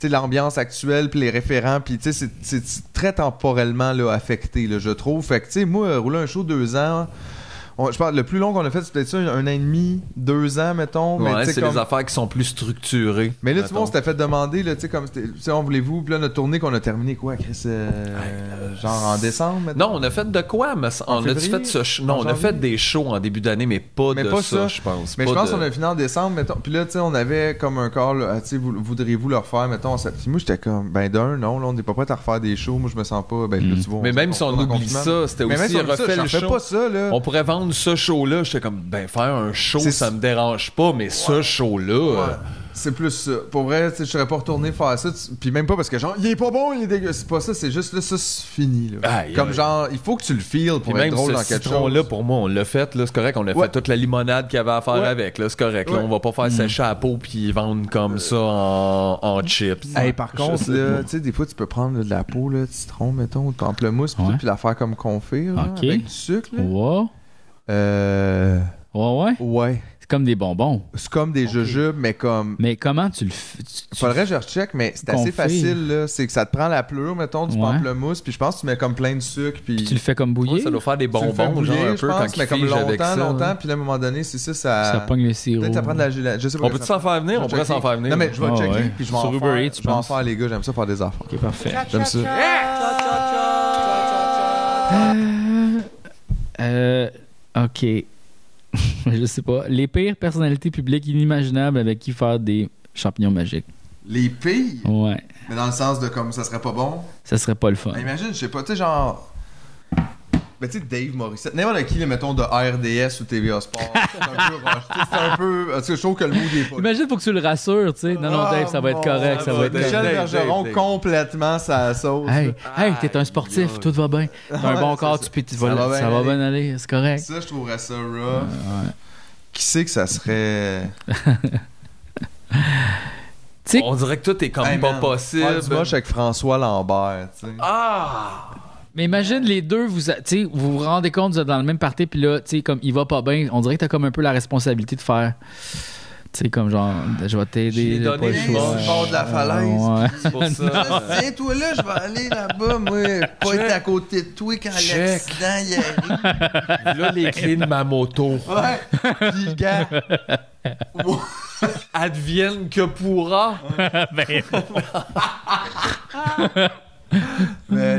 Speaker 3: tu sais, l'ambiance actuelle, puis les référents, puis tu sais, c'est- c'est c'est très temporellement là, affecté, là, je trouve. Fait que, tu sais, moi, euh, rouler un show deux ans, on- je parle, le plus long qu'on a fait, c'est peut-être ça, un, un an et demi, deux ans, mettons. mais
Speaker 4: Ouais,
Speaker 3: tu sais,
Speaker 4: c'est
Speaker 3: comme-
Speaker 4: les affaires qui sont plus structurées.
Speaker 3: mais là, tu
Speaker 4: mettons.
Speaker 3: vois, on s'était fait demander, là, tu sais, comme, c'était- tu sais, on voulait-vous, puis là, notre tournée qu'on a terminée, quoi, Chris, euh, genre en décembre, maintenant?
Speaker 4: Non, on a fait de quoi, mais ça-
Speaker 3: En
Speaker 4: on a
Speaker 3: février?
Speaker 4: fait ce ch-
Speaker 3: En
Speaker 4: Non, on a
Speaker 3: janvier?
Speaker 4: fait des shows en début d'année, mais pas
Speaker 3: Mais
Speaker 4: de
Speaker 3: pas
Speaker 4: ça,
Speaker 3: ça.
Speaker 4: je pense.
Speaker 3: Mais je
Speaker 4: Pas
Speaker 3: pense
Speaker 4: de-
Speaker 3: qu'on a fini en décembre, mettons. Puis là, tu sais, on avait comme un call, là, tu sais, vou- voudriez-vous le refaire, mettons, en septembre. Puis moi, j'étais comme, ben d'un, non, là, on n'est pas prêt à refaire des shows, moi, je me sens pas, ben, là, tu vois,
Speaker 4: Mm. Mais
Speaker 3: on-
Speaker 4: même si on
Speaker 3: retourne en
Speaker 4: oublie
Speaker 3: confinement.
Speaker 4: ça, c'était
Speaker 3: Mais même
Speaker 4: aussi
Speaker 3: si on oublie ça,
Speaker 4: refait le
Speaker 3: j'en fais
Speaker 4: show.
Speaker 3: pas ça, là.
Speaker 4: On pourrait vendre ce show-là. J'étais comme, ben, faire un show,
Speaker 3: C'est-
Speaker 4: ça me dérange pas, mais ce show-là. euh,
Speaker 3: Ouais. C'est plus ça. Pour vrai, tu sais, je serais pas retourné faire ça. tu- Puis même pas parce que genre, il est pas bon, il est dégueu. C'est pas ça, c'est juste là, ça, c'est fini. là.
Speaker 4: Aïe,
Speaker 3: Comme
Speaker 4: aïe.
Speaker 3: genre, il faut que tu le feels
Speaker 4: Puis
Speaker 3: pour être
Speaker 4: même
Speaker 3: drôle
Speaker 4: ce
Speaker 3: dans quelque chose.
Speaker 4: citron-là, pour moi, on l'a fait, là, c'est correct. On a
Speaker 3: Ouais.
Speaker 4: fait toute la limonade qu'il y avait à faire
Speaker 3: Ouais.
Speaker 4: avec, là, c'est correct. là.
Speaker 3: Ouais. Mm. Euh.
Speaker 4: on va pas faire sécher à la peau puis vendre comme ça en, en chips.
Speaker 3: Hey, par contre, là, tu sais, des fois, tu peux prendre là, de la peau, là, de citron, mettons, ou de pamplemousse, pis tout,
Speaker 2: Ouais.
Speaker 3: puis la faire comme confire, là,
Speaker 2: Ok.
Speaker 3: avec du sucre. là.
Speaker 2: Ouais.
Speaker 3: Euh,
Speaker 2: Ouais, ouais.
Speaker 3: ouais.
Speaker 2: C'est comme des bonbons.
Speaker 3: C'est comme des jujubes, mais comme...
Speaker 2: Mais comment tu le fais? Tu- tu-
Speaker 3: Faudrait que je recheck, mais c'est assez
Speaker 2: Confit.
Speaker 3: facile, là. C'est que ça te prend la pleure, mettons, du
Speaker 2: Ouais.
Speaker 3: pamplemousse, puis je pense que tu mets comme plein de sucre, puis...
Speaker 2: Puis tu le fais comme
Speaker 4: Ouais,
Speaker 2: bouillir?
Speaker 4: ça doit faire des
Speaker 3: tu le fais
Speaker 4: bonbons,
Speaker 3: bouillir,
Speaker 4: genre un
Speaker 3: je
Speaker 4: peu,
Speaker 3: pense,
Speaker 4: quand
Speaker 3: mais
Speaker 4: ils
Speaker 3: comme
Speaker 4: figent avec
Speaker 3: longtemps,
Speaker 4: ça. hein. là.
Speaker 3: longtemps, puis là, à un moment donné, c'est ça, ça...
Speaker 2: Ça pogne le sirop.
Speaker 3: Euh, Peut-être ça prend de la gelée, je sais pas.
Speaker 4: On peut-tu s'en faire venir? On
Speaker 3: Je vais
Speaker 4: pourrait s'en
Speaker 3: checker.
Speaker 4: faire venir.
Speaker 3: Non, mais je vais
Speaker 2: Ah
Speaker 3: checker,
Speaker 2: ouais.
Speaker 3: puis je vais en
Speaker 2: Sur Uber
Speaker 3: faire.
Speaker 2: Eats,
Speaker 3: Je vais en
Speaker 2: je pense.
Speaker 3: faire, les gars, j'aime ça faire des affaires.
Speaker 2: Ok, parfait.
Speaker 3: J'aime ça.
Speaker 2: Euh, ok. <laughs> je sais pas. Les pires personnalités publiques inimaginables avec qui faire des champignons magiques.
Speaker 3: Les pires,
Speaker 2: Ouais.
Speaker 3: mais dans le sens de comme ça serait pas bon,
Speaker 2: Ça serait pas le fun.
Speaker 3: Ben, imagine, je sais pas, tu sais, genre. Ben, tu sais, Dave Morissette, n'importe qui, là, mettons, de RDS ou
Speaker 2: <laughs>
Speaker 3: TVA Sport, c'est un peu rush. Tu sais, C'est un peu. En tout cas, je trouve que le mood est pas. là.
Speaker 2: Imagine, faut que tu le rassures, tu sais. Non, non, Dave, ça va être
Speaker 3: Oh,
Speaker 2: correct, ça va être
Speaker 3: Michel
Speaker 2: correct.
Speaker 3: Bergeron
Speaker 4: Dave, Dave.
Speaker 3: complètement sa sauce.
Speaker 2: Hey, hey, t'es un
Speaker 4: Aïe,
Speaker 2: sportif,
Speaker 4: aïe.
Speaker 2: tout va bien. T'as un
Speaker 3: Ouais,
Speaker 2: bon
Speaker 3: c'est
Speaker 2: corps,
Speaker 3: ça.
Speaker 2: tu, puis tu
Speaker 3: Ça
Speaker 2: vas-
Speaker 3: va bien
Speaker 2: ça va
Speaker 3: aller.
Speaker 2: bien aller, c'est correct.
Speaker 3: Ça, je trouverais ça rough. Qui sait que ça serait.
Speaker 2: Tu sais-
Speaker 4: On dirait que tout est comme
Speaker 3: Hey,
Speaker 4: Ah, pas
Speaker 3: man,
Speaker 4: possible.
Speaker 3: faire du moche avec François Lambert, tu sais.
Speaker 4: Ah!
Speaker 2: Mais imagine les deux, vous, tu sais, vous vous rendez compte, vous êtes dans le même party, puis là, tu sais, comme il va pas bien, on dirait que t'as comme un peu la responsabilité de faire. Tu sais, comme genre, ben, je vais t'aider.
Speaker 4: J'ai
Speaker 2: j'ai
Speaker 4: donné
Speaker 2: pas le
Speaker 4: le
Speaker 2: choix.
Speaker 4: bon
Speaker 3: bord de la falaise. <laughs>
Speaker 2: Ouais.
Speaker 4: C'est pour ça. euh,
Speaker 3: toi là, je vais aller là-bas, moi. Pas être à côté de toi quand
Speaker 4: Check.
Speaker 3: il arrive.
Speaker 4: là, les clés de ma moto
Speaker 3: Ouais. Puis le gars,
Speaker 4: adviennent que pourra.
Speaker 3: euh,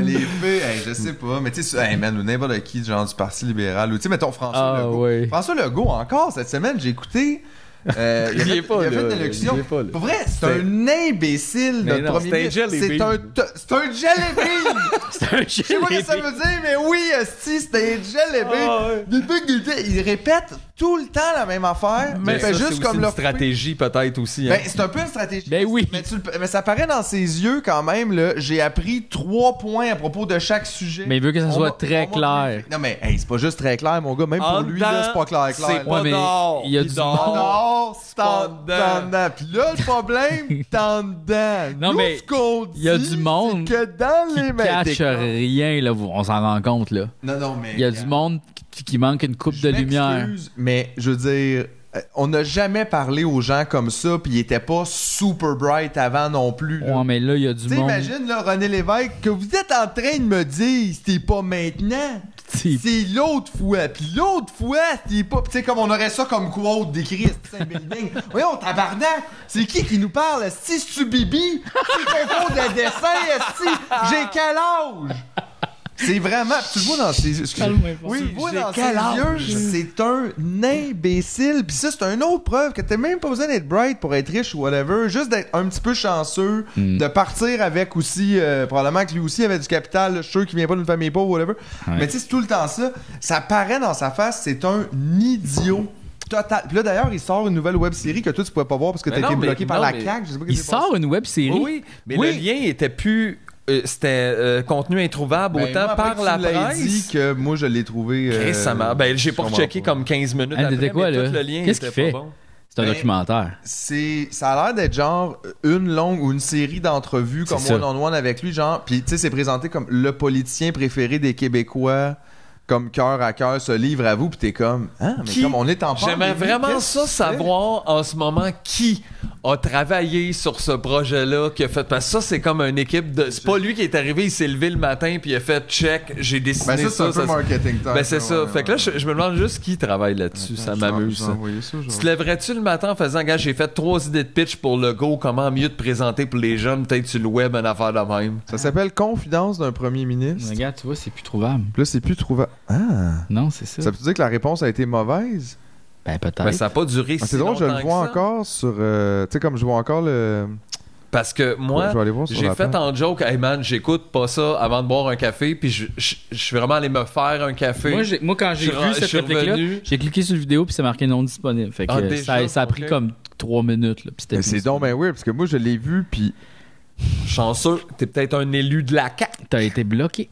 Speaker 4: <laughs>
Speaker 3: les feux, hey, je sais pas. Mais tu sais, hey, man, ou n'importe qui, genre du Parti libéral, ou tu sais, mettons François
Speaker 2: Ah,
Speaker 3: Legault.
Speaker 2: ouais.
Speaker 3: François Legault, encore cette semaine, j'ai écouté. euh, il
Speaker 4: <laughs>
Speaker 3: a
Speaker 4: Il
Speaker 3: fait,
Speaker 4: est pas
Speaker 3: il a fait
Speaker 4: là,
Speaker 3: une élection.
Speaker 4: il est pas là.
Speaker 3: Pour vrai, c'est un imbécile,
Speaker 4: Mais
Speaker 3: notre
Speaker 4: non,
Speaker 3: premier
Speaker 4: c'est un
Speaker 3: ministre.
Speaker 4: jelly
Speaker 3: C'est un,
Speaker 4: bean.
Speaker 3: to- c'est un
Speaker 4: <laughs>
Speaker 3: jelly bean!
Speaker 2: C'est un
Speaker 3: Je sais pas ce
Speaker 2: jelly
Speaker 3: que ça
Speaker 2: bean.
Speaker 3: veut dire, mais oui, Esti, c'était
Speaker 4: Ah, ouais.
Speaker 3: Jelly Il répète tout le temps la même affaire, mais il
Speaker 4: ça,
Speaker 3: fait
Speaker 4: c'est
Speaker 3: juste
Speaker 4: aussi
Speaker 3: comme
Speaker 4: une
Speaker 3: leur
Speaker 4: stratégie peut-être aussi. hein.
Speaker 3: Ben, c'est un peu une stratégie.
Speaker 2: Ben oui.
Speaker 3: Mais, tu le- mais ça paraît dans ses yeux quand même, là. J'ai appris trois points à propos de chaque sujet.
Speaker 2: Mais il veut que ça
Speaker 3: On
Speaker 2: soit
Speaker 3: m'a-
Speaker 2: très
Speaker 3: on m'a-
Speaker 2: clair.
Speaker 3: Non, mais hey, c'est pas juste très clair, mon gars. Même
Speaker 4: En
Speaker 3: pour lui,
Speaker 4: dedans,
Speaker 3: là, c'est pas clair,
Speaker 4: c'est
Speaker 3: clair.
Speaker 4: pas
Speaker 2: Ouais, mais
Speaker 4: d'or,
Speaker 2: il y a
Speaker 4: puis
Speaker 2: du
Speaker 4: d'or.
Speaker 3: Non, c'est en
Speaker 4: T'en dedans.
Speaker 3: dedans. Puis là,
Speaker 2: <laughs>
Speaker 3: le problème, t'es en dedans.
Speaker 2: Non,
Speaker 3: Nous,
Speaker 2: mais
Speaker 3: ce qu'on
Speaker 2: il y a
Speaker 3: dit,
Speaker 2: du monde
Speaker 3: c'est que dans les
Speaker 2: Qui cache rien, là, vous- on s'en rend compte, là.
Speaker 3: Non, non, mais.
Speaker 2: Il y a du monde qui, qui manque une coupe de
Speaker 3: Je
Speaker 2: lumière.
Speaker 3: m'excuse, Mais je veux dire, euh, on n'a jamais parlé aux gens comme ça, puis ils étaient pas super bright avant non plus. là.
Speaker 2: Ouais, mais là, il y a du
Speaker 3: Tu sais,
Speaker 2: monde.
Speaker 3: imagine, là, René Lévesque, que vous êtes en train de me dire, c'était pas maintenant,
Speaker 2: C'est-
Speaker 3: c'est l'autre fois, puis l'autre fois, c'était pas... Tu sais, comme on aurait ça comme quote d'écrit, c'est building. Voyons, tabarnak, c'est qui qui nous parle, si c'est-tu Bibi? C'est concours de dessin, si j'ai quel âge? C'est vraiment... Tu le vois dans ses yeux, excusez-moi. Oui, tu le vois
Speaker 4: j'ai
Speaker 3: dans
Speaker 4: quel
Speaker 3: ses yeux, c'est un imbécile. Puis ça, c'est une autre preuve que t'as même pas besoin d'être bright pour être riche ou whatever. Juste d'être un petit peu chanceux,
Speaker 2: Mm.
Speaker 3: de partir avec aussi, euh, probablement que lui aussi avait du capital, là, je suis sûr qu'il vient pas d'une famille pauvre, whatever. Mais tu sais, c'est tout le temps ça. Ça paraît dans sa face, c'est un idiot. Total. Puis là, d'ailleurs, il sort une nouvelle web série que toi, tu pouvais pas voir parce que t'as
Speaker 4: Mais
Speaker 3: été
Speaker 4: non, mais-
Speaker 3: bloqué par
Speaker 4: non,
Speaker 3: la
Speaker 4: mais-
Speaker 3: CAQ. Je sais pas
Speaker 2: Il
Speaker 3: qu'est-ce qui s'est passé.
Speaker 2: sort une web série.
Speaker 4: Oui, oui, mais
Speaker 2: Oui.
Speaker 4: le lien était plus. euh, C'était euh, contenu introuvable
Speaker 3: Ben,
Speaker 4: autant
Speaker 3: moi, après
Speaker 4: par
Speaker 3: que
Speaker 4: la
Speaker 3: tu l'aies
Speaker 4: presse.
Speaker 3: dit que moi, je l'ai trouvé. euh,
Speaker 4: Chris, ça m'a- Ben, j'ai
Speaker 3: je
Speaker 4: pas
Speaker 3: comprends
Speaker 4: rechecké
Speaker 3: pas.
Speaker 4: comme 15 minutes
Speaker 2: Elle
Speaker 4: après,
Speaker 2: était quoi,
Speaker 4: mais
Speaker 2: là?
Speaker 4: tout le lien
Speaker 2: Qu'est-ce
Speaker 4: était
Speaker 2: qu'il fait?
Speaker 4: pas bon.
Speaker 2: C'est un
Speaker 3: Ben,
Speaker 2: documentaire.
Speaker 3: c'est ça a l'air d'être genre une longue ou une série d'entrevues comme
Speaker 2: C'est
Speaker 3: one
Speaker 2: ça.
Speaker 3: on one avec lui genre puis tu sais c'est présenté comme le politicien préféré des Québécois comme cœur à cœur ce livre à vous puis t'es comme ah mais
Speaker 4: Qui?
Speaker 3: comme on est en
Speaker 4: J'aimerais
Speaker 3: pandémie,
Speaker 4: vraiment
Speaker 3: qu'est-ce
Speaker 4: ça
Speaker 3: que tu fais?
Speaker 4: savoir en ce moment qui a travaillé sur ce projet-là, qui a fait. Parce que ça, c'est comme une équipe de. C'est pas lui qui est arrivé, il s'est levé le matin, puis il a fait check, j'ai décidé
Speaker 3: ben ça c'est
Speaker 4: ça.
Speaker 3: un peu
Speaker 4: ça-
Speaker 3: marketing time,
Speaker 4: ben, c'est
Speaker 3: ouais,
Speaker 4: ça.
Speaker 3: ouais,
Speaker 4: fait que là,
Speaker 3: ouais.
Speaker 4: je, je me demande juste qui travaille là-dessus. ça
Speaker 3: Je vais-
Speaker 4: m'amuse.
Speaker 3: je vais
Speaker 4: ça.
Speaker 3: envoyer ça, je vais-
Speaker 4: Tu te lèverais-tu le matin en faisant, gars, j'ai fait trois idées de pitch pour le go, comment mieux te présenter pour les jeunes, peut-être sur le web, une affaire de même.
Speaker 3: ça s'appelle confidence d'un premier ministre
Speaker 2: Regarde, tu vois, c'est plus trouvable.
Speaker 3: Puis là c'est plus trouvable ah
Speaker 2: Non, c'est ça.
Speaker 3: ça veut dire que la réponse a été mauvaise
Speaker 2: Ben, peut-être.
Speaker 4: Ben, ça n'a pas duré
Speaker 3: Ah,
Speaker 4: si
Speaker 3: c'est drôle je le
Speaker 4: longtemps que
Speaker 3: vois
Speaker 4: ça.
Speaker 3: encore sur euh, tu sais comme je vois encore le
Speaker 4: Parce que moi,
Speaker 3: je vais aller voir sur
Speaker 4: j'ai
Speaker 3: la
Speaker 4: fait
Speaker 3: page.
Speaker 4: en joke, hey man, j'écoute pas ça avant de boire un café, puis je, je- je suis vraiment allé me faire un café.
Speaker 2: Moi, j'ai- moi, quand j'ai
Speaker 4: Je
Speaker 2: vu
Speaker 4: ra- je
Speaker 2: cette
Speaker 4: suis
Speaker 2: réplique-là,
Speaker 4: revenu.
Speaker 2: j'ai cliqué sur la vidéo puis c'est marqué non disponible. Fait que
Speaker 4: Ah,
Speaker 2: euh,
Speaker 4: déjà?
Speaker 2: ça, ça a pris
Speaker 4: Ok.
Speaker 2: comme trois minutes. Là, puis c'était
Speaker 3: Mais
Speaker 2: plus
Speaker 3: c'est donc ben
Speaker 2: disponible.
Speaker 3: weird parce que moi je l'ai vu puis
Speaker 4: Chanceux, t'es peut-être un élu de la CAQ.
Speaker 2: T'as été bloqué.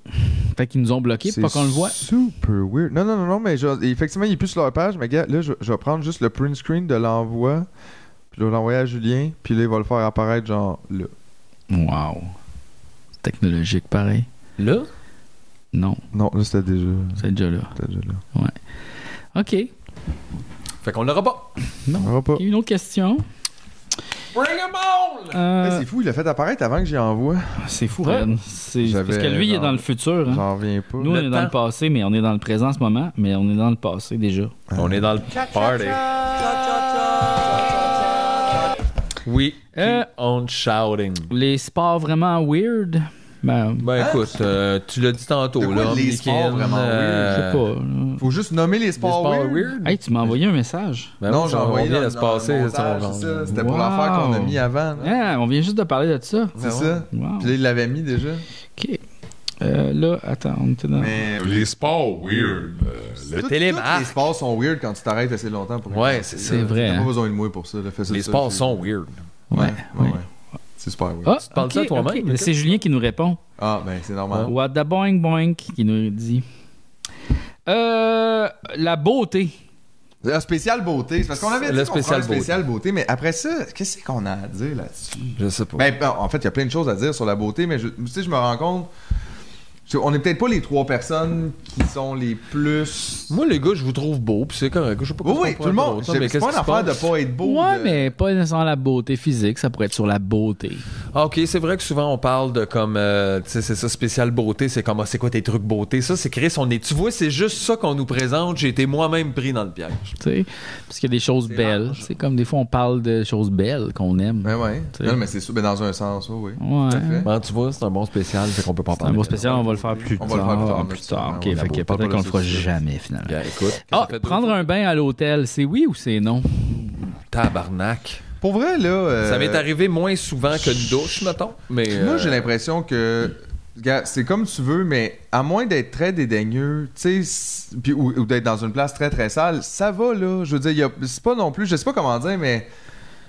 Speaker 2: Fait qu'ils nous ont bloqué
Speaker 3: C'est
Speaker 2: pas qu'on le voit.
Speaker 3: Super weird. Non, non, non, non, mais je- effectivement, il est plus sur leur page, mais gars, là, je, je vais prendre juste le print screen de l'envoi, puis je vais l'envoyer à Julien, puis là, il va le faire apparaître, genre, là.
Speaker 2: Wow. Technologique, pareil.
Speaker 4: Là?
Speaker 2: Non,
Speaker 3: Non, là, c'était déjà,
Speaker 2: c'est déjà là.
Speaker 3: c'était déjà là.
Speaker 2: OK. Il
Speaker 4: Fait qu'on l'aura pas.
Speaker 3: On verra pas.
Speaker 2: y a une autre question.
Speaker 4: Bring 'em on!
Speaker 2: Euh, Ah,
Speaker 3: Hey, Eh, c'est fou, il l'a fait apparaître avant que j'y envoie.
Speaker 2: c'est fou,
Speaker 4: Ouais.
Speaker 2: Red. C'est-
Speaker 3: J'avais,
Speaker 2: Parce que lui, il est
Speaker 3: genre-
Speaker 2: dans le futur. hein.
Speaker 3: J'en reviens pas.
Speaker 2: Nous, on
Speaker 4: Le
Speaker 2: est dans
Speaker 4: temps.
Speaker 2: le passé, mais on est dans le présent en ce moment, mais on est dans le passé déjà.
Speaker 4: On est dans le party. Oui,
Speaker 2: Euh.
Speaker 4: keep on shouting.
Speaker 2: Les sports vraiment weird. Ben,
Speaker 4: Ben écoute, euh, tu l'as dit tantôt,
Speaker 3: Hein? De quoi
Speaker 4: là.
Speaker 3: les
Speaker 4: Mickey,
Speaker 3: sports vraiment
Speaker 2: je sais
Speaker 4: euh,
Speaker 2: pas. Ben, là.
Speaker 3: Faut juste nommer les
Speaker 4: Les
Speaker 3: sports,
Speaker 4: sports
Speaker 3: weird.
Speaker 4: weird?
Speaker 2: Hey, tu m'as envoyé un message.
Speaker 4: Ben
Speaker 3: non,
Speaker 4: oui,
Speaker 3: j'ai
Speaker 4: on
Speaker 3: envoyé
Speaker 4: vient
Speaker 3: dans-
Speaker 4: de se
Speaker 3: dans le
Speaker 4: passer.
Speaker 3: montage,
Speaker 4: on-
Speaker 3: c'est ça. C'était
Speaker 2: Wow.
Speaker 3: pour l'affaire qu'on a mis avant. là.
Speaker 2: Ah, on vient juste de parler de ça.
Speaker 3: C'est ça.
Speaker 2: Wow.
Speaker 3: Puis là, il l'avait mis déjà.
Speaker 2: OK. Euh, là, attends, on était dans...
Speaker 3: Mais
Speaker 10: Les sports weird.
Speaker 3: euh, tout- tous
Speaker 4: télémarque.
Speaker 3: Les sports sont weird quand tu t'arrêtes assez longtemps pour
Speaker 4: Ouais, c'est ça.
Speaker 2: C'est vrai.
Speaker 3: T'as pas
Speaker 2: hein?
Speaker 3: besoin de moi pour ça. là. Fais ça,
Speaker 4: Les
Speaker 3: ça,
Speaker 4: sports
Speaker 3: c'est-
Speaker 4: sont weird.
Speaker 2: Ouais,
Speaker 3: Ouais, ouais,
Speaker 2: ouais.
Speaker 3: ouais. C'est super weird.
Speaker 2: Ah,
Speaker 4: Tu te parles
Speaker 2: ok,
Speaker 4: ça toi-même,
Speaker 2: ok. C'est Julien qui nous répond.
Speaker 3: Ah, ben c'est normal.
Speaker 2: What the boing boing qui nous dit. Euh, la beauté.
Speaker 3: Le spécial beauté, c'est parce qu'on avait dit
Speaker 4: Le
Speaker 3: qu'on ferait
Speaker 4: spécial
Speaker 3: un spécial beauté. mais après ça, qu'est-ce qu'on a à dire là-dessus?
Speaker 4: Je sais pas.
Speaker 3: Ben, en fait, il y a plein de choses à dire sur la beauté, mais je, tu sais, je me rends compte, je- on n'est peut-être pas les trois personnes qui sont les plus...
Speaker 4: Moi, les gars, je vous trouve beau, puis c'est correct. Je sais pas
Speaker 3: Oui,
Speaker 4: pourquoi
Speaker 3: oui,
Speaker 4: on
Speaker 3: tout le
Speaker 4: parle
Speaker 3: monde.
Speaker 4: autant,
Speaker 3: C'est
Speaker 4: mais
Speaker 3: c'est
Speaker 4: qu'est-ce
Speaker 3: pas une
Speaker 4: qui se
Speaker 3: affaire de
Speaker 4: passe?
Speaker 3: pas être beau.
Speaker 2: Ouais,
Speaker 3: de-
Speaker 2: mais pas nécessairement la beauté physique, ça pourrait être sur la beauté.
Speaker 4: Ah, ok, c'est vrai que souvent on parle de comme, euh, tu sais, c'est ça, spécial beauté, c'est comme, ah, c'est quoi tes trucs beauté? Ça, c'est Chris, on est, tu vois, c'est juste ça qu'on nous présente. J'ai été moi-même pris dans le piège.
Speaker 2: tu sais, parce qu'il y a des choses belles. C'est comme des fois on parle de choses belles qu'on aime.
Speaker 3: Ben ouais.
Speaker 2: Tu sais.
Speaker 3: Non, mais c'est sûr, ben dans un sens, oui. oui.
Speaker 2: Ouais.
Speaker 3: Tout à fait.
Speaker 4: Ben, tu vois, c'est un bon spécial, fait qu'on peut pas en
Speaker 2: C'est un
Speaker 4: parler.
Speaker 2: beau spécial, on va le faire plus
Speaker 3: On va le
Speaker 2: tard.
Speaker 3: faire plus tard,
Speaker 2: plus
Speaker 3: mais
Speaker 2: tard.
Speaker 3: ça,
Speaker 2: Ok,
Speaker 3: on va
Speaker 2: fait
Speaker 3: pas-
Speaker 2: que
Speaker 3: pas
Speaker 2: peut-être qu'on le
Speaker 3: parler
Speaker 2: fera
Speaker 3: de ça.
Speaker 2: jamais finalement.
Speaker 4: Bien, écoute.
Speaker 2: Ah,
Speaker 4: ça fait deux
Speaker 2: prendre un bain à l'hôtel, c'est oui ou c'est non?
Speaker 4: Tabarnak.
Speaker 3: Pour vrai, là... euh,
Speaker 4: Ça m'est arrivé moins souvent qu'une douche, mettons. Mais.
Speaker 3: Moi,
Speaker 4: euh,
Speaker 3: j'ai l'impression que. gars, C'est comme tu veux, mais à moins d'être très dédaigneux, tu sais, c- puis- ou, ou d'être dans une place très très sale, ça va là. Je veux dire, y a- c'est pas non plus, je sais pas comment dire, mais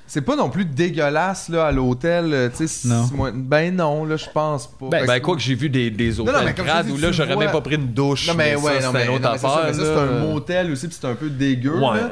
Speaker 3: c'est pas non plus dégueulasse là à l'hôtel, euh, tu sais. si-
Speaker 2: Non.
Speaker 3: moi- Ben non, là, je pense pas. Fait
Speaker 4: Ben,
Speaker 3: que
Speaker 4: ben,
Speaker 3: c'est-
Speaker 4: quoi que j'ai vu des, des
Speaker 3: non,
Speaker 4: hôtels
Speaker 3: mais comme je
Speaker 4: grades
Speaker 3: dis,
Speaker 4: où
Speaker 3: tu
Speaker 4: là, j'aurais
Speaker 3: vois-
Speaker 4: même pas pris une douche.
Speaker 3: Non mais ouais,
Speaker 4: ça,
Speaker 3: non
Speaker 4: c'est
Speaker 3: mais,
Speaker 4: une
Speaker 3: non,
Speaker 4: autre
Speaker 3: mais ça,
Speaker 4: affaire.
Speaker 3: mais ça, c'est un
Speaker 4: là.
Speaker 3: motel aussi, puis c'est un peu dégueu.
Speaker 4: Ouais.
Speaker 3: là.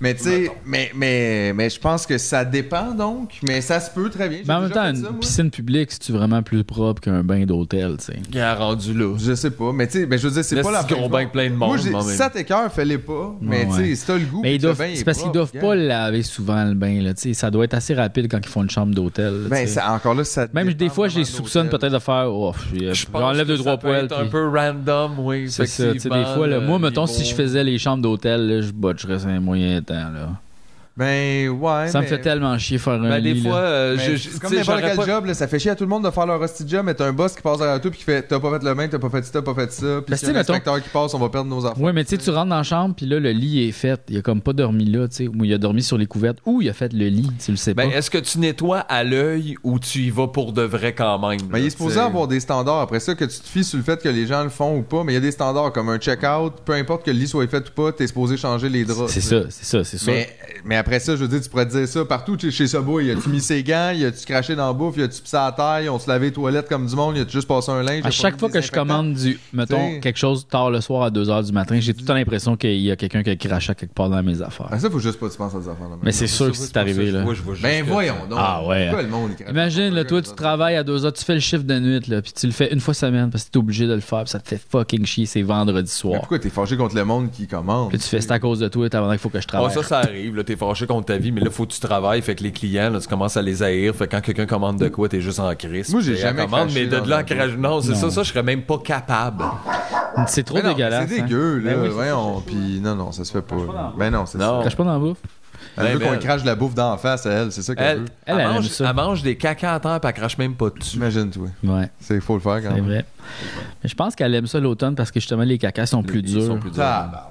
Speaker 3: Mais tu sais, mais, mais, mais je pense que ça dépend donc, mais ça se peut très bien. J'ai
Speaker 2: Mais Ben, en même
Speaker 3: déjà
Speaker 2: temps,
Speaker 3: fait ça,
Speaker 2: une
Speaker 3: moi.
Speaker 2: piscine publique, c'est-tu vraiment plus propre qu'un bain d'hôtel, tu sais?
Speaker 4: Il a rendu là.
Speaker 3: Je sais pas, mais tu sais, mais je veux dire, c'est
Speaker 4: Laisse
Speaker 3: pas la
Speaker 4: ce gros
Speaker 3: fin-
Speaker 4: bain plein de monde,
Speaker 3: Moi, j'ai-
Speaker 4: mais en même
Speaker 3: si ça t'écœure, fais-les pas. Mais
Speaker 2: Ouais,
Speaker 3: tu sais,
Speaker 2: ouais.
Speaker 3: si t'as le goût,
Speaker 2: Mais ils
Speaker 3: puis que le
Speaker 2: doivent,
Speaker 3: bain est
Speaker 2: c'est parce qu'ils
Speaker 3: propre,
Speaker 2: doivent pas
Speaker 3: gars.
Speaker 2: laver souvent le bain, là, tu sais. Ça doit être assez rapide quand ils font une chambre d'hôtel. là,
Speaker 3: Ben,
Speaker 2: tu sais.
Speaker 3: ça- encore là, ça.
Speaker 2: Même
Speaker 3: dépend
Speaker 2: des fois, je les
Speaker 3: vraiment de
Speaker 2: soupçonne
Speaker 3: l'hôtel.
Speaker 2: peut-être de faire, oh, je- j'enlève deux, trois poils.
Speaker 4: C'est un
Speaker 2: puis-
Speaker 4: peu random, oui.
Speaker 2: C'est ça, tu sais, des fois, là, moi, mettons, si je faisais les chambres d'hôtel, là, je botcherais ça un moyen temps, là.
Speaker 3: Ben, ouais.
Speaker 2: ça me
Speaker 3: mais-
Speaker 2: fait tellement chier faire un
Speaker 4: Ben, des
Speaker 2: lit, là.
Speaker 4: fois, euh,
Speaker 3: mais
Speaker 4: je- je-
Speaker 3: C'est comme
Speaker 4: tu sais,
Speaker 3: n'importe
Speaker 4: j'aurais
Speaker 3: quel
Speaker 4: pas-
Speaker 3: job, là, ça fait chier à tout le monde de faire leur hostie de job, mais t'as un boss qui passe derrière toi puis qui fait T'as pas fait le bain, t'as pas fait ça, t'as pas fait ça. Puis
Speaker 2: Parce
Speaker 3: s'il y a
Speaker 2: que,
Speaker 3: un
Speaker 2: mettons-
Speaker 3: inspecteur qui passe, on va perdre nos enfants.
Speaker 2: Ouais, mais tu sais,
Speaker 3: euh,
Speaker 2: tu rentres dans la chambre, puis là, le lit est fait. Il a comme pas dormi là, tu sais, ou il a dormi sur les couvertes, ou il a fait le lit, tu le sais
Speaker 4: Ben,
Speaker 2: pas.
Speaker 4: est-ce que tu nettoies à l'œil ou tu y vas pour de vrai quand même?
Speaker 3: Mais
Speaker 4: là,
Speaker 3: il est supposé
Speaker 4: tu sais?
Speaker 3: avoir des standards. Après ça, que tu te fies sur le fait que les gens le font ou pas, mais il y a des standards comme un check-out, peu importe que le lit soit fait ou pas, t'es supposé changer les draps.
Speaker 2: C'est
Speaker 3: tu sais.
Speaker 2: ça, c'est ça, c'est ça.
Speaker 3: Mais, mais après ça, je veux dire, tu pourrais te dire ça partout tu sais, chez Sabo. Il a-tu mis ses gants, il a-tu craché dans la bouffe, il a-tu pissé à la taille, on se lavait les toilettes comme du monde, il a-tu juste passé un linge. il a
Speaker 2: à
Speaker 3: pas
Speaker 2: chaque
Speaker 3: mis
Speaker 2: fois
Speaker 3: des
Speaker 2: que je
Speaker 3: désinfectants.
Speaker 2: commande du, mettons,
Speaker 3: T'sais.
Speaker 2: quelque chose tard le soir à 2h du matin, j'ai tout le temps l'impression qu'il y a quelqu'un qui a craché à quelque part dans mes affaires.
Speaker 3: Ah, ça, faut juste pas que tu penses à des affaires. là,
Speaker 2: Mais c'est sûr que
Speaker 4: Je vois,
Speaker 2: c'est arrivé,
Speaker 4: je
Speaker 2: là.
Speaker 4: vois, je vois juste
Speaker 3: Ben
Speaker 4: que-
Speaker 3: voyons donc.
Speaker 2: Ah ouais.
Speaker 3: Pourquoi le monde il crache
Speaker 2: Imagine,
Speaker 3: pas
Speaker 2: là, toi,
Speaker 3: comme
Speaker 2: tu
Speaker 3: ça?
Speaker 2: travailles à 2h, tu fais le chiffre de nuit, là, puis tu le fais une fois semaine parce que t'es obligé de le faire, puis ça te fait fucking chier, c'est vendredi
Speaker 3: Mais
Speaker 2: soir.
Speaker 3: pourquoi t'es fâché contre le monde qui commande?
Speaker 2: Puis tu fais, c'est à cause de toi, t'as qu'il faut que je
Speaker 4: Ah,
Speaker 2: travaille.
Speaker 4: ça, ça arrive. Là, t'es fâché contre ta vie, mais là, faut que tu travailles. Fait que les clients, là, tu commences à les haïr. Fait que quand quelqu'un commande de quoi, t'es juste en crise.
Speaker 3: Moi, j'ai
Speaker 4: Puis, elle
Speaker 3: jamais
Speaker 4: commande,
Speaker 3: craché
Speaker 4: mais de
Speaker 3: dans
Speaker 4: là,
Speaker 3: un
Speaker 4: à cracher- Non, c'est ça, ça, je serais même pas capable.
Speaker 2: C'est trop
Speaker 3: Mais non, mais
Speaker 2: dégueulasse.
Speaker 3: C'est
Speaker 2: hein.
Speaker 3: dégueu, là.
Speaker 2: Ben oui, c'est
Speaker 3: voyons. Puis non, non, ça se fait pas. là. Ben non, c'est ça.
Speaker 4: Non.
Speaker 2: Crache pas dans la bouffe.
Speaker 3: Elle veut
Speaker 4: Ben,
Speaker 3: qu'on
Speaker 4: elle-
Speaker 3: crache de la bouffe d'en face à elle, c'est ça qu'elle
Speaker 4: Elle,
Speaker 3: veut.
Speaker 2: Elle,
Speaker 4: elle
Speaker 2: elle
Speaker 4: mange,
Speaker 2: aime ça.
Speaker 4: elle mange des caca à terre, puis elle crache même pas dessus.
Speaker 3: Imagine-toi.
Speaker 2: Ouais,
Speaker 3: C'est faut le faire quand
Speaker 2: c'est
Speaker 3: même.
Speaker 2: vrai. Mais je pense qu'elle aime ça l'automne parce que justement, les cacas sont plus
Speaker 4: Ils
Speaker 2: durs.
Speaker 4: sont plus durs.
Speaker 3: Ah,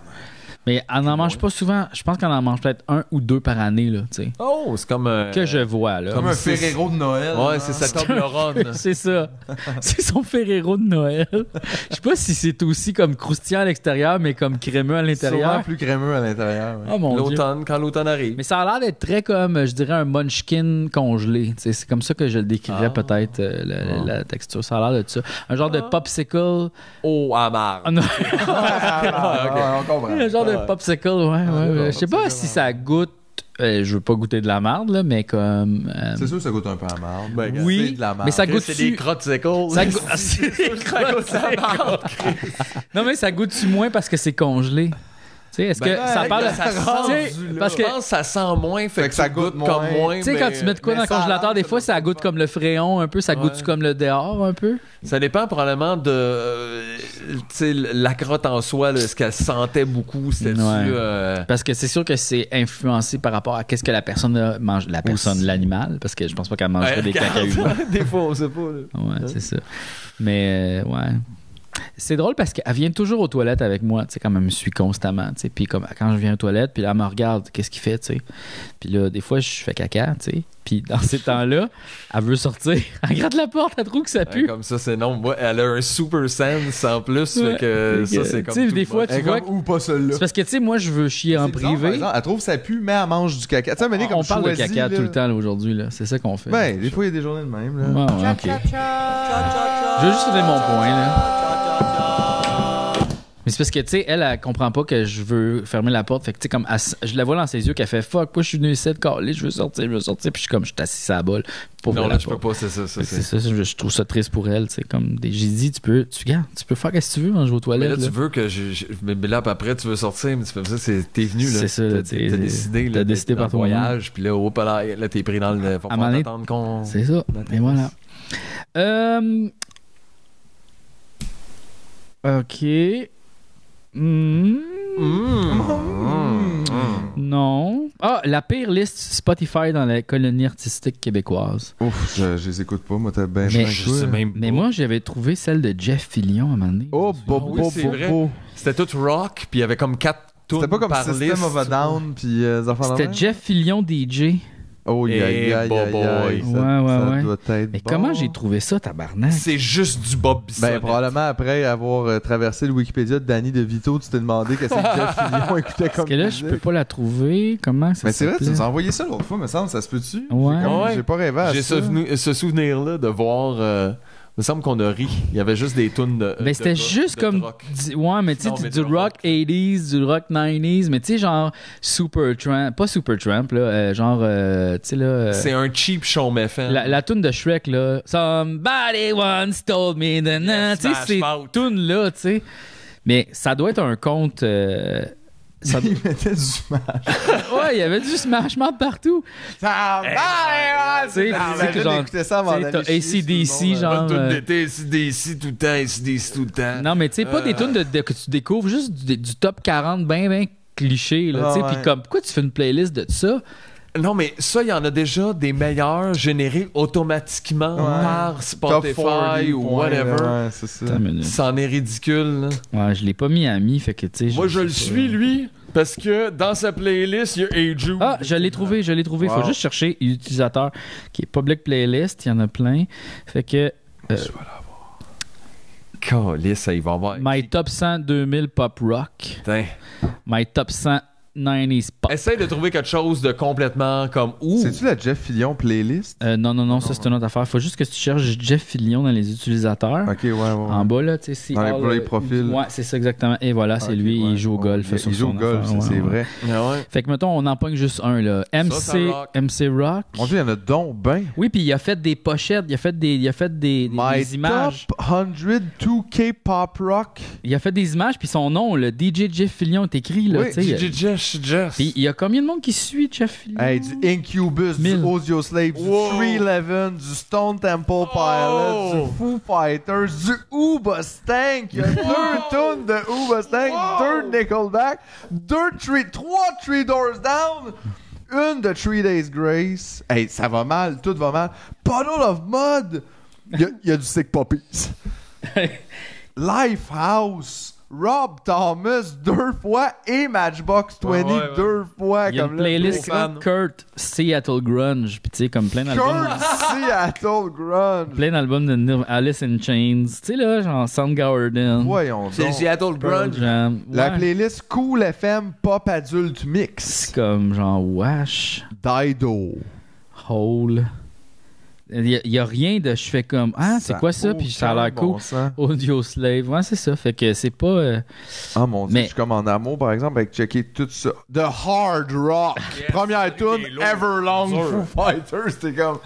Speaker 2: Mais elle n'en mange pas souvent. Je pense qu'elle en mange peut-être un ou deux par année, là, tu sais.
Speaker 4: Oh, c'est comme un.
Speaker 2: Que je vois, là.
Speaker 3: Comme un
Speaker 4: c'est-
Speaker 3: Ferrero de Noël.
Speaker 4: Ouais,
Speaker 3: là.
Speaker 4: c'est sa Toblerone.
Speaker 2: <laughs> C'est ça. C'est son Ferrero de Noël. Je sais pas si c'est aussi comme croustillant à l'extérieur, mais comme crémeux à
Speaker 3: Sûrement
Speaker 2: l'intérieur.
Speaker 3: plus crémeux à l'intérieur. ouais.
Speaker 2: Oh mon dieu.
Speaker 4: L'automne, quand l'automne arrive.
Speaker 2: Mais ça a l'air d'être très comme, je dirais, un munchkin congelé. Tu sais, C'est comme ça que je le décrirais
Speaker 4: Ah.
Speaker 2: peut-être, euh, la, la- la texture. Ça a l'air de ça. Un genre de popsicle.
Speaker 4: Oh, amar.
Speaker 2: Ah, non.
Speaker 3: Ah, ouais, on comprend.
Speaker 2: Un genre de popsicle, ouais. ouais, ouais. Je sais pas si ça goûte. euh, je veux pas goûter de la marde, là, mais comme. euh,
Speaker 3: C'est sûr que ça goûte un peu à marde. Ben,
Speaker 2: oui,
Speaker 3: c'est de la marde.
Speaker 2: mais ça
Speaker 4: Chris,
Speaker 2: goûte.
Speaker 4: C'est des crottes secours. <laughs>
Speaker 2: Ça goûte. <laughs> Ah, c'est- non, mais ça goûte-tu moins parce que c'est congelé? Tu sais, est-ce que
Speaker 4: Ben,
Speaker 2: ça
Speaker 3: euh,
Speaker 4: ouais,
Speaker 2: parle.
Speaker 4: ça
Speaker 2: tu sais,
Speaker 4: sent-
Speaker 2: parce que.
Speaker 4: Je pense que ça sent moins, fait, que ça goûte
Speaker 3: moins.
Speaker 4: comme moins.
Speaker 2: Tu sais,
Speaker 4: mais-
Speaker 2: quand tu mets de quoi
Speaker 3: mais
Speaker 2: dans le
Speaker 3: ça a
Speaker 2: congélateur,
Speaker 3: l'air
Speaker 2: des
Speaker 3: que
Speaker 2: fois,
Speaker 3: ça
Speaker 2: ça goûte comme le fréon un peu, ça goûte-tu
Speaker 4: Ouais.
Speaker 2: comme le dehors un peu?
Speaker 4: euh, Ça dépend probablement de euh, tu sais, la crotte en soi, là, ce qu'elle sentait beaucoup, c'était
Speaker 2: Ouais.
Speaker 4: euh,
Speaker 2: Parce que c'est sûr que c'est influencé par rapport à qu'est-ce que la personne a mangé. La personne, l'animal, parce que je pense pas qu'elle mangerait
Speaker 4: ouais,
Speaker 2: des
Speaker 4: regarde,
Speaker 2: caca humains.
Speaker 4: <laughs> des fois, on sait pas. là.
Speaker 2: Ouais, c'est ça. Mais euh, ouais. C'est drôle parce qu'elle vient toujours aux toilettes avec moi, tu sais, quand elle me suit constamment, tu sais. Puis comme quand je viens aux toilettes, puis là, elle me regarde, qu'est-ce qu'il fait, tu sais. Puis là, des fois, je fais caca, tu sais. Puis
Speaker 4: <laughs>
Speaker 2: dans ces temps-là, elle veut sortir. <laughs> Elle gratte la porte, elle trouve que ça
Speaker 4: Ouais,
Speaker 2: pue.
Speaker 4: comme ça, c'est non. Moi, elle a un super sense en plus,
Speaker 2: Ouais.
Speaker 4: fait que
Speaker 2: Fait que,
Speaker 4: ça, c'est comme.
Speaker 2: tu sais,
Speaker 4: tout
Speaker 2: des
Speaker 4: le
Speaker 2: fois,
Speaker 4: monde.
Speaker 2: tu
Speaker 3: Elle est
Speaker 2: vois.
Speaker 3: comme, ou pas celle-là.
Speaker 2: C'est parce que, tu sais, moi, je veux chier en
Speaker 3: C'est bizarre, par
Speaker 2: privé. Ah,
Speaker 3: exemple, elle trouve que ça pue, mais elle mange du caca. Tu sais, à un moment donné, comme
Speaker 2: On parle de
Speaker 3: choisi,
Speaker 2: caca
Speaker 3: là.
Speaker 2: tout le temps là, aujourd'hui, là. C'est ça qu'on fait.
Speaker 3: Ben, des fois, il y a des journées de même. Là.
Speaker 2: Ouais, ouais, ok. Je veux juste donner mon point, là. Mais c'est parce que, tu sais, elle, elle comprend pas que je veux fermer la porte. Fait que, tu sais, comme, elle s- je la vois dans ses yeux qu'elle fait fuck, moi, je suis venu ici de caler, je veux sortir, je veux sortir. Puis je suis comme, je suis assis à la bolle. Pour
Speaker 4: non,
Speaker 2: ouvrir
Speaker 4: là,
Speaker 2: la
Speaker 4: je peux
Speaker 2: porte.
Speaker 4: pas, c'est ça.
Speaker 2: Fait
Speaker 4: ça,
Speaker 2: que C'est
Speaker 4: c'est-
Speaker 2: ça, je, je trouve ça triste pour elle. tu sais, comme, des- j'ai dit, tu peux, tu gardes, tu peux faire quest ce que tu veux, hein, je vais aux
Speaker 4: Mais
Speaker 2: toilettes.
Speaker 4: là,
Speaker 2: là.
Speaker 4: tu veux que je. je- mais mais là, après, tu veux sortir, mais tu fais ça, c'est- t'es venu, là.
Speaker 2: C'est ça, là,
Speaker 4: T'as-
Speaker 2: t'es-
Speaker 4: T'as décidé, là.
Speaker 2: t'as
Speaker 4: t'es
Speaker 2: décidé
Speaker 4: dans le
Speaker 2: par toi-même.
Speaker 4: voyage, puis là, hop là, là, t'es pris dans le. Faut
Speaker 2: un moment donné,
Speaker 4: attendre qu'on.
Speaker 2: C'est ça.
Speaker 4: Attends.
Speaker 2: Et voilà. Euh, Ok. Hmm,
Speaker 3: Hmm.
Speaker 4: Mmh.
Speaker 2: Non. Ah, la pire liste Spotify dans la colonie artistique québécoise.
Speaker 3: Ouf, je, je les écoute pas, moi, t'as bien
Speaker 2: Mais-
Speaker 3: bien
Speaker 4: Je
Speaker 3: joué.
Speaker 4: sais même
Speaker 2: Mais
Speaker 4: pas.
Speaker 2: moi, j'avais trouvé celle de Jeff Fillion à un moment donné.
Speaker 3: Oh,
Speaker 4: Ah
Speaker 3: bo,
Speaker 4: oui,
Speaker 3: bo,
Speaker 4: c'est
Speaker 3: bo,
Speaker 4: vrai.
Speaker 3: bo.
Speaker 4: C'était tout rock, puis il y avait comme quatre tunes
Speaker 3: C'était pas comme
Speaker 4: par
Speaker 3: System
Speaker 4: liste.
Speaker 3: of a Down, puis euh, des affaires de
Speaker 2: C'était
Speaker 3: même?
Speaker 2: Jeff Fillion DJ.
Speaker 3: Oh, yeah,
Speaker 4: Eh,
Speaker 3: yeah,
Speaker 4: bo-
Speaker 3: yeah, yeah,
Speaker 4: boy.
Speaker 3: ça-
Speaker 2: Ouais, ouais,
Speaker 3: ça
Speaker 2: ouais.
Speaker 3: doit être
Speaker 2: Mais
Speaker 3: bon.
Speaker 2: comment j'ai trouvé ça, tabarnak?
Speaker 4: C'est juste du Bob Bisson.
Speaker 3: Ben, probablement après avoir euh, traversé le Wikipédia de Danny DeVito, tu t'es demandé qu'est-ce que Jeff Fillion <laughs> écoutait comme
Speaker 2: Parce que là, je
Speaker 3: musique.
Speaker 2: peux pas la trouver. Comment ça
Speaker 3: Mais c'est vrai, tu
Speaker 2: s'appelait?
Speaker 3: nous as envoyé ça l'autre fois, me semble, ça se peut-tu?
Speaker 2: Ouais.
Speaker 3: J'ai comme-
Speaker 4: Ouais.
Speaker 3: J'ai pas rêvé à
Speaker 4: J'ai
Speaker 3: ça.
Speaker 4: ce, venu- ce souvenir-là de voir. euh, il me semble qu'on a ri. Il y avait juste des tunes Euh, de.
Speaker 2: Mais
Speaker 4: de
Speaker 2: Ben, c'était
Speaker 4: rock-
Speaker 2: juste
Speaker 4: de
Speaker 2: comme.
Speaker 4: rock.
Speaker 2: du- ouais, mais tu sais,
Speaker 4: Non, mais
Speaker 2: du, du
Speaker 4: de
Speaker 2: rock
Speaker 4: rock.
Speaker 2: 80s, du rock 90s, mais tu sais, genre Super Tramp, pas Super Tramp, là, euh, genre, euh, tu sais, là. euh,
Speaker 4: C'est un cheap show méfant.
Speaker 2: la, la tune de Shrek, là. Somebody once told me the na-
Speaker 4: Yes,
Speaker 2: Tu sais,
Speaker 4: Smash
Speaker 2: ces
Speaker 4: Mouth.
Speaker 2: tunes-là, tu sais. Mais ça doit être un compte. euh, ça-
Speaker 3: <laughs>
Speaker 4: <laughs>
Speaker 3: Il mettait du mal.
Speaker 2: ouais, il y avait du Smash Mouth partout.
Speaker 3: Ça
Speaker 4: Ah,
Speaker 3: va!
Speaker 2: Eh, Tu sais, c'est que genre-
Speaker 3: J'écoutais ça
Speaker 2: tu
Speaker 3: avant
Speaker 2: sais,
Speaker 3: d'aller
Speaker 2: t'as
Speaker 3: chier sur
Speaker 2: ACDC,
Speaker 3: le monde,
Speaker 2: genre.
Speaker 4: Tout
Speaker 2: euh,
Speaker 4: d'été, ici, d'ici, tout le temps, ici, d'ici, tout le temps.
Speaker 2: Non, mais tu sais, pas des
Speaker 4: Euh.
Speaker 2: tunes de, de- que tu découvres, juste du, du top 40, ben, ben cliché, là, tu sais.
Speaker 3: Ah
Speaker 2: Puis
Speaker 3: ouais.
Speaker 2: comme, pourquoi tu fais une playlist de ça?
Speaker 4: Non, mais ça, il y en a déjà des meilleurs générés automatiquement
Speaker 3: Ouais.
Speaker 4: par
Speaker 3: euh, Top
Speaker 4: Spotify
Speaker 3: 40
Speaker 4: ou
Speaker 3: points,
Speaker 4: whatever.
Speaker 3: là, ouais, c'est ça.
Speaker 2: Attends une minute.
Speaker 4: C'en est ridicule. là.
Speaker 2: Ouais, je l'ai pas mis ami, fait que tu sais.
Speaker 4: Moi, je le
Speaker 2: sais
Speaker 4: suis,
Speaker 2: pas.
Speaker 4: lui, parce que dans sa playlist, il y a Hey Jude.
Speaker 2: Ah, je l'ai trouvé, je l'ai trouvé. Faut
Speaker 4: Wow.
Speaker 2: juste chercher utilisateur qui est public playlist, il y en a plein. Fait que
Speaker 4: Calisse, ça, il va avoir.
Speaker 2: my top 100 2000 pop rock,
Speaker 4: Putain.
Speaker 2: my top 100 90s pop.
Speaker 4: Essaye de trouver quelque chose de complètement comme ouh.
Speaker 3: C'est-tu la Jeff Fillion playlist?
Speaker 2: Euh, non, non, non, ça c'est une autre affaire. Faut juste que tu cherches Jeff Fillion dans les utilisateurs.
Speaker 3: Ok, ouais, ouais.
Speaker 2: Ah. En
Speaker 3: ouais.
Speaker 2: bas, là, tu sais, c'est.
Speaker 3: Dans les-
Speaker 2: all,
Speaker 3: pour les
Speaker 2: euh,
Speaker 3: profils.
Speaker 2: Ouais, c'est ça, exactement. Et voilà, c'est
Speaker 3: Ok,
Speaker 2: lui,
Speaker 3: ouais.
Speaker 2: il joue au golf.
Speaker 3: Il,
Speaker 2: sur
Speaker 3: il joue au
Speaker 2: son
Speaker 3: golf,
Speaker 2: affaire,
Speaker 3: c'est
Speaker 2: ouais, ouais.
Speaker 3: c'est vrai.
Speaker 4: Ah ouais.
Speaker 2: Fait que, mettons, on en pogne juste un, là. MC,
Speaker 4: rock.
Speaker 2: MC Rock.
Speaker 3: Mon dieu, il y en a donc ben.
Speaker 2: Oui, puis il a fait des pochettes, il a fait des, il a fait des, des-
Speaker 3: My
Speaker 2: des images.
Speaker 3: top 102 k pop rock.
Speaker 2: Il a fait des images, puis son nom, le DJ Jeff Fillion, est écrit. Là,
Speaker 3: Oui,
Speaker 2: tu sais.
Speaker 4: Jess, Jess.
Speaker 2: Puis il y a combien de monde qui suit Jeff Fillion
Speaker 3: Hey, du Incubus,
Speaker 2: Mille.
Speaker 3: du Audio Slave,
Speaker 4: Wow.
Speaker 3: du 311, du Stone Temple
Speaker 4: Oh.
Speaker 3: Pilots, du Foo Fighters, du Uba Stank. Il y a deux tonnes de Uba Stank, deux de Nickelback, deux three, trois Three Doors Down, une de Three Days Grace. Hey, ça va mal, tout va mal. Puddle of Mud. Il y a- il y, a du Sick
Speaker 2: <laughs>
Speaker 3: Puppies. Lifehouse. Rob Thomas deux fois et Matchbox 20
Speaker 4: Ah Ouais, ouais, ouais.
Speaker 3: deux fois
Speaker 2: Il y a
Speaker 3: comme
Speaker 2: une
Speaker 3: là,
Speaker 2: playlist
Speaker 4: gros fan.
Speaker 2: Kurt Seattle Grunge, puis tu sais, comme plein d'albums.
Speaker 3: Kurt Seattle Grunge.
Speaker 2: Plein d'albums de Nir- Alice in Chains. Tu sais, là, genre Soundgarden.
Speaker 3: Voyons
Speaker 4: C'est le
Speaker 3: donc.
Speaker 4: Seattle
Speaker 2: Pearl
Speaker 4: Grunge.
Speaker 2: Jam.
Speaker 3: La
Speaker 2: Ouais.
Speaker 3: playlist Cool FM Pop Adulte Mix.
Speaker 2: C'est comme genre Wash,
Speaker 3: Dido.
Speaker 2: Hole. Il y a- il y a, rien de je fais comme Ah, c'est quoi ça? Puis ça a l'air
Speaker 3: aucun
Speaker 2: cool.
Speaker 3: bon sens.
Speaker 2: Audio Slave. Ouais, c'est ça. Fait que c'est pas. euh,
Speaker 3: Ah mon dieu,
Speaker 2: Mais-
Speaker 3: je suis comme en amour par exemple avec checker tout ça. The Hard Rock. Première tune Everlong Foo Fighters. C'était comme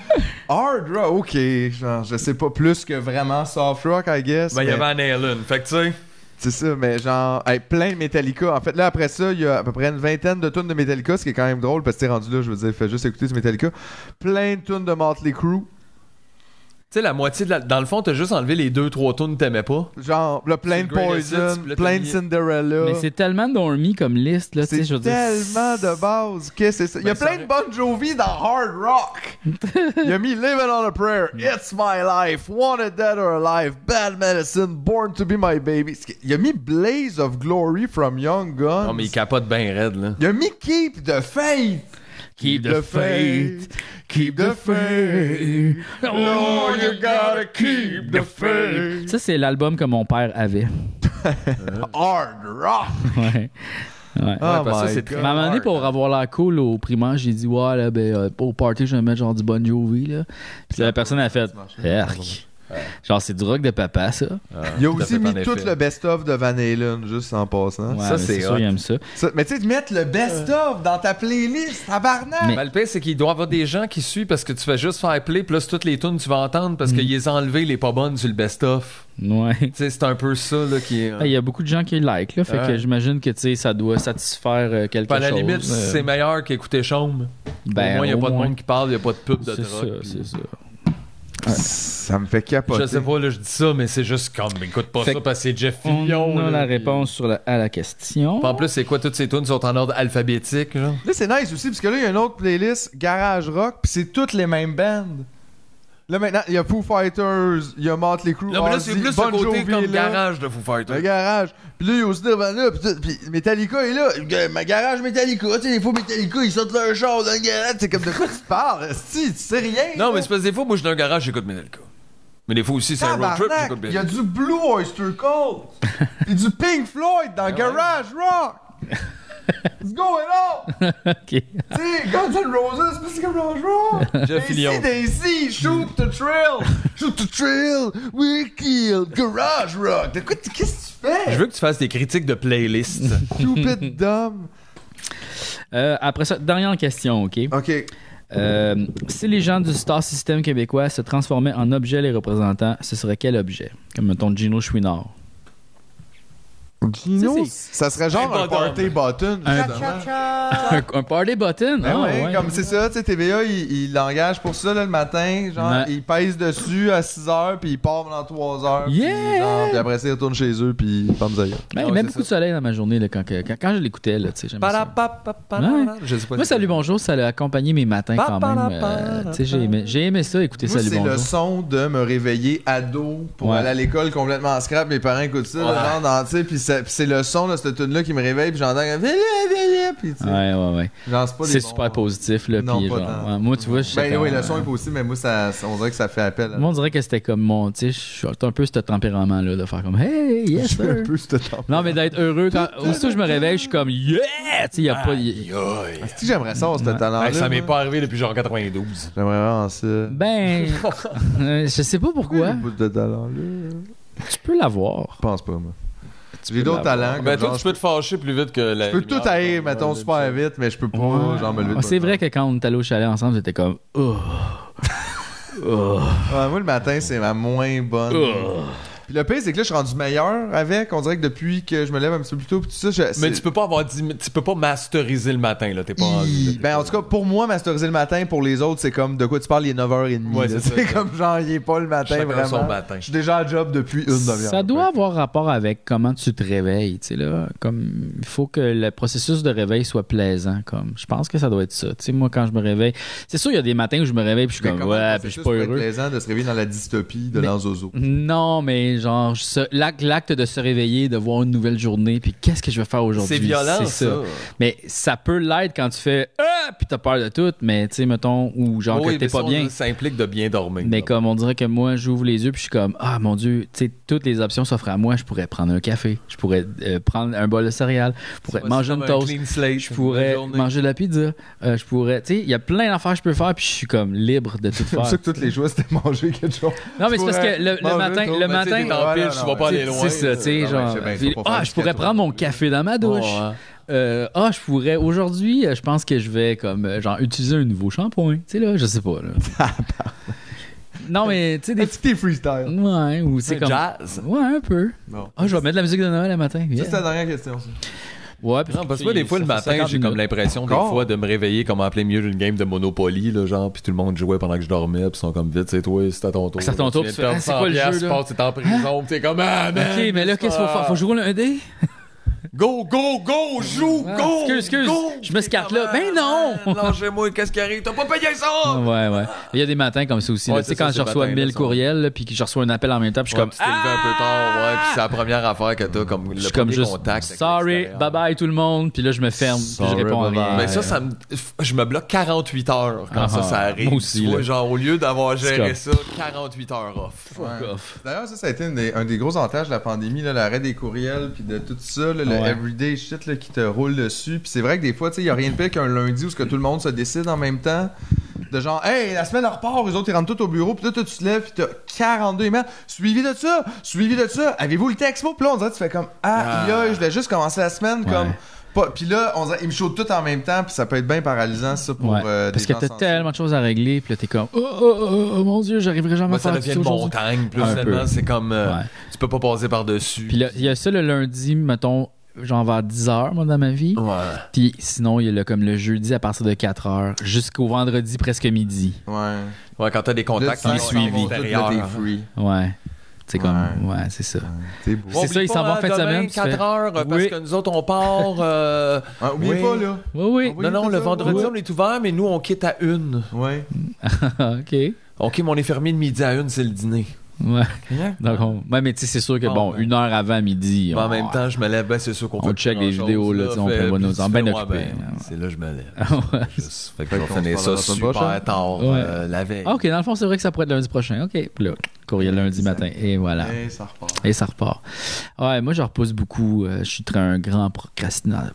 Speaker 3: Hard Rock. Ok, genre, je sais pas plus que vraiment soft rock, I guess.
Speaker 4: Ben, il y
Speaker 3: mais-
Speaker 4: avait Van Halen. Fait que tu sais.
Speaker 3: C'est ça, mais genre, hey, plein de Metallica. En fait, là, après ça, il y a à peu près une vingtaine de tunes de Metallica, ce qui est quand même drôle parce que t'es rendu là, je veux dire, fais juste écouter du Metallica. Plein de tunes de Motley Crue.
Speaker 4: Tu sais, la moitié de la... Dans le fond, t'as juste enlevé les deux, trois tunes que t'aimais pas.
Speaker 3: Genre, là, plein
Speaker 4: C'est
Speaker 3: de
Speaker 4: le greatest hits,
Speaker 3: Poison,
Speaker 4: puis là, t'as
Speaker 3: plein de
Speaker 4: mis-
Speaker 3: Cinderella.
Speaker 2: Mais c'est tellement dormi comme liste, là. tu sais,
Speaker 3: C'est
Speaker 2: je veux dire,
Speaker 3: tellement de base. que c'est ça? Il y a
Speaker 4: Ben, ça
Speaker 3: plein de Bon Jovi dans Hard
Speaker 2: <laughs>
Speaker 3: Rock. il a mis Living on a Prayer, It's My Life, Wanted Dead or Alive, Bad Medicine, Born to Be My Baby. Il a mis Blaze of Glory from Young Guns.
Speaker 4: Non, Ah, mais il capote bien raide, là.
Speaker 3: Il y a mis Keep the Faith.
Speaker 2: Keep the faith, keep the faith.
Speaker 3: Oh, you gotta keep the faith.
Speaker 2: Ça, c'est l'album que mon père avait. <laughs>
Speaker 3: Hard rock.
Speaker 2: Ouais. Ouais.
Speaker 3: Oh
Speaker 4: parce que ça,
Speaker 3: my
Speaker 4: c'est
Speaker 2: Mais
Speaker 3: God.
Speaker 2: à un moment donné, pour avoir l'air cool au primaire, j'ai dit, ouais, là, ben, euh, pour au party, je vais mettre genre du Bon Jovi, là. Puis la personne a fait, Herc, Genre, c'est du rock de papa, ça.
Speaker 3: Il a
Speaker 4: Tout à
Speaker 3: aussi
Speaker 4: fait,
Speaker 3: mis
Speaker 4: en
Speaker 3: tout
Speaker 4: effet.
Speaker 3: le best-of de Van Halen, juste en passant.
Speaker 2: Ouais,
Speaker 3: Ah, ça,
Speaker 2: mais
Speaker 3: c'est
Speaker 2: sûr,
Speaker 3: hot.
Speaker 2: il aime ça.
Speaker 3: Ça- mais tu sais, de mettre le best-of dans ta playlist, tabarnak!
Speaker 2: Mais-
Speaker 4: Ben, le pire, c'est qu'il doit y avoir des gens qui suivent parce que tu fais juste faire play, plus toutes les tunes tu vas entendre parce
Speaker 2: Mm.
Speaker 4: qu'ils les ont enlevées, les pas bonnes sur le best-of.
Speaker 2: Ouais.
Speaker 4: Tu sais, c'est un peu ça là, qui est.
Speaker 2: Ah, Il y a beaucoup de gens qui like, là. Fait que
Speaker 4: Ouais.
Speaker 2: j'imagine que, tu sais, ça doit satisfaire euh, quelque
Speaker 4: Puis à la
Speaker 2: chose.
Speaker 4: limite,
Speaker 2: euh,
Speaker 4: c'est meilleur qu'écouter Chaume.
Speaker 2: ben,
Speaker 4: au moins, il n'y a
Speaker 2: au
Speaker 4: pas
Speaker 2: moins.
Speaker 4: de monde qui parle, il n'y a pas de pub de
Speaker 2: C'est ça,
Speaker 4: drogue.
Speaker 2: c'est ça.
Speaker 3: Ça me fait capoter.
Speaker 4: Je sais pas, là, je dis ça, mais c'est juste comme, écoute pas
Speaker 2: Fait
Speaker 4: ça
Speaker 2: que
Speaker 4: parce que c'est Jeff
Speaker 2: On
Speaker 4: Fillion.
Speaker 2: a
Speaker 4: là,
Speaker 2: la
Speaker 4: puis-
Speaker 2: réponse sur la- à la question.
Speaker 4: Puis En plus, c'est quoi, toutes ces tunes sont en ordre alphabétique, genre?
Speaker 3: Là, c'est nice aussi, parce que là, il y a une autre playlist, Garage Rock, pis c'est toutes les mêmes bandes. Là, maintenant, il y a Foo Fighters, il y a Motley Crue,
Speaker 4: Non, mais là,
Speaker 3: Ozzy,
Speaker 4: c'est plus
Speaker 3: Bon
Speaker 4: le côté
Speaker 3: Jovi
Speaker 4: comme
Speaker 3: est là,
Speaker 4: garage de Foo
Speaker 3: Le
Speaker 4: Fighters.
Speaker 3: garage. Puis là, il y a aussi Nirvana, pis, tout, pis Metallica est là. Ga- Ma garage Metallica, tu sais, des fois, Metallica, ils sortent leur char dans le garage. C'est comme de quoi tu parles, si tu sais rien.
Speaker 4: Non,
Speaker 3: là.
Speaker 4: mais c'est parce que des fois, moi, je suis dans un garage, j'écoute Metallica. Mais des fois aussi, c'est un road trip,
Speaker 3: Tabarnak,
Speaker 4: j'écoute
Speaker 3: il y a
Speaker 4: Metallica.
Speaker 3: du Blue Oyster Cult,
Speaker 4: <laughs>
Speaker 3: pis du Pink Floyd
Speaker 4: Ah
Speaker 3: dans Garage Rock. What's going on?
Speaker 2: <laughs> Ok.
Speaker 3: Tu sais, Guns N' Roses, mais c'est comme bonjour!
Speaker 4: Jeff
Speaker 3: Daisy,
Speaker 4: Fillion.
Speaker 3: Daisy, shoot the trail! Shoot the trail! We kill! Garage rock! De quoi tu- Qu'est-ce que tu fais?
Speaker 4: Je <laughs> veux que tu fasses des critiques de <laughs> playlists.
Speaker 3: Cupid Dumb!
Speaker 2: Euh, après ça, dernière question, OK?
Speaker 3: Ok.
Speaker 2: Euh, si les gens du star system québécois se transformaient en objets les représentants, ce serait quel objet? Comme, mettons, Gino Chouinard.
Speaker 3: Gino,
Speaker 2: Ça,
Speaker 3: ça serait genre
Speaker 4: Un
Speaker 3: un party button.
Speaker 2: Un-
Speaker 3: justement.
Speaker 2: <laughs> Un, un party button?
Speaker 3: Ben
Speaker 2: Ah,
Speaker 3: ouais,
Speaker 2: ouais.
Speaker 3: comme c'est ça, tu sais, TVA, il il l'engage pour ça là, le matin, genre,
Speaker 2: Ouais.
Speaker 3: il pèse dessus à 6h, puis il part dans 3h.
Speaker 2: Yeah!
Speaker 3: Puis, genre, puis après ça, il retourne chez eux, puis bam, ça
Speaker 2: Ben,
Speaker 3: y est.
Speaker 2: il y
Speaker 4: Ah Ouais,
Speaker 2: avait
Speaker 4: c'est ça.
Speaker 2: beaucoup de soleil dans ma journée là, quand, que- quand, quand je l'écoutais. là, tu sais, j'aimais ça.
Speaker 4: Ba-da-ba-ba-ba-da. Je sais pas
Speaker 2: Moi,
Speaker 4: si c'est-
Speaker 2: Salut Bonjour, ça l'a accompagné mes matins quand même. euh,
Speaker 4: Ba-ba-da-ba-da-ba.
Speaker 2: tu sais, j'ai aimé, j'ai aimé ça, écouter
Speaker 3: Moi,
Speaker 2: Salut
Speaker 3: c'est le
Speaker 2: Bonjour.
Speaker 3: son de me réveiller ado pour
Speaker 2: Ouais.
Speaker 3: aller à l'école complètement en scrap. Mes parents écoutent ça, le
Speaker 4: Ouais.
Speaker 3: genre dans, tu sais, puis ça- puis c'est le son de cette tune-là qui me réveille, puis j'entends comme, Vélé, vélé puis tu sais,
Speaker 2: Ouais, ouais, ouais.
Speaker 3: genre, c'est pas des
Speaker 2: C'est
Speaker 3: bons-
Speaker 2: super positif. Là,
Speaker 3: Non,
Speaker 2: puis
Speaker 3: pas
Speaker 2: genre,
Speaker 3: tant.
Speaker 2: ouais, moi, tu vois, je sais
Speaker 3: Ben
Speaker 2: quand-
Speaker 3: oui, le son est possible, mais moi, ça, on dirait que ça fait appel. À...
Speaker 2: Moi, on dirait que c'était comme mon. Tu sais, je suis un peu ce tempérament-là de faire comme Hey, yes,
Speaker 3: <laughs> Je suis un
Speaker 2: sir.
Speaker 3: peu cette temps.
Speaker 2: Non, mais d'être heureux. Quand, aussitôt que je me réveille, je suis comme Yeah! Tu sais, il n'y a pas. y-
Speaker 4: Aïe.
Speaker 3: Si j'aimerais ça, ce talent-là.
Speaker 4: Hey, Ben, Ça m'est
Speaker 3: moi.
Speaker 4: pas arrivé depuis genre 92.
Speaker 3: J'aimerais vraiment ça. <laughs>
Speaker 2: Ben, euh, je sais pas pourquoi.
Speaker 3: Le bout de talent-là.
Speaker 2: Tu peux l'avoir.
Speaker 3: Je pense pas, moi.
Speaker 2: Tu
Speaker 3: J'ai
Speaker 2: peux
Speaker 3: d'autres
Speaker 2: l'avoir.
Speaker 3: talents.
Speaker 4: Ben,
Speaker 3: comme
Speaker 4: toi,
Speaker 3: genre,
Speaker 4: tu peux te fâcher plus vite que la.
Speaker 3: je peux tout haïr, mettons, super vite, mais je peux pas,
Speaker 2: Ouais.
Speaker 3: genre, me lever. de
Speaker 2: Ah, C'est
Speaker 3: bonne
Speaker 2: vrai que quand on est allé au chalet ensemble, j'étais comme Oh. Oh.
Speaker 3: Ouais, moi, le matin, c'est ma moins bonne. Puis le pire, c'est que là, je suis rendu meilleur avec. On dirait que depuis que je me lève un petit peu plus tôt, puis tout ça, je,
Speaker 4: Mais
Speaker 3: c'est-
Speaker 4: tu peux pas avoir dix- tu peux pas masteriser le matin, là. T'es pas rendu.
Speaker 3: Hi. Ben, en tout cas, pour moi, masteriser le matin, pour les autres, c'est comme de quoi tu parles, il est 9h30.
Speaker 4: Ouais,
Speaker 3: là.
Speaker 4: c'est ça,
Speaker 3: <laughs> C'est
Speaker 4: ça.
Speaker 3: comme genre, il est pas le matin,
Speaker 4: Chacun
Speaker 3: vraiment.
Speaker 4: son matin.
Speaker 3: Je suis déjà à job depuis une demi-heure.
Speaker 2: Ça doit avoir rapport avec comment tu te réveilles, tu sais là, comme il faut que le processus de réveil soit plaisant comme. Je pense que ça doit être ça. Tu sais moi quand je me réveille, c'est sûr il y a des matins où je me réveille puis je suis
Speaker 3: Mais
Speaker 2: comme
Speaker 3: comment le
Speaker 2: ouais, puis je suis
Speaker 3: processus
Speaker 2: pas
Speaker 3: peut être
Speaker 2: heureux.
Speaker 3: plaisant de se réveiller dans la dystopie de
Speaker 2: Mais-
Speaker 3: l'Anzozo.
Speaker 2: Non, mais genre ce- l'ac- l'acte de se réveiller, de voir une nouvelle journée, puis qu'est-ce que je vais faire aujourd'hui
Speaker 4: C'est violent,
Speaker 2: c'est
Speaker 4: ça.
Speaker 2: Mais ça peut l'être quand tu fais ah puis t'as peur de tout, mais tu sais mettons ou genre
Speaker 4: Oui,
Speaker 2: que t'es
Speaker 4: mais
Speaker 2: pas
Speaker 4: ça, on-
Speaker 2: bien.
Speaker 4: Ça implique de bien dormir.
Speaker 2: Mais
Speaker 4: là.
Speaker 2: comme on dirait que moi, j'ouvre les yeux puis je suis comme ah mon dieu, tu sais toutes les options s'offrent à moi. Je pourrais prendre un café, je pourrais euh, prendre un bol de céréales, je pourrais
Speaker 4: Ouais,
Speaker 2: manger
Speaker 4: c'est
Speaker 2: une
Speaker 4: comme un
Speaker 2: toast,
Speaker 4: clean slate,
Speaker 2: je
Speaker 4: une
Speaker 2: pourrais
Speaker 4: bonne journée.
Speaker 2: manger de la pizza, euh, je pourrais, tu sais, il y a plein d'affaires que je peux faire puis je suis comme libre
Speaker 4: <laughs>
Speaker 2: de tout
Speaker 3: C'est comme
Speaker 2: faire.
Speaker 3: ça que toutes les joies, c'était manger quelque chose.
Speaker 2: non mais c'est parce que le, le
Speaker 3: manger
Speaker 2: matin,
Speaker 3: trop,
Speaker 2: le
Speaker 3: mais
Speaker 4: Ben, tu sais,
Speaker 2: matin,
Speaker 4: t'es en
Speaker 3: Ouais,
Speaker 4: pile,
Speaker 3: non,
Speaker 4: tu
Speaker 3: non,
Speaker 4: vas pas aller
Speaker 2: c'est-
Speaker 4: loin.
Speaker 2: c'est ça, tu sais,
Speaker 3: Non, mais
Speaker 2: genre,
Speaker 3: c'est bien,
Speaker 2: puis,
Speaker 3: faut pas faire
Speaker 2: ah,
Speaker 3: du
Speaker 2: je pourrais
Speaker 3: quatre
Speaker 2: prendre mon café dans ma douche.
Speaker 4: Ouais.
Speaker 2: Euh, ah, je pourrais aujourd'hui, euh, je pense que je vais comme euh, genre utiliser un nouveau shampoing. Tu sais là, je
Speaker 4: <laughs>
Speaker 2: sais pas
Speaker 4: Ah,
Speaker 2: là. non mais tu sais
Speaker 3: Des
Speaker 2: des
Speaker 3: petits freestyle.
Speaker 2: ouais ou c'est
Speaker 4: C'est
Speaker 2: comme
Speaker 4: jazz.
Speaker 2: ouais un peu.
Speaker 3: Bon.
Speaker 2: Ah, je vais mettre de la musique de Noël le matin.
Speaker 3: Ça,
Speaker 2: yeah.
Speaker 3: c'est la dernière question. ça.
Speaker 2: Ouais, puis
Speaker 4: Non, parce que moi, des fois, le
Speaker 2: ça fait
Speaker 4: matin,
Speaker 2: 50
Speaker 4: j'ai comme
Speaker 2: minutes.
Speaker 4: l'impression, des
Speaker 3: Encore?
Speaker 4: fois, de me réveiller comme en plein milieu d'une game de Monopoly, là, genre, puis tout le monde jouait pendant que je dormais, puis ils sont comme vite, c'est toi, c'est à ton tour.
Speaker 2: C'est à ton
Speaker 4: là,
Speaker 2: tour,
Speaker 4: tu
Speaker 2: puis
Speaker 4: viens de
Speaker 2: tu fais,
Speaker 4: perdre
Speaker 2: ah, c'est quoi le
Speaker 4: 100
Speaker 2: jeu,
Speaker 4: piastres,
Speaker 2: là? Hein?
Speaker 4: tu passes, t'es en prison, puis t'es comme, ah, man!
Speaker 2: Ok, mais là, qu'est-ce qu'il faut faire? Faut que je roule un dé?
Speaker 4: Go, go, go, joue,
Speaker 2: Ah,
Speaker 4: go!
Speaker 2: excuse, excuse,
Speaker 4: go!
Speaker 2: je me
Speaker 4: T'es
Speaker 2: scarte
Speaker 4: comme,
Speaker 2: là. Ben
Speaker 4: ah,
Speaker 2: non!
Speaker 4: man, Lâchez-moi, qu'est-ce qui arrive? T'as pas payé ça!
Speaker 2: Ouais, ouais. Il y a des matins comme ça aussi. là.
Speaker 4: Ouais,
Speaker 2: tu sais,
Speaker 4: c'est ça,
Speaker 2: quand
Speaker 4: c'est
Speaker 2: je reçois
Speaker 4: matin,
Speaker 2: 1000
Speaker 4: là, ça.
Speaker 2: courriels, là, puis que je reçois un appel en même temps, puis je suis
Speaker 4: comme,
Speaker 2: comme,
Speaker 4: tu t'es levé un peu tard, ouais, puis c'est la première affaire que t'as, comme
Speaker 2: Ah! je
Speaker 4: le
Speaker 2: suis comme
Speaker 4: premier
Speaker 2: juste,
Speaker 4: contact. avec
Speaker 2: sorry,
Speaker 4: l'extérieur.
Speaker 2: bye bye tout le monde, puis là, je me ferme, puis je
Speaker 3: Sorry,
Speaker 2: réponds à
Speaker 3: bye-bye.
Speaker 2: rien.
Speaker 4: Mais ça, ça me, je me bloque 48 heures quand
Speaker 2: Ah,
Speaker 4: ça, ça arrive.
Speaker 2: moi aussi,
Speaker 4: Tu vois,
Speaker 2: là.
Speaker 4: genre, au lieu d'avoir
Speaker 2: C'est
Speaker 4: géré
Speaker 2: comme-
Speaker 4: ça, 48 heures off.
Speaker 2: Fuck off.
Speaker 3: D'ailleurs, ça, ça a été une des- un des gros avantages de la pandémie, là, l'arrêt des courriels, puis de tout ça, là, le
Speaker 2: Ouais.
Speaker 3: everyday shit là, qui te roule dessus. Puis c'est vrai que des fois, tu sais, il n'y a rien de pire qu'un lundi où ce que tout le monde se décide en même temps. de genre, hey, la semaine en repart, eux autres, ils rentrent tous au bureau, puis là, toi, tu te lèves, puis t'as 42 emails. Suivi de ça, suivi de ça, avez-vous le texte, Puis là, on dirait, tu fais comme, ah,
Speaker 4: Ah.
Speaker 3: yo, je vais juste commencer la semaine, comme. pas- Puis là, on dirait, ils me chaudent tout en même temps, puis ça peut être bien paralysant, ça, pour.
Speaker 2: Ouais,
Speaker 3: euh,
Speaker 2: parce
Speaker 3: des
Speaker 2: que
Speaker 3: gens
Speaker 2: t'as
Speaker 3: sensibles.
Speaker 2: tellement de choses à régler, puis là, t'es comme, oh, oh, oh, oh, mon Dieu, j'arriverai jamais
Speaker 4: Moi,
Speaker 2: à
Speaker 4: ça
Speaker 2: faire
Speaker 4: devient
Speaker 2: ça
Speaker 4: une
Speaker 2: aujourd'hui.
Speaker 4: montagne. Plus
Speaker 2: Un
Speaker 4: finalement,
Speaker 2: peu.
Speaker 4: c'est comme. euh,
Speaker 2: Ouais.
Speaker 4: Tu peux pas passer par-dessus.
Speaker 2: Puis là, il y a ça le lundi, mettons, genre vers 10 heures, moi, dans ma vie.
Speaker 4: Ouais.
Speaker 2: Puis sinon, il y a le, comme le jeudi à partir de 4 heures jusqu'au vendredi presque midi.
Speaker 3: Ouais.
Speaker 4: Ouais, quand t'as des contacts
Speaker 3: Là,
Speaker 4: en
Speaker 3: ils s'en vont
Speaker 4: suivi.
Speaker 3: tous, là,
Speaker 4: extérieur,
Speaker 3: t'es
Speaker 4: hein.
Speaker 3: free.
Speaker 2: Ouais. C'est comme,
Speaker 3: Ouais.
Speaker 2: ouais, c'est ça.
Speaker 3: T'es beau.
Speaker 2: C'est ça, ils s'en vont en fin de semaine, tu
Speaker 4: 4
Speaker 2: fais-
Speaker 4: heures, euh, parce
Speaker 2: Oui.
Speaker 4: que nous autres, on part. euh,
Speaker 3: Ouais, oubliez
Speaker 4: Oui.
Speaker 3: Ah, pas, là.
Speaker 2: Oui,
Speaker 4: Non, non, le vendredi, on est ouvert, mais nous, on quitte à une.
Speaker 3: Ouais.
Speaker 2: oui.
Speaker 4: Ah
Speaker 2: <laughs> OK. Ouais.
Speaker 4: OK, mais on est fermé de midi à une, c'est le dîner.
Speaker 2: Donc, on- ouais, mais tu sais, c'est sûr que,
Speaker 4: Bon,
Speaker 2: bon,
Speaker 4: ben.
Speaker 2: une heure avant midi,
Speaker 4: Mais en même temps, je me lève, ben, c'est sûr qu'on
Speaker 2: On
Speaker 4: peut
Speaker 2: check
Speaker 4: plus
Speaker 2: les
Speaker 4: grand-chose,
Speaker 2: vidéos, là, tu sais, on
Speaker 4: fait,
Speaker 2: prévoit
Speaker 4: puis
Speaker 2: nos
Speaker 4: tu
Speaker 2: heures bien
Speaker 4: fais, ouais,
Speaker 2: occupés,
Speaker 4: ben,
Speaker 2: là.
Speaker 4: C'est là que je me lève.
Speaker 2: <laughs> Ah, <laughs> ouais.
Speaker 4: Juste. Fait que je
Speaker 3: Fait
Speaker 4: vais
Speaker 3: qu'on
Speaker 4: finir
Speaker 3: se
Speaker 4: ça
Speaker 3: parlera pas prochain.
Speaker 4: super tard
Speaker 2: Ouais.
Speaker 4: euh, la veille.
Speaker 2: Ah, OK, dans le fond, c'est vrai que ça pourrait être lundi prochain. OK. Puis là, courriel lundi matin. Et voilà.
Speaker 3: Hey, Eh, ça repart.
Speaker 2: Et ça repart. Ouais, moi, je repousse beaucoup. Euh, je suis très un grand procrastinateur.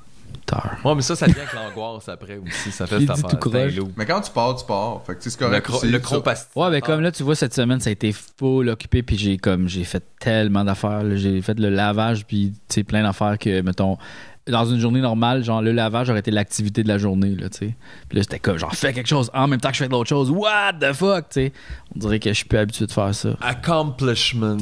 Speaker 4: Ouais, mais ça, ça vient avec l'angoisse après aussi. Ça fait
Speaker 2: Il
Speaker 4: cette
Speaker 2: dit
Speaker 4: affaire.
Speaker 2: tout croche.
Speaker 4: C'est lourd.
Speaker 3: Mais quand tu pars, tu pars. Fait que tu sais, c'est
Speaker 4: Le
Speaker 3: correct.
Speaker 4: cro-
Speaker 3: c'est-
Speaker 4: le
Speaker 3: ça-
Speaker 4: cropasti.
Speaker 2: Ouais, ben comme là, tu vois, cette semaine, ça a été full occupé, puis j'ai comme j'ai fait tellement d'affaires. là. J'ai fait le lavage, puis tu sais, plein d'affaires que, mettons, dans une journée normale, genre le lavage aurait été l'activité de la journée, là, tu sais. Puis là, c'était comme, genre, fais quelque chose en même temps que je fais de l'autre chose. What the fuck, tu sais. On dirait que je suis plus habitué de faire ça.
Speaker 4: Ah, Accomplishments.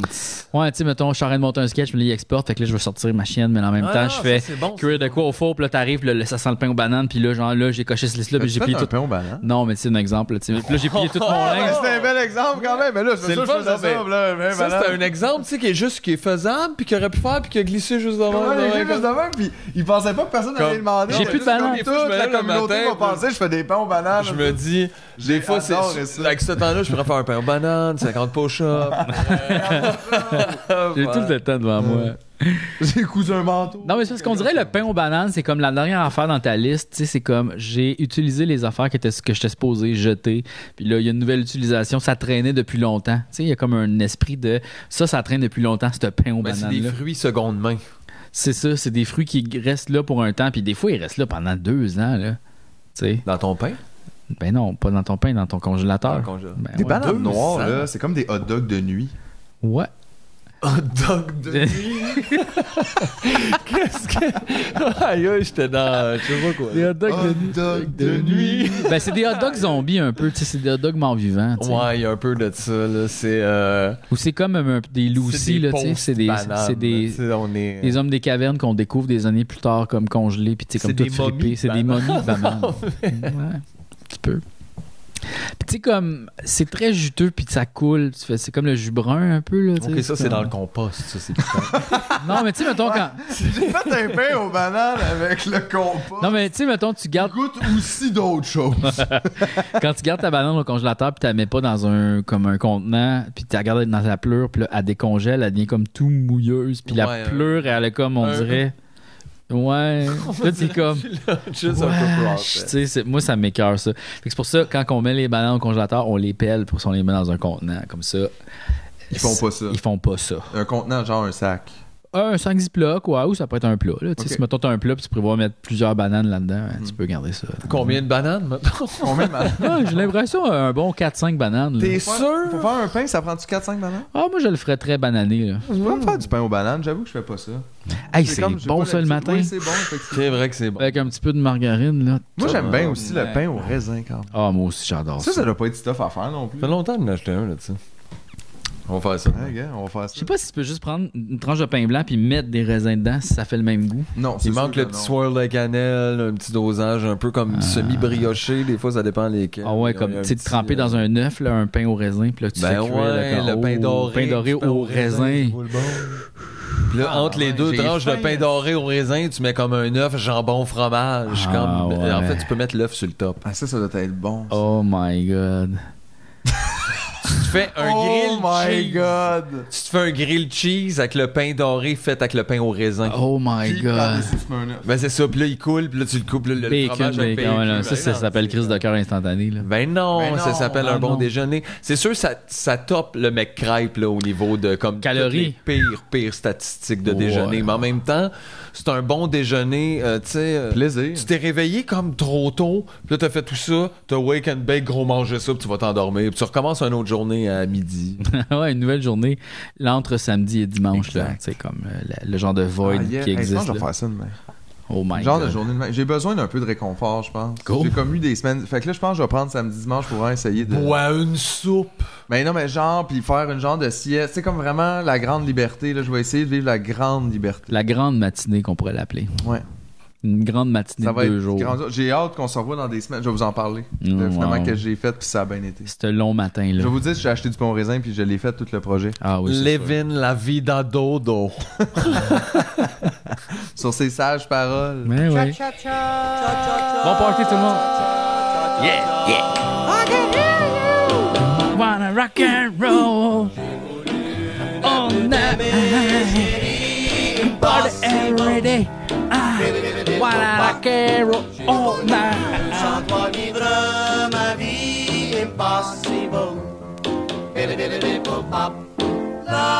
Speaker 2: Ouais, tu sais, mettons, je suis en train de monter un sketch, mais là, il exporte, fait que là, je vais sortir ma chienne, mais en même
Speaker 4: Ah,
Speaker 2: temps,
Speaker 4: non,
Speaker 2: je
Speaker 4: ça,
Speaker 2: fais
Speaker 4: c'est bon,
Speaker 2: cuire de quoi au four, puis là, t'arrives, puis là, ça sent le pain aux bananes, puis là, genre, là, j'ai coché ce liste-là, puis j'ai
Speaker 3: Faites
Speaker 2: plié
Speaker 3: un
Speaker 2: tout.
Speaker 3: pain au bananes.
Speaker 2: Non, mais c'est un exemple, là, tu sais. Puis là, j'ai plié
Speaker 4: <laughs>
Speaker 2: tout mon linge.
Speaker 3: C'est un bel exemple quand même, mais là, c'est
Speaker 4: C'est
Speaker 3: ça
Speaker 4: le
Speaker 3: que je
Speaker 4: fun,
Speaker 3: faisais
Speaker 4: là,
Speaker 3: ça,
Speaker 4: mais-
Speaker 3: là, mais
Speaker 4: Ça,
Speaker 3: voilà.
Speaker 4: c'est un exemple, tu sais, qui est juste, qui est faisable, puis qui aurait pu faire, puis qui a glissé juste devant.
Speaker 3: Ouais, les
Speaker 4: Ouais,
Speaker 3: gens, juste de même, puis ils pensaient pas que personne allait
Speaker 4: Comme-
Speaker 3: le demander.
Speaker 2: J'ai
Speaker 3: Mais
Speaker 2: plus de
Speaker 3: juste
Speaker 2: bananes.
Speaker 3: comme
Speaker 4: Des fois, je
Speaker 3: Toute
Speaker 4: me
Speaker 3: la
Speaker 4: lève le
Speaker 3: communauté
Speaker 4: matin,
Speaker 3: va penser, je fais des pains aux bananes.
Speaker 4: Je me dis, des fois, c'est.
Speaker 3: adoré ça.
Speaker 4: Avec ce temps-là, je pourrais faire un pain aux bananes, 50
Speaker 2: <laughs>
Speaker 4: push-ups. Ben, Ah,
Speaker 2: J'ai tout le temps devant moi.
Speaker 3: J'ai cousu un manteau.
Speaker 2: Non, mais c'est parce qu'on dirait le pain aux bananes, c'est comme la dernière affaire dans ta liste. Tu sais, c'est comme j'ai utilisé les affaires que, étaient, que j'étais supposé jeter. Puis là, il y a une nouvelle utilisation. Ça traînait depuis longtemps. Tu sais, il y a comme un esprit de ça, ça traîne depuis longtemps, ce pain aux
Speaker 4: Mais Ben, c'est
Speaker 2: bananes.
Speaker 4: des
Speaker 2: là
Speaker 4: fruits seconde main.
Speaker 2: C'est ça, c'est des fruits qui restent là pour un temps. Puis des fois, ils restent là pendant deux ans. Là. Tu sais,
Speaker 4: Dans ton pain?
Speaker 2: ben non, pas dans ton pain, dans
Speaker 4: Dans
Speaker 2: ton
Speaker 4: le
Speaker 2: congélateur.
Speaker 4: congélateur.
Speaker 2: Ben ouais.
Speaker 3: Des
Speaker 4: deux
Speaker 3: bananes noires,
Speaker 4: cents.
Speaker 3: là, c'est comme des hot dogs de nuit.
Speaker 2: Ouais.
Speaker 4: Hot dog de <laughs> Qu'est-ce que. Aïe, aïe, j'étais dans. Je sais pas quoi.
Speaker 2: Des hot dogs
Speaker 3: Hot dog de nuit.
Speaker 2: Ben, c'est des hot dogs zombies un peu, tu sais, c'est des hot dogs morts vivants. tu sais.
Speaker 4: Ouais, il y a un peu de ça, là. C'est. euh,
Speaker 2: Ou c'est comme un- des
Speaker 4: c'est
Speaker 2: loucis, là, tu sais,
Speaker 4: posts
Speaker 2: c'est des,
Speaker 4: bananes,
Speaker 2: c'est des,
Speaker 4: tu sais, on est.
Speaker 2: des hommes des cavernes qu'on découvre des années plus tard comme congelés puis tu sais, comme
Speaker 4: C'est
Speaker 2: tout
Speaker 4: des
Speaker 2: frippé
Speaker 4: momies
Speaker 2: c'est des
Speaker 4: bananes.
Speaker 2: momies
Speaker 4: <laughs>
Speaker 2: de bananes ouais, un petit peu puis tu sais comme c'est très juteux puis ça coule Tu fais- c'est comme le jus brun un peu là tu sais,
Speaker 4: Ok, ça, c'est
Speaker 2: comme-
Speaker 4: dans le compost, ça,
Speaker 2: <laughs>
Speaker 4: c'est
Speaker 2: non mais tu sais mettons quand
Speaker 3: <laughs> J'ai fait un pain aux bananes avec le compas.
Speaker 2: non mais tu sais mettons tu
Speaker 3: <laughs>
Speaker 2: gardes
Speaker 3: Goûte aussi d'autres choses.
Speaker 2: quand tu gardes ta banane au congélateur puis tu la mets pas dans un comme un contenant puis tu la gardes dans la pleure puis là, elle décongèle elle devient comme tout mouilleuse puis
Speaker 4: Ouais,
Speaker 2: la
Speaker 4: un-
Speaker 2: pleure elle est comme on
Speaker 4: un-
Speaker 2: dirait ouais là c'est comme
Speaker 4: Juste un peu
Speaker 2: Wesh,
Speaker 4: rough,
Speaker 2: tu sais, c'est- moi, ça m'écœure, ça. Fait que c'est pour ça, quand on met les bananes au congélateur, on les pèle pour qu'on les met dans un contenant, comme ça.
Speaker 3: Ils font pas ça.
Speaker 2: Ils font pas ça.
Speaker 3: Un contenant, genre un sac.
Speaker 2: Un 5 ziploc, ouais, ou ça peut être un plat. Là. Tu sais,
Speaker 3: Ok.
Speaker 2: Si mettons t'as un plat puis tu prévois mettre plusieurs bananes là-dedans, hein, tu peux garder ça.
Speaker 4: Combien de bananes
Speaker 2: <laughs>
Speaker 4: maintenant?
Speaker 3: Combien de bananes?
Speaker 2: Ah, J'ai l'impression euh, un bon 4-5 bananes. là.
Speaker 4: T'es
Speaker 3: Pour faire-
Speaker 4: sûr?
Speaker 3: Pour faire un pain, ça prend-tu 4-5 bananes?
Speaker 2: Ah, moi, je le ferais très banané. Là.
Speaker 3: Je peux me faire du pain aux bananes, j'avoue que je fais pas ça.
Speaker 2: Mmh. Hey, c'est
Speaker 3: comme- j'ai
Speaker 2: bon
Speaker 3: pas
Speaker 2: ça le
Speaker 3: l'habitude.
Speaker 2: matin.
Speaker 3: Oui, c'est bon, fait que c'est-
Speaker 4: C'est vrai que c'est bon.
Speaker 2: Avec un petit peu de margarine. là.
Speaker 3: Moi, j'aime bien aussi
Speaker 2: euh, ouais.
Speaker 3: le pain au raisin quand même.
Speaker 2: Ah, moi aussi, j'adore
Speaker 3: Ça,
Speaker 2: ça.
Speaker 3: ça doit pas être stuff à faire non plus.
Speaker 4: Ça fait longtemps que j'en ai acheté un, là, tu sais. On va faire ça.
Speaker 3: Hein, gars, on va faire ça.
Speaker 2: Je sais pas si tu peux juste prendre une tranche de pain blanc puis mettre des raisins dedans si ça fait le même goût.
Speaker 3: Non, c'est
Speaker 4: Il
Speaker 3: sûr
Speaker 4: manque
Speaker 3: que
Speaker 4: le petit
Speaker 3: non.
Speaker 4: swirl de cannelle, un petit dosage un peu comme semi-brioché. Des fois, ça dépend lesquels.
Speaker 2: Ah ouais,
Speaker 4: Il y a
Speaker 2: comme
Speaker 4: un
Speaker 2: tu sais,
Speaker 4: petit, euh,
Speaker 2: trempé dans un œuf, là, un pain au raisin, puis là tu
Speaker 4: Ben
Speaker 2: fais
Speaker 4: ouais,
Speaker 2: cuire là,
Speaker 4: le
Speaker 2: quand-
Speaker 4: pain
Speaker 2: oh,
Speaker 4: doré.
Speaker 2: pain doré
Speaker 4: du pain
Speaker 2: au raisin.
Speaker 4: qui vaut le bon. Puis là,
Speaker 3: Ah,
Speaker 4: entre les
Speaker 3: ouais,
Speaker 4: deux
Speaker 3: j'ai
Speaker 4: tranches de
Speaker 3: faim.
Speaker 4: pain doré au raisin, tu mets comme un œuf, jambon, fromage.
Speaker 2: Ah,
Speaker 4: comme... euh,
Speaker 2: ouais.
Speaker 4: En fait, tu peux mettre l'œuf sur le top.
Speaker 3: Ah, ça, ça doit être bon. ça.
Speaker 2: Oh my god.
Speaker 4: Tu fais un
Speaker 3: oh
Speaker 4: grill
Speaker 3: my
Speaker 4: cheese.
Speaker 3: god!
Speaker 4: Tu te fais un grill cheese avec le pain doré fait avec le pain au raisin.
Speaker 2: Oh my
Speaker 3: Qui
Speaker 2: god.
Speaker 3: parlait ces fumeurs-là?
Speaker 4: Ben c'est ça, puis là il coule, puis là tu le coupes, là, le
Speaker 2: Bacon,
Speaker 4: fromage avec
Speaker 2: bacon. ouais,
Speaker 4: bacon.
Speaker 2: non, ça, ça s'appelle crise de cœur instantanée. Là. <laughs>
Speaker 4: Ben non,
Speaker 3: Ben non,
Speaker 4: ça s'appelle
Speaker 2: ben
Speaker 4: un bon
Speaker 2: non.
Speaker 4: déjeuner. C'est sûr ça ça top le mec crêpe là, au niveau de comme
Speaker 2: Calories.
Speaker 4: toutes les pires pires statistiques de
Speaker 2: Ouais.
Speaker 4: déjeuner, mais en même temps, c'est un bon déjeuner, euh, tu sais euh,
Speaker 3: Plaisir.
Speaker 4: tu t'es réveillé comme trop tôt, puis là t'as fait tout ça, t'as wake and bake, gros manger ça, puis tu vas t'endormir, puis tu recommences une autre journée à midi.
Speaker 2: ouais, une nouvelle journée. L'entre samedi et dimanche, là.
Speaker 4: Exact.
Speaker 2: C'est comme euh, la- le genre de void
Speaker 3: Ah, yeah.
Speaker 2: qui
Speaker 3: Hey, je pense
Speaker 2: existe.
Speaker 3: que je vais
Speaker 2: là.
Speaker 3: faire ça demain.
Speaker 2: Oh my
Speaker 3: Genre
Speaker 2: god.
Speaker 3: de journée demain. J'ai besoin d'un peu de réconfort, je pense.
Speaker 2: Cool.
Speaker 3: J'ai comme eu des semaines. Fait que là, je pense que je vais prendre samedi dimanche pour vraiment essayer de.
Speaker 4: Bois une soupe.
Speaker 3: Mais non, mais genre, puis faire une genre de sieste. C'est comme vraiment la grande liberté. Là, je vais essayer de vivre la grande liberté.
Speaker 2: La grande matinée qu'on pourrait l'appeler.
Speaker 3: Ouais.
Speaker 2: Une grande matinée
Speaker 3: Ça
Speaker 2: de
Speaker 3: va
Speaker 2: deux
Speaker 3: être
Speaker 2: jours.
Speaker 3: grandiose. J'ai hâte qu'on se revoie dans des semaines. Je vais vous en parler.
Speaker 2: Mm,
Speaker 3: de finalement
Speaker 2: wow.
Speaker 3: que j'ai fait puis ça a bien été.
Speaker 2: Ce long matin,
Speaker 3: Je
Speaker 2: là.
Speaker 3: vais vous dire, j'ai acheté du pain au raisin puis je l'ai fait tout le projet.
Speaker 2: Ah oui, c'est sûr.
Speaker 4: Levin la vida dodo.
Speaker 3: <laughs> Sur ces sages paroles.
Speaker 2: Mais ouais. Bon party, tout le monde. Wanna rock and roll all night. Party every day. Ah, Wanna rock and roll all night.
Speaker 5: Sans toi vivre ma vie impossible. Bidi bidi bidi pop pop. La